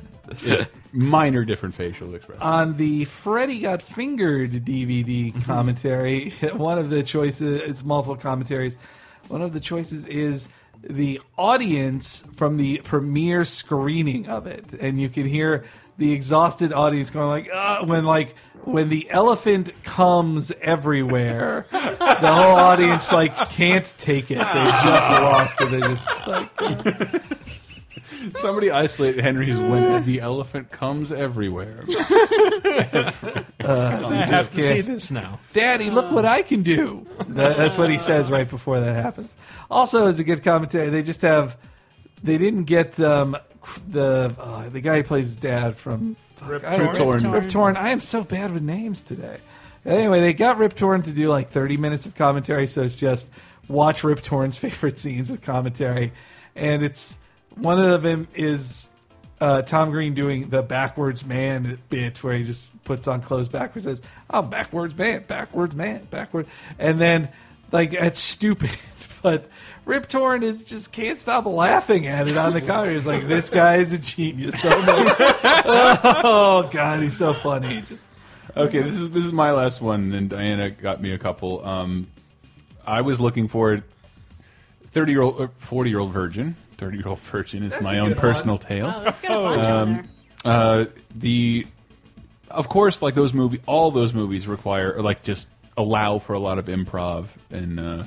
Speaker 2: yeah, minor different facial expressions.
Speaker 4: On the Freddy Got Fingered DVD commentary, one of the choices, it's multiple commentaries, one of the choices is the audience from the premiere screening of it. And you can hear the exhausted audience going like, "Ah," when like, when the elephant comes everywhere, the whole audience like can't take it. They just lost it. They just like,
Speaker 2: Somebody isolate Henry's when the elephant comes everywhere.
Speaker 4: I have to see
Speaker 5: this now.
Speaker 4: Daddy, look what I can do. That, that's what he says right before that happens. Also, is a good commentary. They just have. They didn't get um, the uh, the guy who plays his dad from fuck,
Speaker 5: Rip
Speaker 4: I don't-
Speaker 5: Torn.
Speaker 4: Rip Torn. I am so bad with names today. Anyway, they got Rip Torn to do like 30 minutes of commentary, so it's just watch Rip Torn's favorite scenes with commentary, and it's one of them is uh, Tom Green doing the backwards man bit where he just puts on clothes backwards, says, "I'm backwards man, backwards man, backward," and then like that's stupid, but Rip Torn is just can't stop laughing at it on the commentary. He's like, "This guy is a genius." So I'm like, oh god, he's so funny. He Just
Speaker 2: okay, this is this is my last one, and Diana got me a couple. Um, I was looking for thirty year old, forty year old virgin. Thirty year old virgin is
Speaker 6: That's
Speaker 2: my
Speaker 6: a
Speaker 2: own
Speaker 6: good
Speaker 2: personal
Speaker 6: one. Oh,
Speaker 2: tale.
Speaker 3: Oh,
Speaker 6: Wow, that's got a bunch on
Speaker 2: uh, the, of course, like those movie, all those movies require or like just allow for a lot of improv and uh,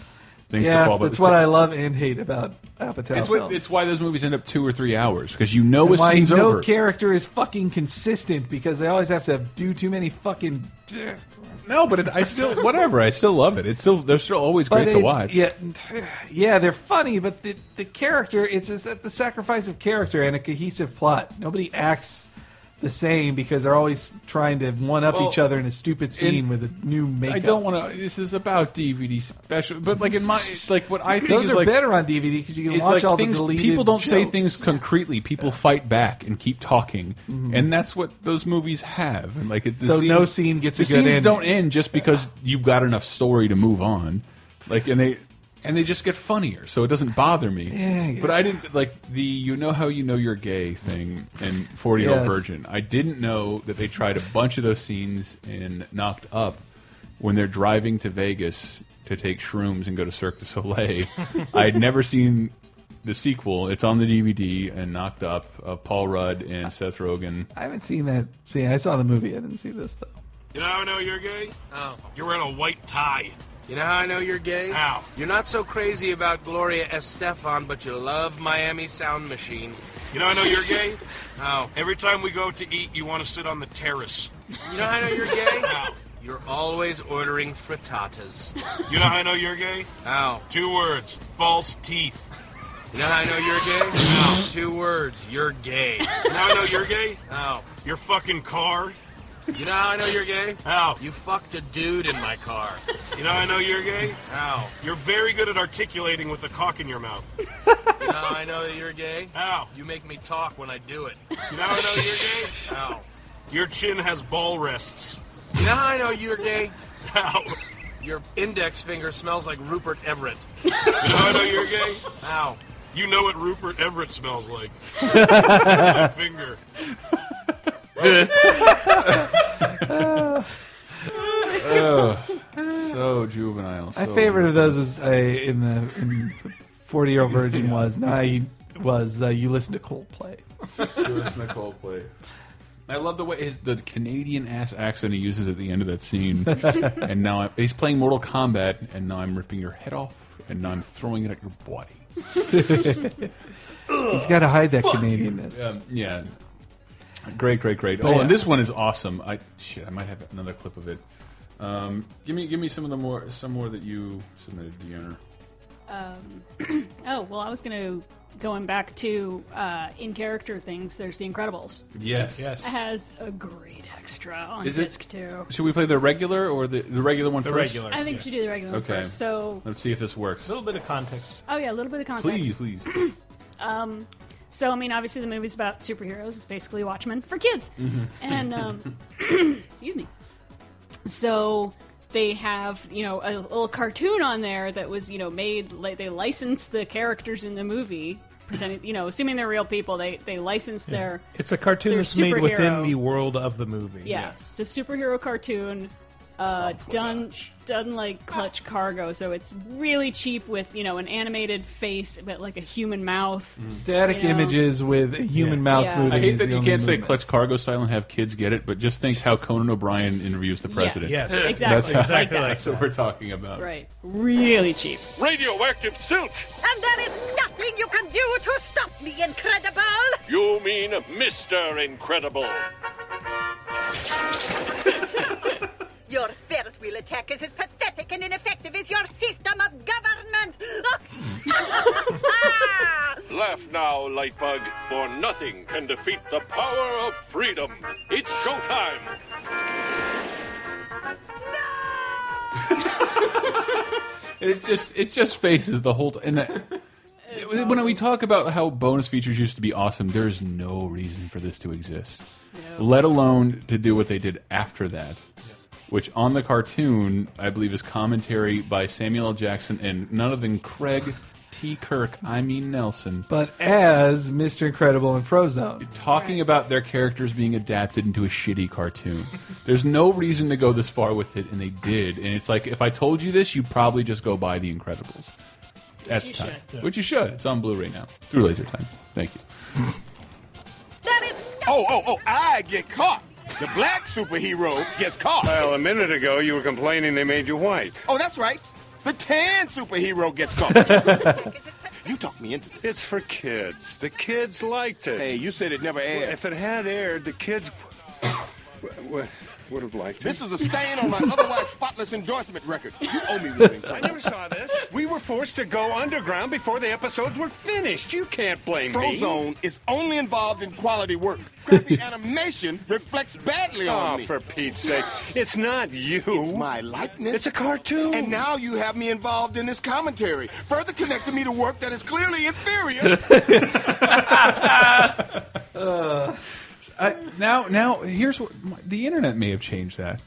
Speaker 2: things to
Speaker 4: yeah,
Speaker 2: fall. but
Speaker 4: that's
Speaker 2: it's-
Speaker 4: what I love and hate about Apatow.
Speaker 2: It's, what,
Speaker 4: films.
Speaker 2: it's why those movies end up two or three hours because you know
Speaker 4: And
Speaker 2: a
Speaker 4: why
Speaker 2: scene's
Speaker 4: no
Speaker 2: over.
Speaker 4: character is fucking consistent because they always have to do too many fucking.
Speaker 2: No, but it, I still whatever. I still love it. It's still they're still always
Speaker 4: But
Speaker 2: great to
Speaker 4: it's-
Speaker 2: watch.
Speaker 4: Yeah, yeah, they're funny, but the the character it's, it's at the sacrifice of character and a cohesive plot. Nobody acts the same because they're always trying to one up
Speaker 2: Well,
Speaker 4: each other in a stupid scene with a new makeup.
Speaker 2: I don't want to. This is about DVD special, but like in my like what I think
Speaker 4: Those
Speaker 2: is
Speaker 4: are
Speaker 2: like
Speaker 4: better on DVD 'cause you can
Speaker 2: is,
Speaker 4: watch
Speaker 2: like
Speaker 4: all the
Speaker 2: things,
Speaker 4: deleted
Speaker 2: People don't say
Speaker 4: jokes.
Speaker 2: things concretely. People fight back and keep talking,
Speaker 4: Mhm.
Speaker 2: and that's what those movies have. And like it, the
Speaker 4: So
Speaker 2: scenes,
Speaker 4: no scene gets a
Speaker 2: the
Speaker 4: good
Speaker 2: scenes
Speaker 4: ending.
Speaker 2: don't end just because you've got enough story to move on. Like and they and they just get funnier, so it doesn't bother me.
Speaker 4: Yeah, I get
Speaker 2: But I didn't like the you know how you know you're gay thing and Forty Year Old
Speaker 4: Yes.
Speaker 2: Virgin. I didn't know that they tried a bunch of those scenes in Knocked Up when they're driving to Vegas to take shrooms and go to Cirque du Soleil. I had never seen the sequel. It's on the DVD and Knocked Up of Paul Rudd and Seth Rogen.
Speaker 4: I haven't seen that. See, I saw the movie. I didn't see this though.
Speaker 6: You know how I know you're gay? Oh. You're wearing a white tie. You know how I know you're gay? How? You're not so crazy about Gloria Estefan, but you love Miami Sound Machine. Uh, You know how I know you're gay? How? Every time we go to eat, you want to sit on the terrace. You know how I know you're gay? How? You're always ordering frittatas. You know how I know you're gay? How? Two words. False teeth. You know how I know you're gay? How? Two words. You're gay. You know how I know you're gay? How? Your fucking car. You know how I know you're gay? How? You fucked a dude in my car. You know how I know you're gay? How? You're very good at articulating with a cock in your mouth. You know how I know that you're gay? How? You make me talk when I do it. You know how I know you're gay? How? Your chin has ball rests. You know how Ah, I know you're gay? How? Your index finger smells like Rupert Everett. You know how I know you're gay? How? You know what Rupert Everett smells like. My finger.
Speaker 2: Ugh. so juvenile.
Speaker 4: My
Speaker 2: so-
Speaker 4: favorite of those was uh, in the in Forty Year Old Virgin was no, I was uh, you listen to Coldplay.
Speaker 2: Lewis Nicole play. I love the way his the Canadian ass accent he uses at the end of that scene. and now i he's playing Mortal Kombat, and now I'm ripping your head off, and now I'm throwing it at your body.
Speaker 4: He's got to hide that Canadianness.
Speaker 2: Um, yeah. Great, great, great.
Speaker 4: But
Speaker 2: oh,
Speaker 4: yeah.
Speaker 2: and this one is awesome. I shit, I might have another clip of it. Um, give me, give me some of the more, some more that you submitted, Deanna.
Speaker 3: Um, oh well, I was gonna going back to uh, in character things. There's The Incredibles.
Speaker 2: Yes. Yes.
Speaker 3: It has a great extra on
Speaker 2: Is it-
Speaker 3: disc too.
Speaker 2: Should we play the regular or the the regular one
Speaker 5: The
Speaker 2: first?
Speaker 5: regular,
Speaker 3: I think we should do the regular one
Speaker 2: Okay.
Speaker 3: first. So,
Speaker 2: let's see if this works.
Speaker 5: A little bit of context.
Speaker 3: oh yeah, a little bit of context.
Speaker 2: Please, please.
Speaker 3: Um, so I mean, obviously the movie's about superheroes. It's basically Watchmen for kids.
Speaker 12: Mhm.
Speaker 3: And um, excuse me. So they have you know a little cartoon on there that was you know made. Like, they licensed the characters in the movie, pretending you know assuming they're real people. They they licensed their
Speaker 5: It's a cartoon
Speaker 3: They're
Speaker 5: that's made within
Speaker 3: superhero.
Speaker 5: the world of the movie.
Speaker 3: yeah. It's a superhero cartoon. Uh, done, done like Clutch Cargo, so it's really cheap with you know an animated face, but like a human mouth.
Speaker 4: Static
Speaker 3: you know.
Speaker 4: images with a human mouth
Speaker 3: Yeah.
Speaker 4: moving.
Speaker 2: I hate
Speaker 4: is
Speaker 2: that
Speaker 4: the
Speaker 2: you
Speaker 4: only
Speaker 2: can't say
Speaker 4: movement.
Speaker 2: clutch cargo style and have kids get it, but just think how Conan O'Brien interviews the president.
Speaker 3: Yes, exactly,
Speaker 2: That's, how-
Speaker 3: like that.
Speaker 2: that's what we're talking about.
Speaker 3: Right. Really cheap.
Speaker 8: Radioactive silk.
Speaker 23: And there is nothing you can do to stop me, Incredible!
Speaker 8: You mean Mr. Incredible.
Speaker 23: Your Ferris wheel attack is as pathetic and ineffective as your system of government!
Speaker 8: Laugh now, Lightbug, for nothing can defeat the power of freedom. It's showtime.
Speaker 2: It's just it just faces the whole. T and that, when we talk about how bonus features used to be awesome, there is no reason for this to exist, let alone to do what they did after that. Which on the cartoon, I believe, is commentary by Samuel L. Jackson and none other than Craig T. Kirk. I mean Nelson.
Speaker 4: But as Mr. Incredible and Frozone,
Speaker 2: talking about their characters being adapted into a shitty cartoon. There's no reason to go this far with it, and they did. And it's like, if I told you this, you'd probably just go buy The Incredibles at
Speaker 23: you
Speaker 2: the time,
Speaker 23: should.
Speaker 2: which you should. It's on Blu-ray now through laser time. Thank you.
Speaker 17: Oh, oh, oh, I get caught. The black superhero gets caught.
Speaker 24: Well, a minute ago you were complaining they made you white.
Speaker 17: Oh, that's right. The tan superhero gets caught. you talked me into this.
Speaker 24: It's for kids. The kids liked it.
Speaker 17: Hey, you said it never aired.
Speaker 24: Well, if it had aired, the kids w- w- would have liked it.
Speaker 17: This is a stain on my otherwise spotless Atlas endorsement record. You owe me one.
Speaker 24: I never saw this. We were forced to go underground before the episodes were finished. You can't blame me.
Speaker 17: Frozone is only involved in quality work. Crappy animation reflects badly on
Speaker 24: Oh,
Speaker 17: me.
Speaker 24: for Pete's sake. It's not you.
Speaker 17: It's my likeness.
Speaker 24: It's a cartoon.
Speaker 15: Hmm.
Speaker 17: And now you have me involved in this commentary, further connecting me to work that is clearly inferior.
Speaker 2: I, now, now here's what the internet may have changed that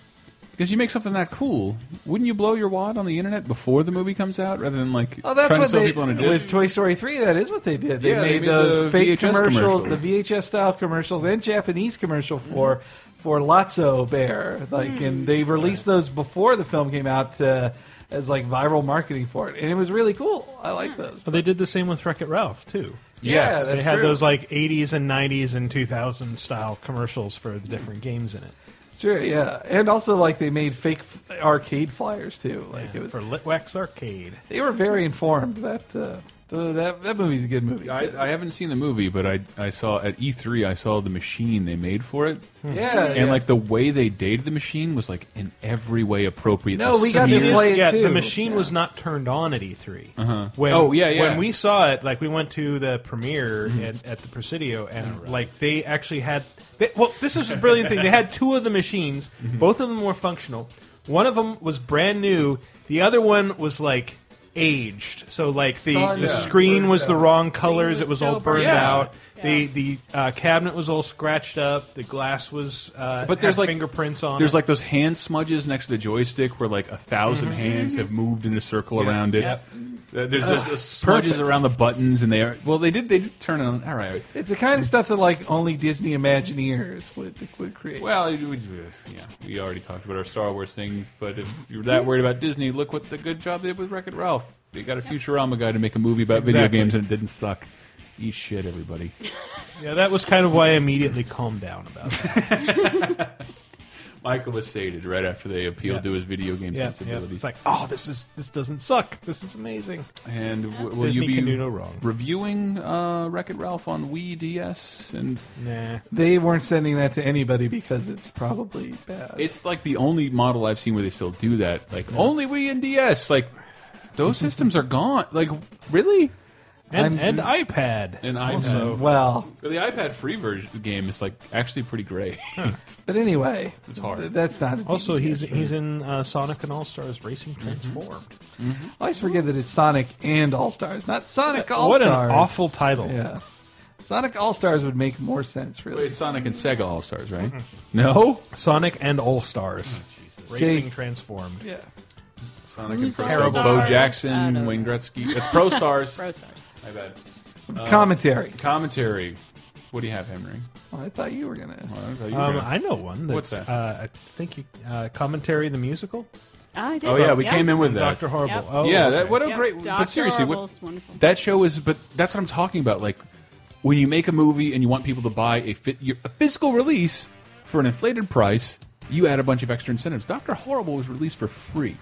Speaker 2: because you make something that cool, wouldn't you blow your wad on the internet before the movie comes out rather than like
Speaker 4: Oh, that's
Speaker 2: trying
Speaker 4: what
Speaker 2: to sell
Speaker 4: they
Speaker 2: people on a
Speaker 4: with
Speaker 2: disc?
Speaker 4: Toy Story three. That is what they did. They
Speaker 2: Yeah,
Speaker 4: made
Speaker 2: they made
Speaker 4: those
Speaker 2: the
Speaker 4: fake
Speaker 2: VHS
Speaker 4: commercials,
Speaker 2: commercials.
Speaker 4: the VHS style commercials, and Japanese commercial for for Lotso Bear. Like,
Speaker 7: Mm.
Speaker 4: and
Speaker 5: Hmm.
Speaker 4: they released those before the film came out to, as like viral marketing for it, and it was really cool. I like those.
Speaker 5: Well, they did the same with Wreck It Ralph too.
Speaker 4: Yeah, that's
Speaker 5: they had
Speaker 4: true.
Speaker 5: those like '80s and '90s and 2000s style commercials for the different games in it.
Speaker 4: Sure, yeah, and also like they made fake f- arcade flyers too. Like it was,
Speaker 5: for Litwax Arcade.
Speaker 4: they were very informed. That uh, the, that that movie's a good movie.
Speaker 2: I, I haven't seen the movie, but I I saw at E3 I saw the machine they made for it.
Speaker 5: Hmm.
Speaker 4: Yeah,
Speaker 2: and
Speaker 4: yeah.
Speaker 2: like the way they dated the machine was like in every way appropriate. The smears-
Speaker 5: yeah, The machine was not turned on at E3.
Speaker 2: Uh-huh.
Speaker 5: When,
Speaker 2: oh yeah, yeah.
Speaker 5: When we saw it, like we went to the premiere
Speaker 2: Mm-hmm.
Speaker 5: at, at the Presidio, and like they actually had. They, well, this is a brilliant thing. They had two of the machines.
Speaker 2: Mm-hmm.
Speaker 5: Both of them were functional. One of them was brand new. The other one was like aged. So like the,
Speaker 7: Sun-
Speaker 5: the
Speaker 7: Yeah.
Speaker 5: screen
Speaker 7: Burned
Speaker 5: was the
Speaker 7: out.
Speaker 5: wrong colors. It
Speaker 7: It was
Speaker 5: was
Speaker 7: so
Speaker 5: all burned
Speaker 7: burned out.
Speaker 5: out. The the uh, cabinet was all scratched up. The glass was uh,
Speaker 2: but there's
Speaker 5: had
Speaker 2: like
Speaker 5: fingerprints on.
Speaker 2: There's
Speaker 5: it.
Speaker 2: like those hand smudges next to the joystick where like a 1000
Speaker 4: Mm-hmm.
Speaker 5: Mhm.
Speaker 2: hands have moved in a circle
Speaker 5: Yeah.
Speaker 2: around it.
Speaker 5: Yep.
Speaker 2: Uh, There's
Speaker 4: Ugh,
Speaker 2: those those smudges
Speaker 4: perfect.
Speaker 2: around the buttons, and they are well. They did. They did turn it on. All right.
Speaker 4: It's the kind of stuff that like only Disney Imagineers would would create.
Speaker 2: Well, it would- yeah, we already talked about our Star Wars thing, but if you're that worried about Disney, look what the good job they did with Wreck-It Ralph. They got a Futurama guy to make a movie about
Speaker 5: Exactly.
Speaker 2: video games, and it didn't suck. Eat shit, everybody.
Speaker 5: Yeah, that was kind of why I immediately calmed down about that.
Speaker 2: Michael was sated right after they appealed
Speaker 5: Yeah.
Speaker 2: to his video game
Speaker 5: Yeah,
Speaker 2: sensibilities.
Speaker 5: yeah. It's like, oh, this is this doesn't suck. This is amazing.
Speaker 2: And w- will
Speaker 5: Disney
Speaker 2: you be
Speaker 5: can do no wrong.
Speaker 2: reviewing uh, Wreck-It Ralph on Wii DS? And
Speaker 5: nah,
Speaker 4: They weren't sending that to anybody because it's probably bad.
Speaker 2: it's like the only model I've seen where they still do that. Like only Wii and DS. Like those systems are gone. Like really.
Speaker 5: And- and iPad.
Speaker 2: and iPad.
Speaker 5: Also.
Speaker 4: Well.
Speaker 2: the iPad free version game is like actually pretty great.
Speaker 4: But anyway,
Speaker 2: It's hard.
Speaker 4: th- that's not. A
Speaker 5: Also,
Speaker 4: DVD
Speaker 5: he's
Speaker 4: answer.
Speaker 5: he's in uh, Sonic and All Stars Racing
Speaker 2: Mm-hmm.
Speaker 5: Transformed.
Speaker 4: I always forget that it's Sonic and All Stars, not Sonic
Speaker 5: What-
Speaker 4: All
Speaker 5: what an
Speaker 4: Stars.
Speaker 5: awful title.
Speaker 4: Yeah, Sonic All Stars would make more sense, really.
Speaker 2: It's Sonic and Sega All Stars,
Speaker 5: Mm-hmm.
Speaker 2: right?
Speaker 4: Mm-mm.
Speaker 2: No,
Speaker 5: Sonic and All
Speaker 2: Oh,
Speaker 5: Stars Racing
Speaker 4: See?
Speaker 5: Transformed.
Speaker 4: Yeah.
Speaker 2: Sonic
Speaker 4: Who's
Speaker 2: and
Speaker 4: All
Speaker 2: Pro
Speaker 4: Stars?
Speaker 2: Bo
Speaker 4: I
Speaker 2: Jackson,
Speaker 4: don't
Speaker 2: Wayne
Speaker 4: know.
Speaker 2: Gretzky. It's Pro Stars.
Speaker 4: Pro
Speaker 3: Stars.
Speaker 2: I bet. Uh,
Speaker 4: Commentary.
Speaker 2: Commentary. What do you have, Henry?
Speaker 4: Well, I thought you were gonna.
Speaker 2: Well, I, thought you were
Speaker 5: Um,
Speaker 2: gonna-
Speaker 5: I know one. That's,
Speaker 2: What's that?
Speaker 5: Uh, I think you uh, commentary the musical.
Speaker 3: I did.
Speaker 2: Oh yeah, we came in with that.
Speaker 5: Doctor Horrible.
Speaker 3: Yep.
Speaker 5: Oh,
Speaker 2: yeah, that,
Speaker 5: okay.
Speaker 2: what a
Speaker 3: Yep,
Speaker 2: great.
Speaker 3: Dr.
Speaker 2: But seriously, what,
Speaker 3: Horrible's wonderful.
Speaker 2: that show is. But that's what I'm talking about. Like when you make a movie and you want people to buy a fit, your, a physical release for an inflated price, you add a bunch of extra incentives. Doctor Horrible was released for free.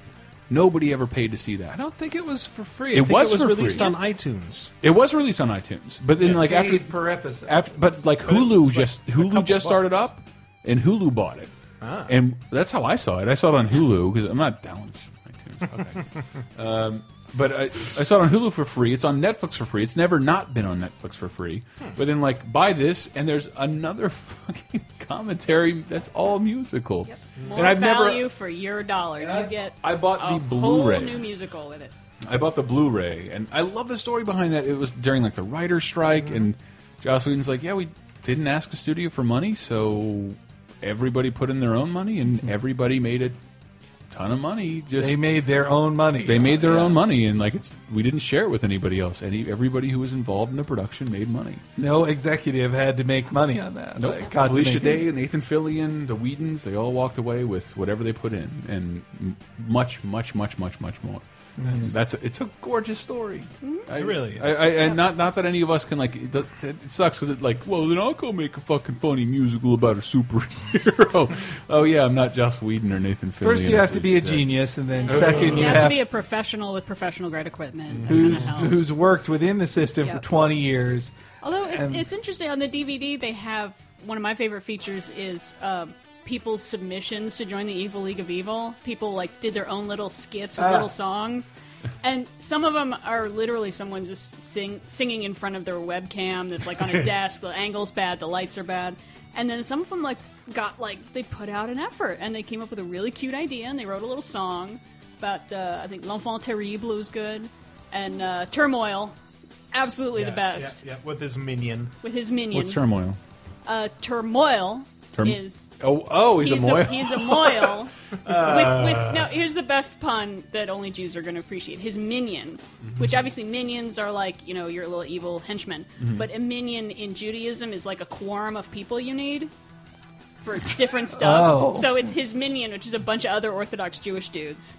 Speaker 2: Nobody ever paid to see that.
Speaker 5: I don't think it was for free. I
Speaker 2: It
Speaker 5: think
Speaker 2: was
Speaker 5: it was
Speaker 2: for
Speaker 5: released
Speaker 2: free.
Speaker 5: on iTunes.
Speaker 2: It was released on iTunes, but then
Speaker 5: Yeah.
Speaker 2: like
Speaker 5: Paid
Speaker 2: after
Speaker 5: per episode.
Speaker 2: after- but like Hulu just Hulu just started up, and Hulu bought it,
Speaker 5: Ah.
Speaker 2: and that's how I saw it. I saw it on Hulu because I'm not down iTunes. Okay. um, but I, I saw it on Hulu for free. It's on Netflix for free. It's never not been on Netflix for free.
Speaker 5: Hmm.
Speaker 2: But then like buy this, and there's another fucking commentary that's all musical,
Speaker 3: More
Speaker 2: and I've never
Speaker 3: value for your dollar. You get
Speaker 2: I bought
Speaker 3: a
Speaker 2: the
Speaker 3: whole
Speaker 2: Blu-ray.
Speaker 3: new musical with it.
Speaker 2: I bought the Blu-ray, and I love the story behind that. It was during like the writer's strike, and Joss Whedon's like, "Yeah, we didn't ask the studio for money, so everybody put in their own money, and everybody made a ton of money. Just
Speaker 4: They made their own money.
Speaker 2: They made their own money, and like it's we didn't share it with anybody else. Any everybody who was involved in the production made money.
Speaker 4: No executive had to make money on that.
Speaker 2: Nope.
Speaker 4: Like, got Uh, to
Speaker 2: Felicia
Speaker 4: make-
Speaker 2: Day, Nathan Fillion, the Whedons, they all walked away with whatever they put in, and m- much, much, much, much, much more.
Speaker 4: Nice. Mm-hmm.
Speaker 2: That's it's a gorgeous story. I,
Speaker 5: It really is.
Speaker 2: I, I, and not not that any of us can like. It, do- it sucks because it like. Well, then I'll go make a fucking funny musical about a superhero. oh yeah, I'm not Joss Whedon or Nathan Fillion.
Speaker 4: First, you have to be a
Speaker 2: Yeah.
Speaker 4: genius, and then
Speaker 2: Uh,
Speaker 4: second,
Speaker 3: You
Speaker 4: you
Speaker 3: have to be a professional with professional grade equipment.
Speaker 4: who's
Speaker 3: That helps.
Speaker 4: who's worked within the system
Speaker 3: Yep.
Speaker 4: for twenty years.
Speaker 3: Although it's
Speaker 4: and-
Speaker 3: it's interesting on the DVD, they have one of my favorite features is um, people's submissions to join the Evil League of Evil. People like did their own little skits with
Speaker 9: Ah.
Speaker 3: little songs, and some of them are literally someone just sing, singing in front of their webcam that's like on a desk. The angle's bad, the lights are bad, and then some of them like got like they put out an effort and they came up with a really cute idea and they wrote a little song about uh, I think L'enfant terrible was good and uh, turmoil, absolutely the best
Speaker 5: Yeah, yeah, with his minion.
Speaker 3: with his minion.
Speaker 2: What's Oh, turmoil?
Speaker 3: Uh, turmoil
Speaker 2: Turm-
Speaker 3: is.
Speaker 2: oh, oh, he's, a moil.
Speaker 3: he's a moil.
Speaker 2: Uh.
Speaker 3: with, with, no, here's the best pun that only Jews are going to appreciate. His minion,
Speaker 2: Mm-hmm.
Speaker 3: which obviously minions are like, you know, your little evil henchmen.
Speaker 2: Mm-hmm.
Speaker 10: Mhm.
Speaker 3: But a minion in Judaism is like a quorum of people you need for different stuff.
Speaker 10: Oh.
Speaker 3: So it's his minion, which is a bunch of other Orthodox Jewish dudes.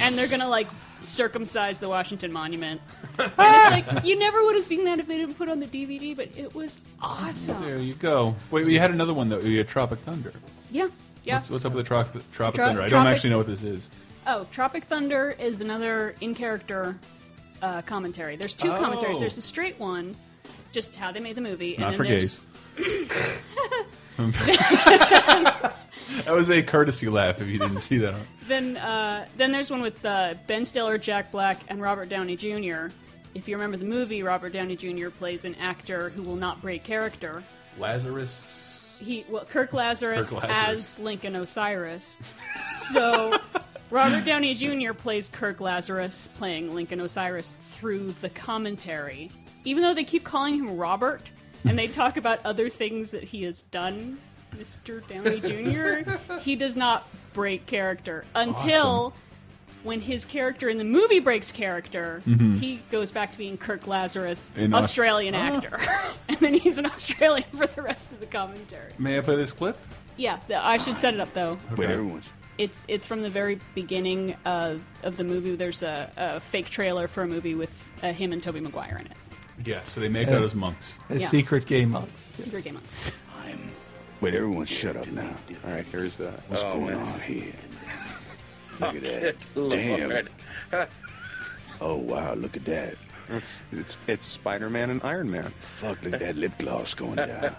Speaker 3: and they're going to like circumcise the Washington Monument. and it's like, you never would have seen that if they didn't put it on the DVD, but it was awesome.
Speaker 2: There you go. Wait, you had another one though. You had Tropic Thunder.
Speaker 3: Yeah, yeah.
Speaker 2: What's, what's up with the Trop- Tropic
Speaker 3: Tro-
Speaker 2: Thunder? I don't
Speaker 3: Tropic-
Speaker 2: actually know what this is.
Speaker 3: Oh, Tropic Thunder is another in character uh, commentary. There's two
Speaker 10: Oh.
Speaker 3: commentaries. There's a straight one, just how they made the movie.
Speaker 2: Not
Speaker 3: and
Speaker 2: for
Speaker 3: then there's-
Speaker 2: gays. that was a courtesy laugh. If you didn't see that,
Speaker 3: Then, uh, then there's one with uh, Ben Stiller, Jack Black, and Robert Downey Jr. If you remember the movie, Robert Downey Jr. plays an actor who will not break character.
Speaker 2: Lazarus.
Speaker 3: He well, Kirk Lazarus,
Speaker 2: Kirk Lazarus.
Speaker 3: as Lincoln Osiris. so Robert Downey Jr. plays Kirk Lazarus playing Lincoln Osiris through the commentary. Even though they keep calling him Robert and they talk about other things that he has done, Mr. Downey Jr., he does not break character until when his character in the movie breaks character,
Speaker 10: Mhm.
Speaker 3: he goes back to being Kirk Lazarus,
Speaker 2: Mm-hmm. In Aus-
Speaker 3: Australian
Speaker 2: Ah.
Speaker 3: actor. and then he's an Australian for the rest of the commentary.
Speaker 2: May I play this clip?
Speaker 3: Yeah, th- I should set it up though.
Speaker 2: Wait,
Speaker 17: everyone's.
Speaker 3: It's it's from the very beginning uh, of the movie. There's a, a fake trailer for a movie with uh, him and Toby Maguire in it.
Speaker 2: Yeah. So they make
Speaker 4: Uh,
Speaker 2: out as monks.
Speaker 4: As
Speaker 3: Yeah.
Speaker 4: secret gay monks.
Speaker 3: Secret Game Month.
Speaker 17: Wait, everyone shut up now. All right, here's
Speaker 13: uh,
Speaker 17: the. What's
Speaker 13: Oh,
Speaker 17: going on here? Look at that. Damn. oh, wow, look at that. It's, it's, it's Spider Man and Iron Man. Fuck, look at that lip gloss going down.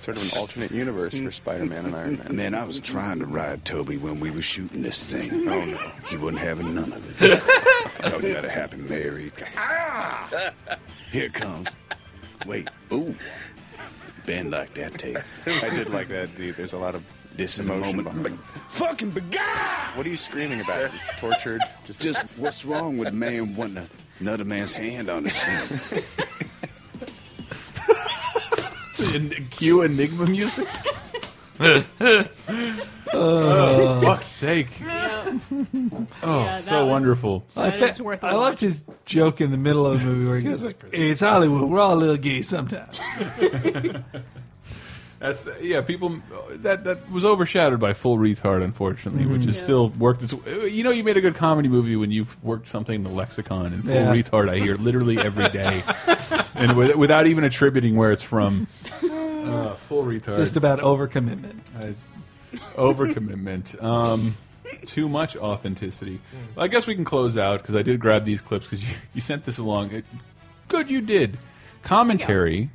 Speaker 13: Sort of an alternate universe for Spider-Man and Iron Man.
Speaker 17: Man, I was trying to ride Toby when we were shooting this thing. Oh, no. He wasn't having none of it. Oh, Talking about a happy married. Ah! Here it comes. Wait. Ooh. Ben liked that tape.
Speaker 13: I did like that, dude. There's a lot of this is emotion behind it.
Speaker 17: Fucking begah!
Speaker 13: What are you screaming about? It's tortured.
Speaker 17: Just, what's wrong with a man wanting another man's hand on his hand?
Speaker 2: En- Cue Enigma music.
Speaker 4: Oh.
Speaker 2: fuck's sake! Oh,
Speaker 4: Yeah, that was-
Speaker 2: so
Speaker 4: Oh,
Speaker 2: wonderful.
Speaker 4: I,
Speaker 3: That
Speaker 4: fe-
Speaker 3: is worth a
Speaker 4: I
Speaker 3: watch.
Speaker 4: loved his joke in the middle of the movie where he goes, "It's Hollywood. We're all a little gay sometimes."
Speaker 2: That's the, yeah. People that that was overshadowed by full retard, unfortunately, which is
Speaker 4: Yeah.
Speaker 2: still worked its. You know, you made a good comedy movie when you worked something in the lexicon, and full
Speaker 4: Yeah.
Speaker 2: retard I hear literally every day, and with, without even attributing where it's from. Uh, full retard.
Speaker 4: Just about overcommitment.
Speaker 2: overcommitment. Um, too much authenticity. I guess we can close out because I did grab these clips because you, you sent this along. It, good, you did. Commentary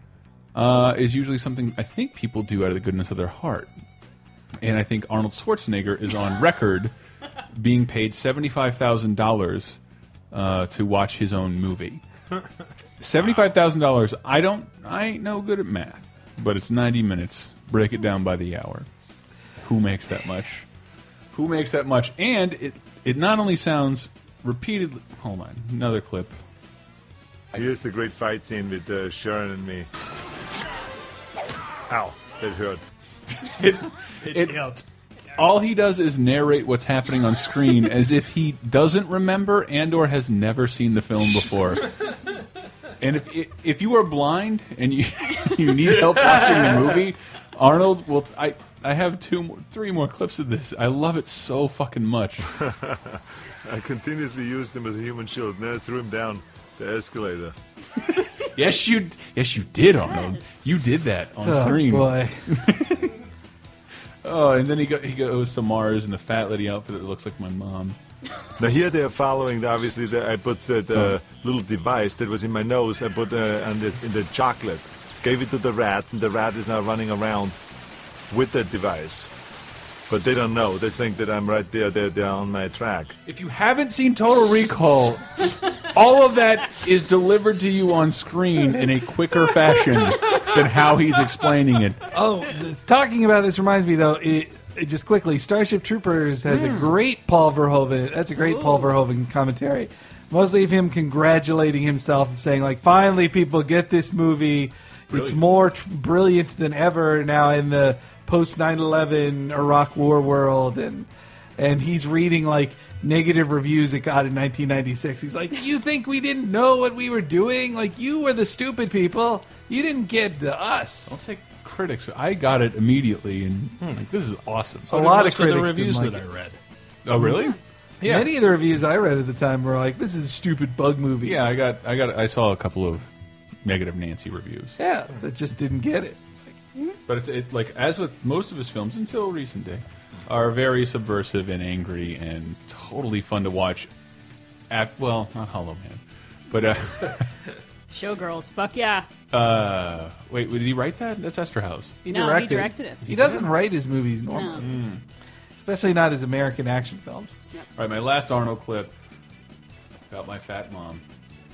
Speaker 2: uh, is usually something I think people do out of the goodness of their heart, and I think Arnold Schwarzenegger is on record being paid seventy five thousand dollars uh, to watch his own movie. Seventy-five thousand dollars. I don't. I ain't no good at math, but it's ninety minutes. Break it down by the hour. Who makes that much? Who makes that much? And it it not only sounds repeatedly. Hold on, another clip.
Speaker 15: Here's the great fight scene with uh, Sharon and me. Ow, that hurt.
Speaker 2: It, it, all he does is narrate what's happening on screen as if he doesn't remember and or has never seen the film before. And if if you are blind and you you need help watching the movie, Arnold will. I I have two, more, three more clips of this. I love it so fucking much.
Speaker 15: I continuously used him as a human shield, then I threw him down the escalator.
Speaker 2: yes, you yes you did, Arnold. You did that on
Speaker 4: Oh,
Speaker 2: screen.
Speaker 4: boy.
Speaker 2: oh, and then he go, he goes to Mars in the fat lady outfit that looks like my mom.
Speaker 15: Now here they are following. the- Obviously, the, I put the, the little device that was in my nose. I put uh, on the, in the chocolate, gave it to the rat, and the rat is now running around with that device. But they don't know. They think that I'm right there. They're, they're on my track.
Speaker 2: If you haven't seen Total Recall, all of that is delivered to you on screen in a quicker fashion than how he's explaining it.
Speaker 4: Oh, this, talking about this reminds me though. It, it just quickly, Starship Troopers has a
Speaker 7: Hmm.
Speaker 4: great Paul Verhoeven. That's a great Paul Verhoeven commentary. Mostly of him congratulating himself and saying like, "Finally, people get this movie. It's more tr- brilliant than ever now in the post 9/11 Iraq War world." And and he's reading like negative reviews it got in 1996. He's like, "You think we didn't know what we were doing? Like you were the stupid people. You didn't get the us." I'll
Speaker 2: take Critics, I got it immediately, and hmm, like this is awesome.
Speaker 4: a lot of
Speaker 2: most the
Speaker 4: critics
Speaker 2: reviews
Speaker 4: didn't
Speaker 2: that
Speaker 4: like
Speaker 2: I
Speaker 4: it. Mm-hmm.
Speaker 2: read. Oh, really? Yeah.
Speaker 4: Many of the reviews I read at the time were like, "This is a stupid bug movie."
Speaker 2: Yeah, I got, I got, I saw a couple of negative Nancy reviews.
Speaker 4: Yeah, that just didn't get it.
Speaker 2: But it's it, like as with most of his films until recent day, are very subversive and angry and totally fun to watch. At, well, not Hollow Man, but uh,
Speaker 3: Showgirls, fuck yeah.
Speaker 2: uh, wait, did he write that? That's Esterhaus.
Speaker 3: He No, he directed. directed it.
Speaker 4: He doesn't write his movies normally,
Speaker 2: Hmm.
Speaker 4: especially not his American action films.
Speaker 2: All right, my last Arnold clip about my fat mom.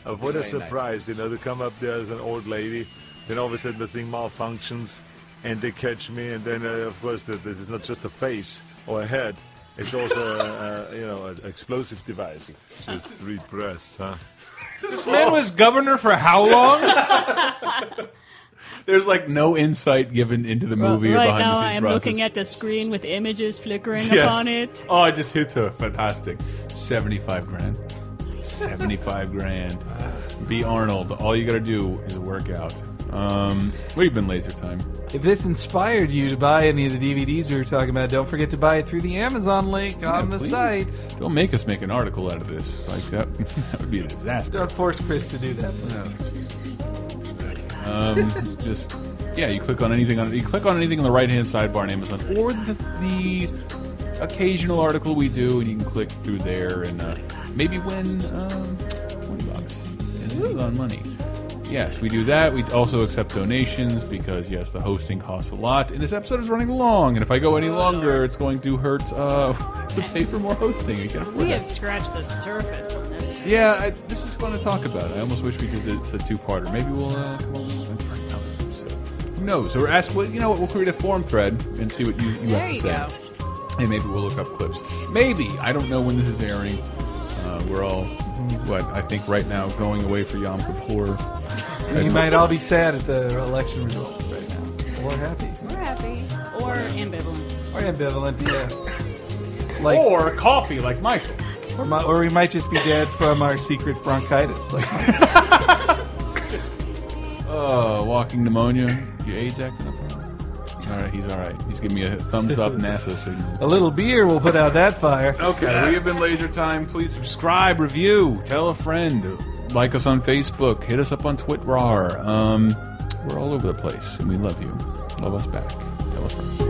Speaker 15: Of what a
Speaker 2: Anyway,
Speaker 15: surprise, you know, to come up there as an old lady, then all of a sudden the thing malfunctions, and they catch me, and then, uh, of course, that this is not just a face or a head, it's also, a, a, you know, an explosive device. With three breasts, huh?
Speaker 5: This man was governor for how long?
Speaker 2: There's like no insight given into the movie or
Speaker 3: right
Speaker 2: behind
Speaker 3: now,
Speaker 2: the
Speaker 3: I
Speaker 2: scenes
Speaker 3: am
Speaker 2: process.
Speaker 3: looking at the screen with images flickering
Speaker 2: Yes.
Speaker 3: upon it.
Speaker 2: Oh, I just hit her. Fantastic. 75 grand. 75 grand. Be Arnold. All you got to do is work out. Um, we've been laser time.
Speaker 4: If this inspired you to buy any of the DVDs we were talking about, don't forget to buy it through the Amazon link on the
Speaker 2: please.
Speaker 4: site.
Speaker 2: Don't make us make an article out of this. Like that, that would be a disaster.
Speaker 4: Don't force Chris to do that.
Speaker 2: Um, just yeah, you click on anything on you click on anything on the right hand sidebar in Amazon, or the, the occasional article we do, and you can click through there and uh, maybe win um, twenty bucks in Amazon money. Yes, we do that. We also accept donations because yes, the hosting costs a lot, and this episode is running long. And if I go any longer, it's going to hurt uh, to pay for more hosting. We can't afford
Speaker 3: We
Speaker 2: that.
Speaker 3: have scratched the surface on this.
Speaker 2: Yeah, I, this is fun to talk about. I almost wish we could. It's a two-parter. Maybe we'll. Uh, come up with something for another episode. Who knows? Or ask what you know. What we'll create a forum thread and see what you, you
Speaker 3: There
Speaker 2: have to
Speaker 3: you
Speaker 2: say. And maybe we'll look up clips. Maybe I don't know when this is airing. Uh, we're all what I think right now going away for Yom Kippur.
Speaker 4: And you might all be sad at the election results right now, or happy,
Speaker 3: We're happy. Or ambivalent.
Speaker 4: or ambivalent. Yeah.
Speaker 2: or coffee, like Michael.
Speaker 4: Or, mi- or we might just be dead from our secret bronchitis, like
Speaker 2: Oh, walking pneumonia. Your AIDS acting up. All right, he's all right. He's giving me a thumbs up NASA signal.
Speaker 4: a little beer will put out that fire.
Speaker 2: Okay, we have been Laser Time. Please subscribe, review, tell a friend, like us on Facebook, hit us up on Twitter. Um, we're all over the place, and we love you. Love us back. Tell a friend.